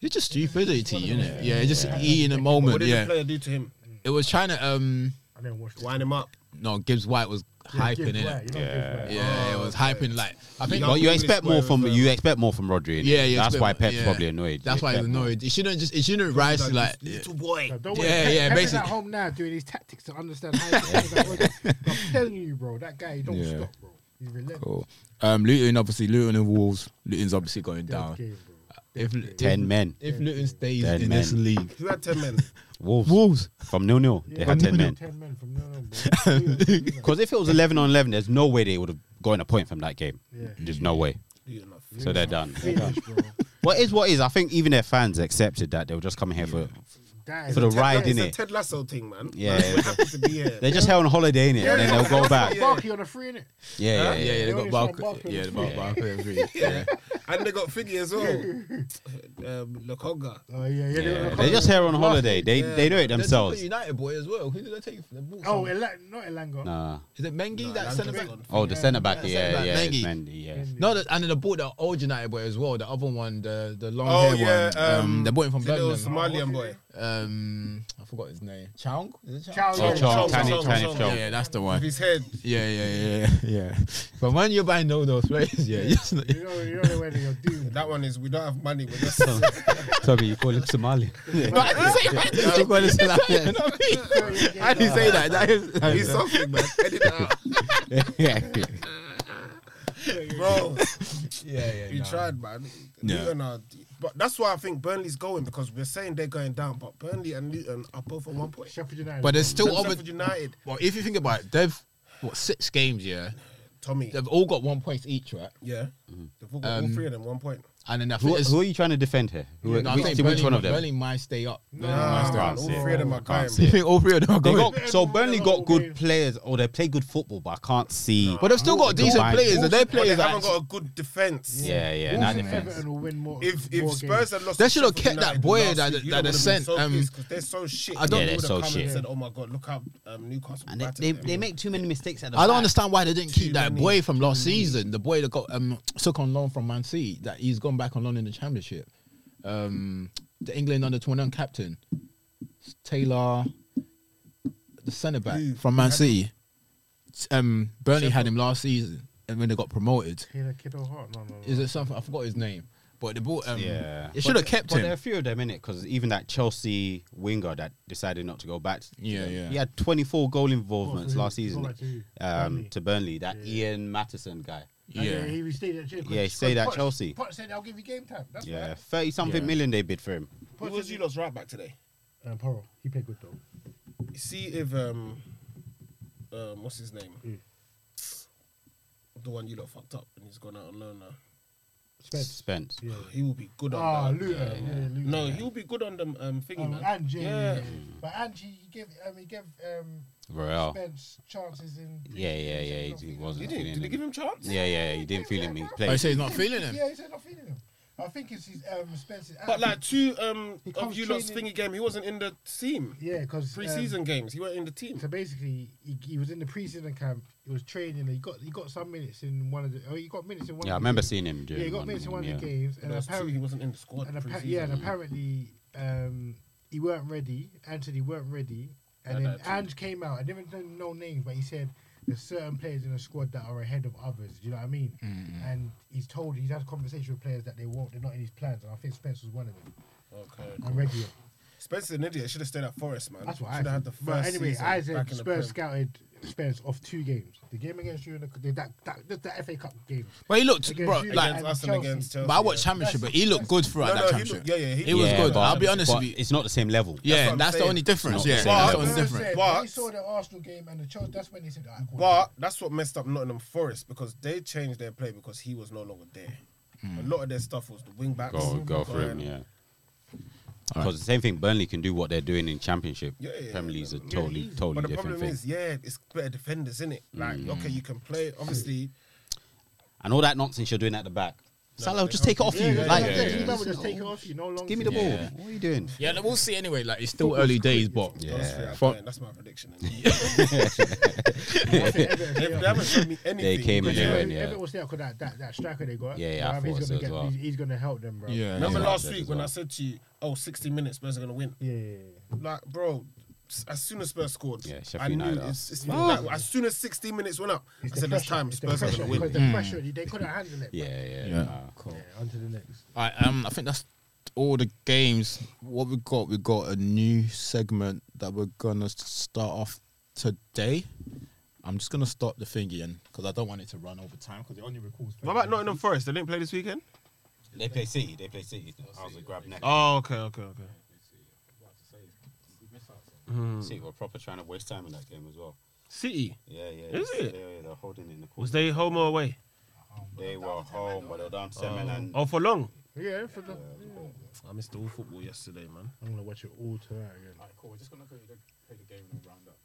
[SPEAKER 1] you're just stupidity, you know. Yeah, just he in the moment.
[SPEAKER 3] What did the
[SPEAKER 1] Yeah,
[SPEAKER 3] player do to him?
[SPEAKER 1] it was trying to um,
[SPEAKER 2] I didn't watch the
[SPEAKER 3] Wind him up.
[SPEAKER 1] no, Gibbs White was hyping in it.
[SPEAKER 2] Yeah.
[SPEAKER 1] Yeah, it was hyping like I think.
[SPEAKER 4] Well, you
[SPEAKER 3] English
[SPEAKER 4] expect more
[SPEAKER 3] player
[SPEAKER 4] from
[SPEAKER 3] as well.
[SPEAKER 4] you expect more from Rodri. innit?
[SPEAKER 1] Yeah, you
[SPEAKER 4] That's
[SPEAKER 1] expect
[SPEAKER 4] why
[SPEAKER 1] more,
[SPEAKER 4] Pep's
[SPEAKER 1] yeah.
[SPEAKER 4] probably annoyed.
[SPEAKER 1] That's
[SPEAKER 4] You
[SPEAKER 1] why he's
[SPEAKER 4] expect more.
[SPEAKER 1] annoyed. It shouldn't just. It shouldn't rise to like.
[SPEAKER 3] Like, this little boy.
[SPEAKER 2] No, don't
[SPEAKER 1] Yeah,
[SPEAKER 2] worry. Pep-
[SPEAKER 1] yeah,
[SPEAKER 2] Pep is
[SPEAKER 1] basically-
[SPEAKER 2] at home now doing his tactics to understand how. he plays. Like, bro, I'm telling you, bro, that guy he don't
[SPEAKER 1] Yeah.
[SPEAKER 2] stop, bro. He's relentless.
[SPEAKER 1] Cool. Um, Luton obviously Luton and Wolves. Luton's obviously going
[SPEAKER 2] Dead
[SPEAKER 1] down.
[SPEAKER 2] game, bro.
[SPEAKER 1] If
[SPEAKER 4] Ten men.
[SPEAKER 1] if Luton stays
[SPEAKER 4] Ten
[SPEAKER 1] in this
[SPEAKER 4] men.
[SPEAKER 1] league,
[SPEAKER 3] Who had 10 men?
[SPEAKER 4] Wolves.
[SPEAKER 1] Wolves.
[SPEAKER 4] From nil nil, they
[SPEAKER 2] Yeah,
[SPEAKER 4] had ten
[SPEAKER 2] from
[SPEAKER 4] men.
[SPEAKER 2] Ten men from no, no, bro. Yeah,
[SPEAKER 4] Because if it was eleven on eleven, there's no way they would have gotten a point from that game.
[SPEAKER 2] Yeah.
[SPEAKER 4] There's no way.
[SPEAKER 3] You know,
[SPEAKER 4] So they're done.
[SPEAKER 2] Finish, bro.
[SPEAKER 4] What is what is? I think even their fans accepted that they were just coming here for.
[SPEAKER 2] That is
[SPEAKER 4] For the
[SPEAKER 2] a-
[SPEAKER 4] right- Ride,
[SPEAKER 3] that is
[SPEAKER 4] innit?
[SPEAKER 3] a Ted Lasso thing, man.
[SPEAKER 4] Yeah.
[SPEAKER 3] Like, we're happy to be here.
[SPEAKER 4] They're just here on holiday in it, and then they'll go back. Yeah,
[SPEAKER 2] Barkley on a free innit?
[SPEAKER 4] yeah, yeah.
[SPEAKER 1] Yeah, yeah, they
[SPEAKER 2] They
[SPEAKER 1] got
[SPEAKER 2] only signed
[SPEAKER 1] Bark.
[SPEAKER 2] Barkley
[SPEAKER 1] Yeah,
[SPEAKER 2] on
[SPEAKER 1] the
[SPEAKER 2] the
[SPEAKER 1] Bark. Bark- Bark- Yeah.
[SPEAKER 3] and they got Figgy as well. um, Lokonga.
[SPEAKER 2] Oh yeah, yeah.
[SPEAKER 4] Yeah,
[SPEAKER 2] they-
[SPEAKER 4] They're just here on holiday. They they do it themselves.
[SPEAKER 8] United boy as well. Who did I take? They bought
[SPEAKER 2] Oh,
[SPEAKER 8] some-
[SPEAKER 2] Ela- not Elanga.
[SPEAKER 4] Nah.
[SPEAKER 8] is it Mengi that
[SPEAKER 3] Langa's
[SPEAKER 8] centre back?
[SPEAKER 3] gone.
[SPEAKER 4] Oh, the centre back.
[SPEAKER 8] Yeah,
[SPEAKER 4] Yeah,
[SPEAKER 8] centre-back,
[SPEAKER 4] yeah, it's
[SPEAKER 8] Mengi.
[SPEAKER 4] Mendy, yeah.
[SPEAKER 8] No, the, and then they bought the old United boy as well. The other one, the the long
[SPEAKER 3] Oh,
[SPEAKER 8] hair
[SPEAKER 3] yeah,
[SPEAKER 8] one. Um,
[SPEAKER 3] um,
[SPEAKER 8] they bought him from
[SPEAKER 3] The little
[SPEAKER 8] Birmingham.
[SPEAKER 3] Somalian boy.
[SPEAKER 8] um, I forgot his name. Chong. Is it Chong?
[SPEAKER 2] Ciao,
[SPEAKER 4] Oh,
[SPEAKER 2] yeah.
[SPEAKER 4] Chong,
[SPEAKER 3] Chong,
[SPEAKER 4] Tani,
[SPEAKER 3] Chong,
[SPEAKER 4] Tani,
[SPEAKER 3] Chong.
[SPEAKER 1] Yeah,
[SPEAKER 4] Chong.
[SPEAKER 1] yeah, that's the
[SPEAKER 3] With
[SPEAKER 1] one.
[SPEAKER 3] his head.
[SPEAKER 1] Yeah, yeah, yeah, yeah, yeah. But when you're buying all those players, yeah, just,
[SPEAKER 2] You know, you know where you're doomed.
[SPEAKER 3] That one is, we don't have money. We're just
[SPEAKER 4] Tommy, you call him Somali.
[SPEAKER 1] I didn't say that. That is
[SPEAKER 3] He's something, man. Edit it out. Bro,
[SPEAKER 8] Yeah, yeah.
[SPEAKER 3] you tried, man.
[SPEAKER 1] Yeah.
[SPEAKER 3] Luton are, but that's why I think Burnley's going because we're saying they're going down, but Burnley and Luton are both on one point.
[SPEAKER 2] Sheffield United.
[SPEAKER 8] But there's still
[SPEAKER 3] Sheffield
[SPEAKER 8] other.
[SPEAKER 3] United,
[SPEAKER 8] Well, if you think about it, they've what six games, yeah.
[SPEAKER 3] Tommy.
[SPEAKER 8] They've all got one point each, right?
[SPEAKER 3] Yeah, they've all got all three of them one point.
[SPEAKER 8] And then I
[SPEAKER 4] Who,
[SPEAKER 8] think it's-
[SPEAKER 4] who are you trying to defend here? Who,
[SPEAKER 8] no, I
[SPEAKER 4] which
[SPEAKER 8] think
[SPEAKER 4] which
[SPEAKER 8] Burnley,
[SPEAKER 4] one of them?
[SPEAKER 8] Burnley might stay up.
[SPEAKER 3] No,
[SPEAKER 4] I can't
[SPEAKER 3] Ah, all
[SPEAKER 4] see it.
[SPEAKER 3] three of them are going.
[SPEAKER 4] Can't see
[SPEAKER 1] You
[SPEAKER 4] it.
[SPEAKER 1] think all three of them are
[SPEAKER 4] They
[SPEAKER 1] going?
[SPEAKER 4] got, so Burnley got good players, or they play good football, but I can't see.
[SPEAKER 8] But they've still got decent
[SPEAKER 4] Combined.
[SPEAKER 8] players. And their
[SPEAKER 3] But they
[SPEAKER 8] players are
[SPEAKER 3] haven't got a good defense.
[SPEAKER 4] yeah, yeah,
[SPEAKER 2] Wolves
[SPEAKER 4] not
[SPEAKER 2] and
[SPEAKER 4] defense.
[SPEAKER 2] Everton will win more.
[SPEAKER 3] If if
[SPEAKER 2] more
[SPEAKER 3] Spurs had lost,
[SPEAKER 8] They
[SPEAKER 3] to
[SPEAKER 8] should have
[SPEAKER 3] Sheffield
[SPEAKER 8] kept that
[SPEAKER 3] United
[SPEAKER 8] boy
[SPEAKER 3] last
[SPEAKER 8] that-
[SPEAKER 3] week, you
[SPEAKER 8] that they
[SPEAKER 3] lot would have
[SPEAKER 8] sent,
[SPEAKER 3] been So
[SPEAKER 8] um,
[SPEAKER 3] pissed 'cause they're so shit.
[SPEAKER 8] I don't-
[SPEAKER 3] You
[SPEAKER 4] Yeah, they're
[SPEAKER 3] would have
[SPEAKER 4] so
[SPEAKER 3] come and
[SPEAKER 4] shit.
[SPEAKER 3] Said, oh my god, look how um, Newcastle.
[SPEAKER 4] And they,
[SPEAKER 3] battered
[SPEAKER 4] they,
[SPEAKER 3] them."
[SPEAKER 4] they make too many mistakes at the
[SPEAKER 8] I don't
[SPEAKER 4] back.
[SPEAKER 8] understand why they didn't
[SPEAKER 3] Too
[SPEAKER 8] keep that
[SPEAKER 3] many. Mm.
[SPEAKER 8] boy from last season. The boy that got um, took on loan from Man City, that he's gone back on loan in the championship. Um, the England under twenty one captain, Taylor, the centre back
[SPEAKER 3] Who?
[SPEAKER 8] from Man City. S- Um, Burnley had him last season, and when they got promoted,
[SPEAKER 2] Taylor Kittle Hart. uh, No, no, no.
[SPEAKER 8] is it something I forgot his name? But they bought um,
[SPEAKER 4] Yeah,
[SPEAKER 8] It should have kept
[SPEAKER 4] But there are a
[SPEAKER 8] him.
[SPEAKER 4] few of them in it because even that Chelsea winger that decided not to go back.
[SPEAKER 1] Yeah, yeah.
[SPEAKER 4] He had 24 goal
[SPEAKER 2] Oh,
[SPEAKER 4] involvements
[SPEAKER 2] so
[SPEAKER 4] last
[SPEAKER 2] he-
[SPEAKER 4] season.
[SPEAKER 2] go back to who?
[SPEAKER 4] um,
[SPEAKER 2] Burnley.
[SPEAKER 4] to Burnley, that
[SPEAKER 2] Yeah.
[SPEAKER 4] Ian Matteson guy.
[SPEAKER 2] And
[SPEAKER 1] Yeah.
[SPEAKER 2] then he stayed at Chelsea.
[SPEAKER 4] Yeah, he stayed at Chelsea.
[SPEAKER 2] Poch said, "I'll give you game time." That's
[SPEAKER 4] Yeah,
[SPEAKER 2] right.
[SPEAKER 4] 30 something
[SPEAKER 1] Yeah.
[SPEAKER 4] million they bid for him.
[SPEAKER 3] Who was you lot's right back today?
[SPEAKER 2] Um, Poro, he played good though.
[SPEAKER 3] See if um, um, what's his name?
[SPEAKER 2] Mm.
[SPEAKER 3] The one you lot fucked up, and he's gone out on loan now.
[SPEAKER 2] Spence.
[SPEAKER 4] Spence.
[SPEAKER 2] Yeah.
[SPEAKER 3] He will be good on
[SPEAKER 2] Ah,
[SPEAKER 3] that.
[SPEAKER 2] Luton. Yeah, Luton.
[SPEAKER 3] No, he will be good on the um thingy,
[SPEAKER 2] Um,
[SPEAKER 3] man.
[SPEAKER 2] Angie,
[SPEAKER 3] yeah.
[SPEAKER 2] but Angie, he gave, um, he gave um,
[SPEAKER 4] Real.
[SPEAKER 2] Spence chances in.
[SPEAKER 4] Oh. Yeah, yeah, yeah. He, he wasn't
[SPEAKER 3] Did he?
[SPEAKER 4] feeling
[SPEAKER 3] Did he
[SPEAKER 4] him.
[SPEAKER 3] give him chance?
[SPEAKER 4] Yeah, yeah. He didn't feel him. He
[SPEAKER 9] Oh, you
[SPEAKER 4] played.
[SPEAKER 9] say he's not feeling him.
[SPEAKER 2] Yeah, he said not feeling him. I think it's his um, Spence's.
[SPEAKER 3] But like two um
[SPEAKER 2] He
[SPEAKER 3] of
[SPEAKER 2] comes
[SPEAKER 3] you lot's
[SPEAKER 2] training-
[SPEAKER 3] thingy game, he wasn't in the team.
[SPEAKER 2] yeah, because
[SPEAKER 3] Pre-season games, he weren't in the team.
[SPEAKER 2] So basically, he, he was in the pre-season camp. He was training. He got he got some minutes in one of the. Oh, he got minutes in one.
[SPEAKER 4] Yeah,
[SPEAKER 2] of
[SPEAKER 4] I
[SPEAKER 2] the
[SPEAKER 4] remember
[SPEAKER 2] games.
[SPEAKER 4] seeing him
[SPEAKER 2] Yeah, he
[SPEAKER 4] during
[SPEAKER 2] got
[SPEAKER 4] one.
[SPEAKER 2] minutes in one of
[SPEAKER 4] yeah.
[SPEAKER 2] the games,
[SPEAKER 3] And
[SPEAKER 2] and
[SPEAKER 3] there was two,
[SPEAKER 2] apparently,
[SPEAKER 3] he wasn't in the squad.
[SPEAKER 2] and appa-
[SPEAKER 3] pre-season.
[SPEAKER 2] yeah, and apparently, um, he weren't ready. Anthony weren't ready, and
[SPEAKER 3] Yeah,
[SPEAKER 2] then
[SPEAKER 3] that too.
[SPEAKER 2] Ange came out. I never know no names, but he said there's certain players in the squad that are ahead of others. Do you know what I mean? And he's told he's had a conversation with players that they won't. They're not in his plans, and I think Spence was one of them.
[SPEAKER 3] Okay.
[SPEAKER 2] I'm ready.
[SPEAKER 3] Spencer's an idiot. Should have stayed at Forest, man.
[SPEAKER 2] That's what I
[SPEAKER 3] Should have had
[SPEAKER 2] think.
[SPEAKER 3] the first
[SPEAKER 2] But anyway,
[SPEAKER 3] season
[SPEAKER 2] I
[SPEAKER 3] back
[SPEAKER 2] said
[SPEAKER 3] in the
[SPEAKER 2] Spurs
[SPEAKER 3] Prem.
[SPEAKER 2] scouted Spurs off two games. The game against you and the, that, that, that, that FA Cup game.
[SPEAKER 9] But he looked,
[SPEAKER 2] Against
[SPEAKER 9] bro.
[SPEAKER 2] you
[SPEAKER 9] Like,
[SPEAKER 3] against us and
[SPEAKER 2] Chelsea.
[SPEAKER 3] against Chelsea.
[SPEAKER 9] but I watched
[SPEAKER 3] yeah.
[SPEAKER 9] championship, but he looked good throughout
[SPEAKER 3] No,
[SPEAKER 9] that
[SPEAKER 3] no, he
[SPEAKER 9] championship.
[SPEAKER 3] looked- yeah, yeah, he
[SPEAKER 9] It was
[SPEAKER 4] Yeah,
[SPEAKER 9] good.
[SPEAKER 4] but-
[SPEAKER 9] I'll be honest
[SPEAKER 4] but
[SPEAKER 9] with you.
[SPEAKER 4] It's not the same level.
[SPEAKER 9] Yeah,
[SPEAKER 3] what I'm
[SPEAKER 9] that's, the
[SPEAKER 3] saying.
[SPEAKER 9] only difference.
[SPEAKER 4] Not the
[SPEAKER 9] Yeah,
[SPEAKER 4] same
[SPEAKER 9] that's the
[SPEAKER 3] level.
[SPEAKER 9] only
[SPEAKER 2] Spurs
[SPEAKER 9] difference.
[SPEAKER 2] said-
[SPEAKER 3] But-
[SPEAKER 2] they saw the Arsenal game and the Chelsea. That's when they said, "Alright, cool."
[SPEAKER 3] But that's what messed up Nottingham Forest because they changed their play because he was no longer there. A lot of their stuff was the wing backs.
[SPEAKER 4] Go, go Hmm. for him.
[SPEAKER 3] going-
[SPEAKER 4] Yeah. Because the same thing, Burnley can do what they're doing in Championship.
[SPEAKER 3] Yeah, yeah,
[SPEAKER 4] Premier
[SPEAKER 3] yeah,
[SPEAKER 4] League's a
[SPEAKER 3] yeah,
[SPEAKER 4] totally,
[SPEAKER 2] easy.
[SPEAKER 4] totally
[SPEAKER 3] But the
[SPEAKER 4] different
[SPEAKER 3] problem
[SPEAKER 4] thing. Hmm.
[SPEAKER 3] is, yeah, it's better defenders, isn't it? Like, okay, you can play. Obviously,
[SPEAKER 4] And all that nonsense you're doing at the back. Salah,
[SPEAKER 3] they
[SPEAKER 4] just take it
[SPEAKER 3] can't-
[SPEAKER 4] off
[SPEAKER 2] yeah,
[SPEAKER 4] you.
[SPEAKER 2] yeah,
[SPEAKER 4] like,
[SPEAKER 2] yeah, yeah,
[SPEAKER 4] just-
[SPEAKER 2] yeah. Remember, just take it off you. No longer.
[SPEAKER 4] give me the ball.
[SPEAKER 9] Yeah.
[SPEAKER 4] What are you doing?
[SPEAKER 9] Yeah, no, we'll see anyway. Like it's still early days, but
[SPEAKER 3] those three
[SPEAKER 4] Yeah.
[SPEAKER 3] are
[SPEAKER 9] Fuck.
[SPEAKER 3] playing. that's my prediction. innit? If they haven't shown me anything,
[SPEAKER 4] came in
[SPEAKER 3] yeah.
[SPEAKER 4] there.
[SPEAKER 2] Everett
[SPEAKER 4] Everett, yeah.
[SPEAKER 2] was there because that, that, that striker they got.
[SPEAKER 4] Yeah, yeah, I
[SPEAKER 2] Bruv, he's
[SPEAKER 4] thought
[SPEAKER 2] gonna
[SPEAKER 4] so as
[SPEAKER 2] get-
[SPEAKER 4] well.
[SPEAKER 2] He's, he's gonna help them, bro.
[SPEAKER 1] Yeah.
[SPEAKER 3] Remember
[SPEAKER 4] Yeah.
[SPEAKER 3] last
[SPEAKER 4] That
[SPEAKER 3] week
[SPEAKER 4] as
[SPEAKER 3] when I
[SPEAKER 4] well.
[SPEAKER 3] said to you, "Oh, 60 minutes, Spurs are gonna win."
[SPEAKER 2] Yeah, yeah, yeah.
[SPEAKER 3] Like, bro, s- as soon as Spurs scored,
[SPEAKER 4] Yeah, Sheffield
[SPEAKER 3] I knew
[SPEAKER 4] United are-
[SPEAKER 3] it's, it's like, as soon as 16 minutes went up,
[SPEAKER 2] It's
[SPEAKER 3] I said, "This time
[SPEAKER 2] it's
[SPEAKER 3] Spurs are
[SPEAKER 2] pressure,
[SPEAKER 3] gonna win."
[SPEAKER 2] Because the pressure, they couldn't handle it.
[SPEAKER 4] Yeah, yeah,
[SPEAKER 1] Yeah.
[SPEAKER 4] nah.
[SPEAKER 2] Yeah, on to the next.
[SPEAKER 1] I um I think that's all the games. What we got, we got a new segment that we're gonna start off today. I'm just gonna stop the thingy in because I don't want it to run over time because it only records.
[SPEAKER 3] What about Nottingham Forest? They didn't play this weekend.
[SPEAKER 4] They play City. They play City. I was a grab neck.
[SPEAKER 3] Oh, okay, okay, okay.
[SPEAKER 4] City were proper trying to waste time in that game as well.
[SPEAKER 3] City
[SPEAKER 4] Yeah, yeah.
[SPEAKER 3] Is
[SPEAKER 4] it's-
[SPEAKER 3] it?
[SPEAKER 4] They, they're holding it in the corner.
[SPEAKER 3] was they home or away?
[SPEAKER 4] They were home, but they were down seven
[SPEAKER 2] Um,
[SPEAKER 4] and
[SPEAKER 3] Oh, for long.
[SPEAKER 2] Yeah, for the,
[SPEAKER 3] I missed all football yesterday, man.
[SPEAKER 2] I'm gonna watch it all tonight again.
[SPEAKER 1] Alright, cool. We're just gonna go play the game and round up.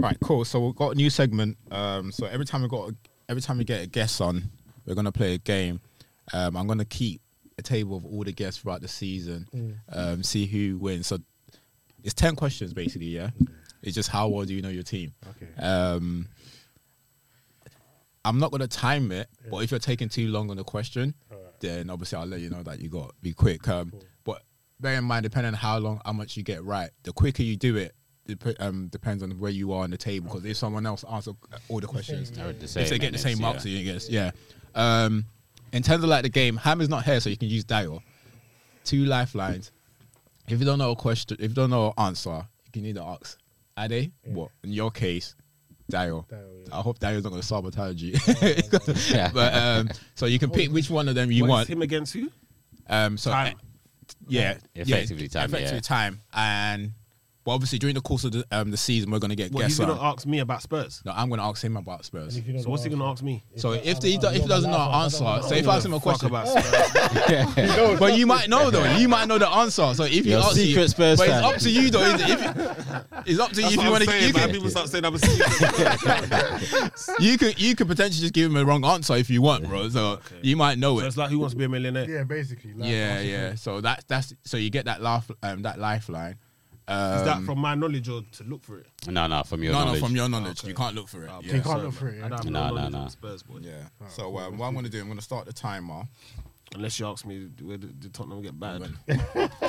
[SPEAKER 1] Right, cool. So we've got a new segment. Um, so every time we got, a, every time we get a guest on, we're gonna play a game. Um, I'm gonna keep a table of all the guests throughout the season. Um, see who wins. So it's ten questions basically. Yeah, it's just how well do you know your team.
[SPEAKER 2] Okay.
[SPEAKER 1] Um, I'm not gonna time it, but if you're taking too long on the question,
[SPEAKER 2] Alright.
[SPEAKER 1] then obviously I'll let you know that you got to be quick. Um, But bear in mind, depending on how long, how much you get right, the quicker you do it, dep- um, depends on where you are on the table. Because if someone else answers all the questions,
[SPEAKER 4] They were the same
[SPEAKER 1] if they get the
[SPEAKER 4] minutes,
[SPEAKER 1] same
[SPEAKER 4] yeah.
[SPEAKER 1] marks, you guess, yeah. Um, in terms of like the game, Ham is not here, so you can use Dio. Two lifelines. If you don't know a question, if you don't know an answer, you can either ask Ade, what in your case, Dio.
[SPEAKER 2] Dial, yeah.
[SPEAKER 1] I hope Dio's not going to sabotage you. but um, so you can pick which one of them you
[SPEAKER 3] What,
[SPEAKER 1] want.
[SPEAKER 3] it's him against who?
[SPEAKER 1] Um, so
[SPEAKER 3] Time.
[SPEAKER 1] yeah,
[SPEAKER 4] Effectively
[SPEAKER 1] yeah,
[SPEAKER 4] time,
[SPEAKER 1] effectively
[SPEAKER 4] yeah.
[SPEAKER 1] time, and but obviously during the course of the, um, the season, we're going to get
[SPEAKER 3] What, he's
[SPEAKER 1] guests. on.
[SPEAKER 3] gonna ask me about Spurs.
[SPEAKER 1] no, I'm going to ask him about Spurs.
[SPEAKER 2] And if you don't
[SPEAKER 3] So what's he
[SPEAKER 2] know-
[SPEAKER 3] gonna ask me?
[SPEAKER 1] So if the, if he doesn't know
[SPEAKER 2] I
[SPEAKER 1] an
[SPEAKER 2] don't
[SPEAKER 1] answer, so if I ask him a
[SPEAKER 3] Fuck
[SPEAKER 1] question,
[SPEAKER 3] about Spurs.
[SPEAKER 1] but you might know though. You might know the answer. So if he
[SPEAKER 4] You're a
[SPEAKER 1] asks you,
[SPEAKER 4] secret Spurs
[SPEAKER 1] but
[SPEAKER 4] fan.
[SPEAKER 1] it's up to you though. If, if, it's up to you if you want to. You can,
[SPEAKER 3] people start saying I'm a secret.
[SPEAKER 1] you could you could potentially just give him a wrong answer if you want, bro. So you might know
[SPEAKER 3] So
[SPEAKER 1] it.
[SPEAKER 3] it's like who wants to be a millionaire?
[SPEAKER 2] Yeah, basically. Like,
[SPEAKER 1] Yeah, yeah. So that that's so you get that laugh um, that lifeline.
[SPEAKER 3] Is that
[SPEAKER 1] Um,
[SPEAKER 3] from my knowledge or to look for it?
[SPEAKER 4] No, no, from your
[SPEAKER 1] no,
[SPEAKER 4] knowledge.
[SPEAKER 1] no, from your knowledge,
[SPEAKER 3] Okay.
[SPEAKER 1] you can't look for it.
[SPEAKER 3] Ah,
[SPEAKER 1] yeah.
[SPEAKER 2] You can't
[SPEAKER 3] sorry,
[SPEAKER 2] look
[SPEAKER 3] man.
[SPEAKER 2] for it, yeah?
[SPEAKER 3] I don't have
[SPEAKER 4] Nah,
[SPEAKER 3] no
[SPEAKER 4] nah,
[SPEAKER 3] knowledge
[SPEAKER 4] nah.
[SPEAKER 3] on Spurs, boy.
[SPEAKER 1] Yeah. So um, what I'm gonna do, I'm gonna start the timer.
[SPEAKER 3] Unless you ask me, where did, did Tottenham get bad?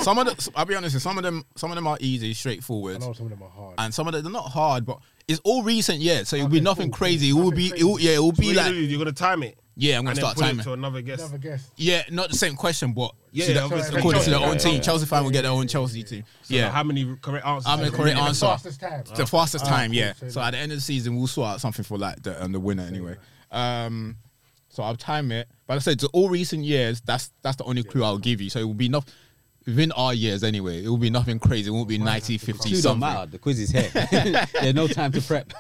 [SPEAKER 1] Some of the, I'll be honest, with you, some of them, some of them are easy,
[SPEAKER 2] I
[SPEAKER 1] straightforward,
[SPEAKER 2] know some of them are hard.
[SPEAKER 1] and some of them they're not hard, but it's all recent, yeah. So it'll be
[SPEAKER 2] Okay,
[SPEAKER 1] nothing
[SPEAKER 2] cool, cool.
[SPEAKER 1] crazy. It will
[SPEAKER 2] Nothing
[SPEAKER 1] be, it
[SPEAKER 2] crazy.
[SPEAKER 1] will, yeah, it will
[SPEAKER 3] What
[SPEAKER 1] be
[SPEAKER 3] you
[SPEAKER 1] like,
[SPEAKER 3] gonna do? You're gonna time it.
[SPEAKER 1] Yeah, I'm gonna
[SPEAKER 3] and
[SPEAKER 1] start
[SPEAKER 3] then put
[SPEAKER 1] timing.
[SPEAKER 3] it to another guest.
[SPEAKER 2] Never guess.
[SPEAKER 1] Yeah, not the same question, but
[SPEAKER 3] Yeah,
[SPEAKER 1] to
[SPEAKER 3] yeah,
[SPEAKER 1] the-
[SPEAKER 3] obviously.
[SPEAKER 1] according to their own
[SPEAKER 4] Yeah,
[SPEAKER 1] team,
[SPEAKER 4] yeah.
[SPEAKER 1] Chelsea fan will get their own Chelsea team.
[SPEAKER 3] So
[SPEAKER 1] Yeah,
[SPEAKER 3] How many correct answers?
[SPEAKER 1] I'm gonna
[SPEAKER 3] have you
[SPEAKER 1] correct
[SPEAKER 3] given?
[SPEAKER 1] answer.
[SPEAKER 2] Fastest time.
[SPEAKER 1] the fastest
[SPEAKER 2] Ah,
[SPEAKER 1] time,
[SPEAKER 2] cool,
[SPEAKER 1] yeah.
[SPEAKER 2] so
[SPEAKER 1] So at the end of the season, we'll sort out something for like the, um, the winner anyway. Um, so I'll time it, but I said to all recent years, that's that's the only clue I'll give you. So it will be not within our years anyway. It will be nothing crazy. It won't be 90, 50,
[SPEAKER 4] Clue don't
[SPEAKER 1] something
[SPEAKER 4] matter. The quiz is here. There's no time to prep.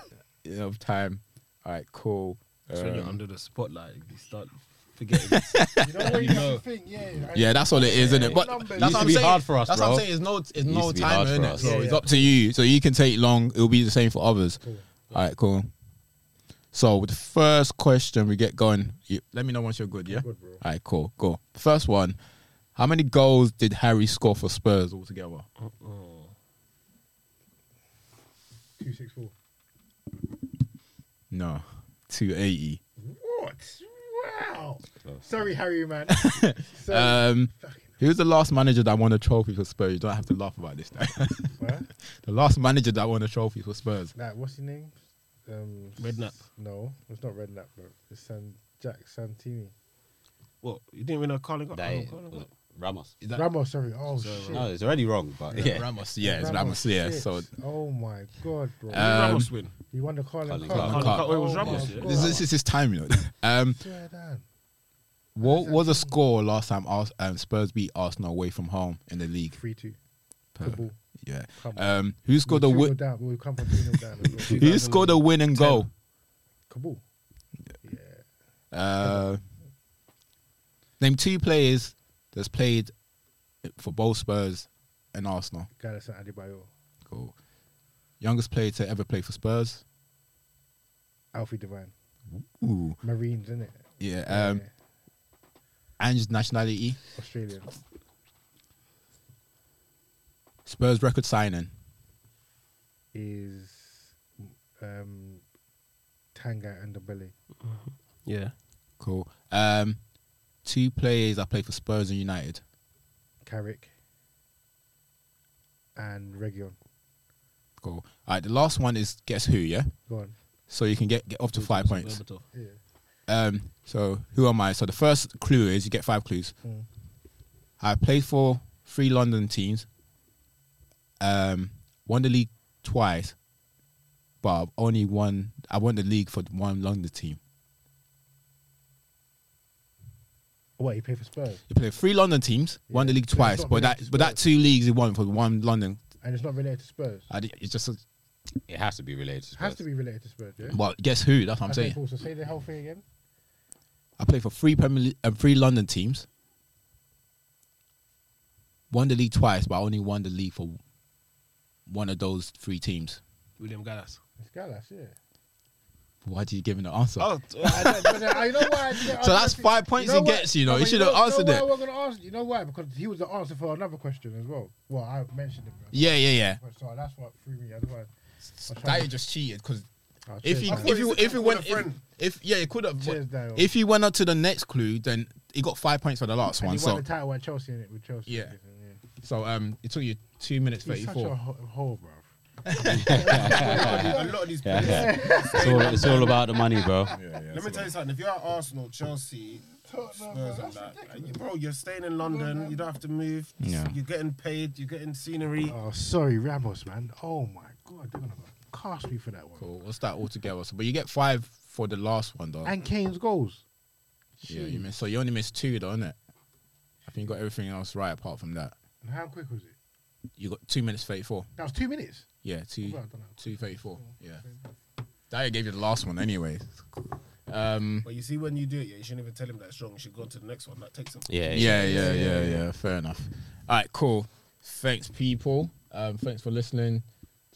[SPEAKER 10] of time. All right, cool.
[SPEAKER 3] That's when you're
[SPEAKER 10] Um,
[SPEAKER 3] under the spotlight, you start forgetting.
[SPEAKER 2] You know when you have to think, yeah. and
[SPEAKER 1] Yeah, that's all it is, isn't it? But
[SPEAKER 2] Numbers.
[SPEAKER 1] that's
[SPEAKER 2] Used
[SPEAKER 1] what
[SPEAKER 4] to
[SPEAKER 1] I'm
[SPEAKER 4] be
[SPEAKER 1] saying.
[SPEAKER 4] hard for us,
[SPEAKER 1] that's
[SPEAKER 4] bro.
[SPEAKER 1] what I'm saying. It's no, it's
[SPEAKER 4] Used
[SPEAKER 1] no
[SPEAKER 4] to be
[SPEAKER 1] time,
[SPEAKER 4] hard for
[SPEAKER 1] in it?
[SPEAKER 4] us.
[SPEAKER 1] So
[SPEAKER 2] Yeah,
[SPEAKER 1] it's
[SPEAKER 2] yeah.
[SPEAKER 1] up to you. So you can take long. It'll be the same for others. All right, cool. So with the first question, we get going. You, let me know once you're good. Yeah.
[SPEAKER 2] good, bro.
[SPEAKER 1] All right, cool. Cool. First one. How many goals did Harry score for Spurs altogether?
[SPEAKER 3] Oh,
[SPEAKER 2] 264.
[SPEAKER 1] No, two eighty.
[SPEAKER 2] What? Wow. Sorry, Harry, man. Sorry.
[SPEAKER 1] Um,
[SPEAKER 2] Fucking
[SPEAKER 1] who was the last manager that won a trophy for Spurs? You don't have to laugh about this. Though.
[SPEAKER 2] hell.
[SPEAKER 1] the last manager that won a trophy for Spurs.
[SPEAKER 2] Nah, what's his name? Um,
[SPEAKER 3] Redknapp.
[SPEAKER 2] No, it's not Redknapp, bro. It's San Jack Santini.
[SPEAKER 3] What? You didn't win a Carling Cup?
[SPEAKER 4] That
[SPEAKER 3] Oh,
[SPEAKER 4] is,
[SPEAKER 3] Carling Cup.
[SPEAKER 4] Ramos.
[SPEAKER 1] Is that
[SPEAKER 2] Ramos, sorry. Oh, shit.
[SPEAKER 4] No, it's already wrong, but yeah.
[SPEAKER 1] yeah. Ramos? Yeah, it's Ramos. Yeah.
[SPEAKER 2] shit.
[SPEAKER 1] So
[SPEAKER 2] Oh, my God, bro.
[SPEAKER 1] Uh, Um,
[SPEAKER 3] Ramos win.
[SPEAKER 2] he won the Carling
[SPEAKER 4] Carling
[SPEAKER 2] Cup.
[SPEAKER 4] Cup.
[SPEAKER 3] Carling
[SPEAKER 1] Cup.
[SPEAKER 3] Cup. Oh, it was Ramos.
[SPEAKER 2] my
[SPEAKER 3] yeah.
[SPEAKER 2] God.
[SPEAKER 1] this, this is his time, you know. Um,
[SPEAKER 2] Swear down.
[SPEAKER 1] What was the score last time Ars- um, Spurs beat Arsenal away from home in the league?
[SPEAKER 2] 3 2.
[SPEAKER 1] Perfect.
[SPEAKER 2] Kabul.
[SPEAKER 1] Yeah.
[SPEAKER 2] Come on.
[SPEAKER 1] Um, who scored Uh, the
[SPEAKER 2] We're 2-0
[SPEAKER 1] win?
[SPEAKER 2] down, but We've come from 3 0 down. as well.
[SPEAKER 1] Who scored the win and goal?
[SPEAKER 2] Kabul. Yeah.
[SPEAKER 1] Uh, name two players that's played for both Spurs and Arsenal.
[SPEAKER 2] Garrison Adebayo.
[SPEAKER 1] Cool. Youngest player to ever play for Spurs.
[SPEAKER 2] Alfie Devine.
[SPEAKER 1] Ooh.
[SPEAKER 2] Marines, innit?
[SPEAKER 1] Yeah. Um, and nationality.
[SPEAKER 2] Australian.
[SPEAKER 1] Spurs record signing.
[SPEAKER 2] Is um, Tanga and the belly.
[SPEAKER 3] Yeah.
[SPEAKER 1] Cool. Um, two players that play for Spurs and United.
[SPEAKER 2] Carrick and Region.
[SPEAKER 1] Cool. All right. The last one is guess who? Yeah.
[SPEAKER 2] Go on.
[SPEAKER 1] so you can get, get up to five points.
[SPEAKER 3] Berbatov.
[SPEAKER 2] Yeah.
[SPEAKER 1] Um, so who am I? So the first clue is you get five clues.
[SPEAKER 2] Mm.
[SPEAKER 1] I played for three London teams. Um, won the league twice, but I've only won. I won the league for one London team.
[SPEAKER 2] What, he played for Spurs?
[SPEAKER 1] You played three London teams, won the
[SPEAKER 2] Yeah.
[SPEAKER 1] league
[SPEAKER 2] So it's
[SPEAKER 1] twice,
[SPEAKER 2] not
[SPEAKER 1] but
[SPEAKER 2] related
[SPEAKER 1] that
[SPEAKER 2] to
[SPEAKER 1] but that
[SPEAKER 2] Spurs.
[SPEAKER 1] two leagues he won for one London.
[SPEAKER 2] And it's not related to Spurs.
[SPEAKER 1] I, di- it's just a,
[SPEAKER 4] It has to be related. To
[SPEAKER 2] It has to
[SPEAKER 4] Spurs.
[SPEAKER 2] be related to Spurs, yeah?
[SPEAKER 1] well, guess who? That's what I'm
[SPEAKER 2] Okay,
[SPEAKER 1] saying.
[SPEAKER 2] cool. So say the whole thing again.
[SPEAKER 1] I played for three Premier League, uh, three London teams. Won the league twice, but I only won the league for one of those three teams.
[SPEAKER 3] William Gallas.
[SPEAKER 2] It's Gallas, yeah.
[SPEAKER 1] Why did you give him the answer?
[SPEAKER 3] Oh, t-
[SPEAKER 2] I don't- but I- you know why I didn't-
[SPEAKER 1] So
[SPEAKER 2] I
[SPEAKER 1] that's
[SPEAKER 2] don't-
[SPEAKER 1] five points he gets, you know. He
[SPEAKER 2] but
[SPEAKER 1] should have answered
[SPEAKER 2] know why
[SPEAKER 1] it.
[SPEAKER 2] I wasn't gonna answer. You know why? Because he was the answer for another question as well. Well, I mentioned him.
[SPEAKER 1] yeah, yeah, yeah.
[SPEAKER 2] So that's what threw me. Otherwise,
[SPEAKER 1] That you just cheated because
[SPEAKER 2] oh,
[SPEAKER 1] if
[SPEAKER 2] cheers,
[SPEAKER 1] he
[SPEAKER 2] man.
[SPEAKER 1] if you if
[SPEAKER 3] I
[SPEAKER 1] you
[SPEAKER 3] thought
[SPEAKER 1] went
[SPEAKER 3] he was
[SPEAKER 1] if,
[SPEAKER 3] a friend.
[SPEAKER 1] if- yeah it could have
[SPEAKER 2] Cheers, Dale.
[SPEAKER 1] if he went on to the next clue then he got five points for the last
[SPEAKER 2] and
[SPEAKER 1] one
[SPEAKER 2] he won
[SPEAKER 1] so
[SPEAKER 2] the title at Chelsea in it with Chelsea.
[SPEAKER 1] Yeah.
[SPEAKER 2] yeah.
[SPEAKER 1] so um it took you two minutes
[SPEAKER 2] He's
[SPEAKER 1] thirty
[SPEAKER 2] such a
[SPEAKER 1] four.
[SPEAKER 2] ho- hole, bro.
[SPEAKER 3] a lot of these players.
[SPEAKER 4] It's all, it's all about the money, bro.
[SPEAKER 11] Let me tell you something. If you're at Arsenal, Chelsea, Spurs, and that, like, you- bro, you're staying in London. You don't have to move.
[SPEAKER 1] Yeah.
[SPEAKER 11] You're getting paid. You're getting scenery.
[SPEAKER 2] Oh, sorry, Ramos, man. Oh my god, they're gonna cast me for that one.
[SPEAKER 1] Cool. What's that all together? So but you get five for the last one though.
[SPEAKER 2] And Kane's goals.
[SPEAKER 1] Yeah, you missed. So you only missed two, though, innit? I think you got everything else right apart from that.
[SPEAKER 2] And how quick was it?
[SPEAKER 1] You got two minutes thirty-four.
[SPEAKER 2] That was two minutes.
[SPEAKER 1] Yeah, two
[SPEAKER 2] Well done, Uncle.
[SPEAKER 1] two thirty-four. Yeah, Daya gave you the last one anyway. Um,
[SPEAKER 11] But you see, when you do it, yeah, you shouldn't even tell him that's wrong. You should go to the next one. That takes him.
[SPEAKER 4] Yeah,
[SPEAKER 1] yeah, yeah, yeah, yeah. Fair enough. All right, cool. Thanks, people. Um, thanks for listening.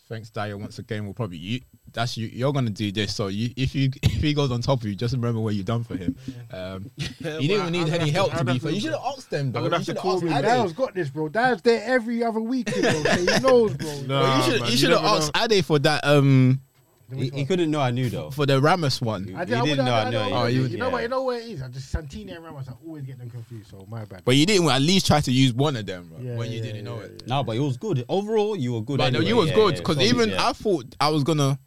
[SPEAKER 1] Thanks, Daya. Once again, we'll probably you. That's you. You're gonna do this. So you, if you if he goes on top of you, just remember what you've done for him. Um, you didn't even need any help to be fair. You should have asked them though.
[SPEAKER 3] gonna have
[SPEAKER 1] You
[SPEAKER 3] to
[SPEAKER 1] should have
[SPEAKER 3] call
[SPEAKER 1] asked
[SPEAKER 3] me
[SPEAKER 1] Ade.
[SPEAKER 2] Dale's got this, bro. Dale's there every other week, you know. so he knows, bro.
[SPEAKER 1] Well, you should you should have asked Ade for that um
[SPEAKER 4] He, he couldn't know I knew though.
[SPEAKER 1] for the Ramos one.
[SPEAKER 4] You-
[SPEAKER 2] I,
[SPEAKER 4] he
[SPEAKER 2] did, I
[SPEAKER 4] didn't
[SPEAKER 2] would-
[SPEAKER 4] know,
[SPEAKER 2] I,
[SPEAKER 4] I
[SPEAKER 2] know.
[SPEAKER 4] know,
[SPEAKER 1] Oh, you
[SPEAKER 2] you,
[SPEAKER 1] would-
[SPEAKER 2] know what?
[SPEAKER 4] yeah.
[SPEAKER 2] You know where it is. I just Santini and Ramos. I always get them confused. So my bad.
[SPEAKER 1] But you didn't at least try to use one of them right,
[SPEAKER 2] Yeah,
[SPEAKER 1] when you
[SPEAKER 2] yeah,
[SPEAKER 1] didn't know
[SPEAKER 2] yeah,
[SPEAKER 1] it.
[SPEAKER 4] No, but it was good. Overall, you were good.
[SPEAKER 1] But no,
[SPEAKER 4] anyway.
[SPEAKER 1] you was
[SPEAKER 4] Yeah,
[SPEAKER 1] good
[SPEAKER 4] yeah,
[SPEAKER 1] because
[SPEAKER 4] solid,
[SPEAKER 1] even
[SPEAKER 4] yeah.
[SPEAKER 1] I thought I was gonna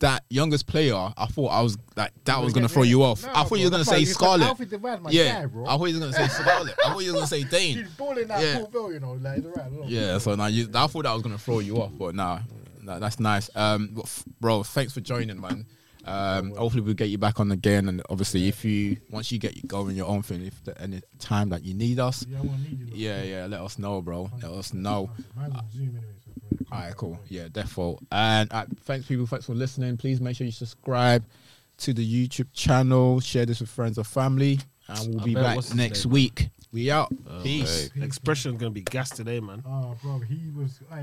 [SPEAKER 1] that youngest player, I thought I was like that was
[SPEAKER 2] Yeah,
[SPEAKER 1] gonna throw
[SPEAKER 2] yeah.
[SPEAKER 1] you off.
[SPEAKER 2] No,
[SPEAKER 1] I thought you were
[SPEAKER 2] bro,
[SPEAKER 1] gonna
[SPEAKER 2] bro,
[SPEAKER 1] say
[SPEAKER 2] you said
[SPEAKER 1] Scarlet.
[SPEAKER 2] Alfie Devine, my
[SPEAKER 1] Yeah,
[SPEAKER 2] guy, bro.
[SPEAKER 1] I thought you were gonna say Scarlet. I thought you were gonna say Dane.
[SPEAKER 2] She's balling out
[SPEAKER 1] Yeah.
[SPEAKER 2] yeah. Paul you know, like the right. look.
[SPEAKER 1] Yeah, so now you, I thought that was gonna throw you off, but nah, nah that's nice. Um, but f- bro, thanks for joining, man. Um, hopefully we'll get you back on again, and obviously if you once you get going your own thing, if at any time that you need us,
[SPEAKER 2] Yeah, I want to need you. look.
[SPEAKER 1] yeah, yeah, let us know, bro. Let us know.
[SPEAKER 2] Mine's on Zoom anyway. So bro,
[SPEAKER 1] Oh, All right, cool. Yeah, default. And uh, thanks, people. Thanks for listening. Please make sure you subscribe to the YouTube channel. Share this with friends or family. And we'll
[SPEAKER 3] I
[SPEAKER 1] be
[SPEAKER 3] bet
[SPEAKER 1] back
[SPEAKER 3] what's his
[SPEAKER 1] next
[SPEAKER 3] name?
[SPEAKER 1] week. We out. Peace.
[SPEAKER 3] Expression's gonna be gas today, man.
[SPEAKER 2] Oh, Uh, bro, he was. I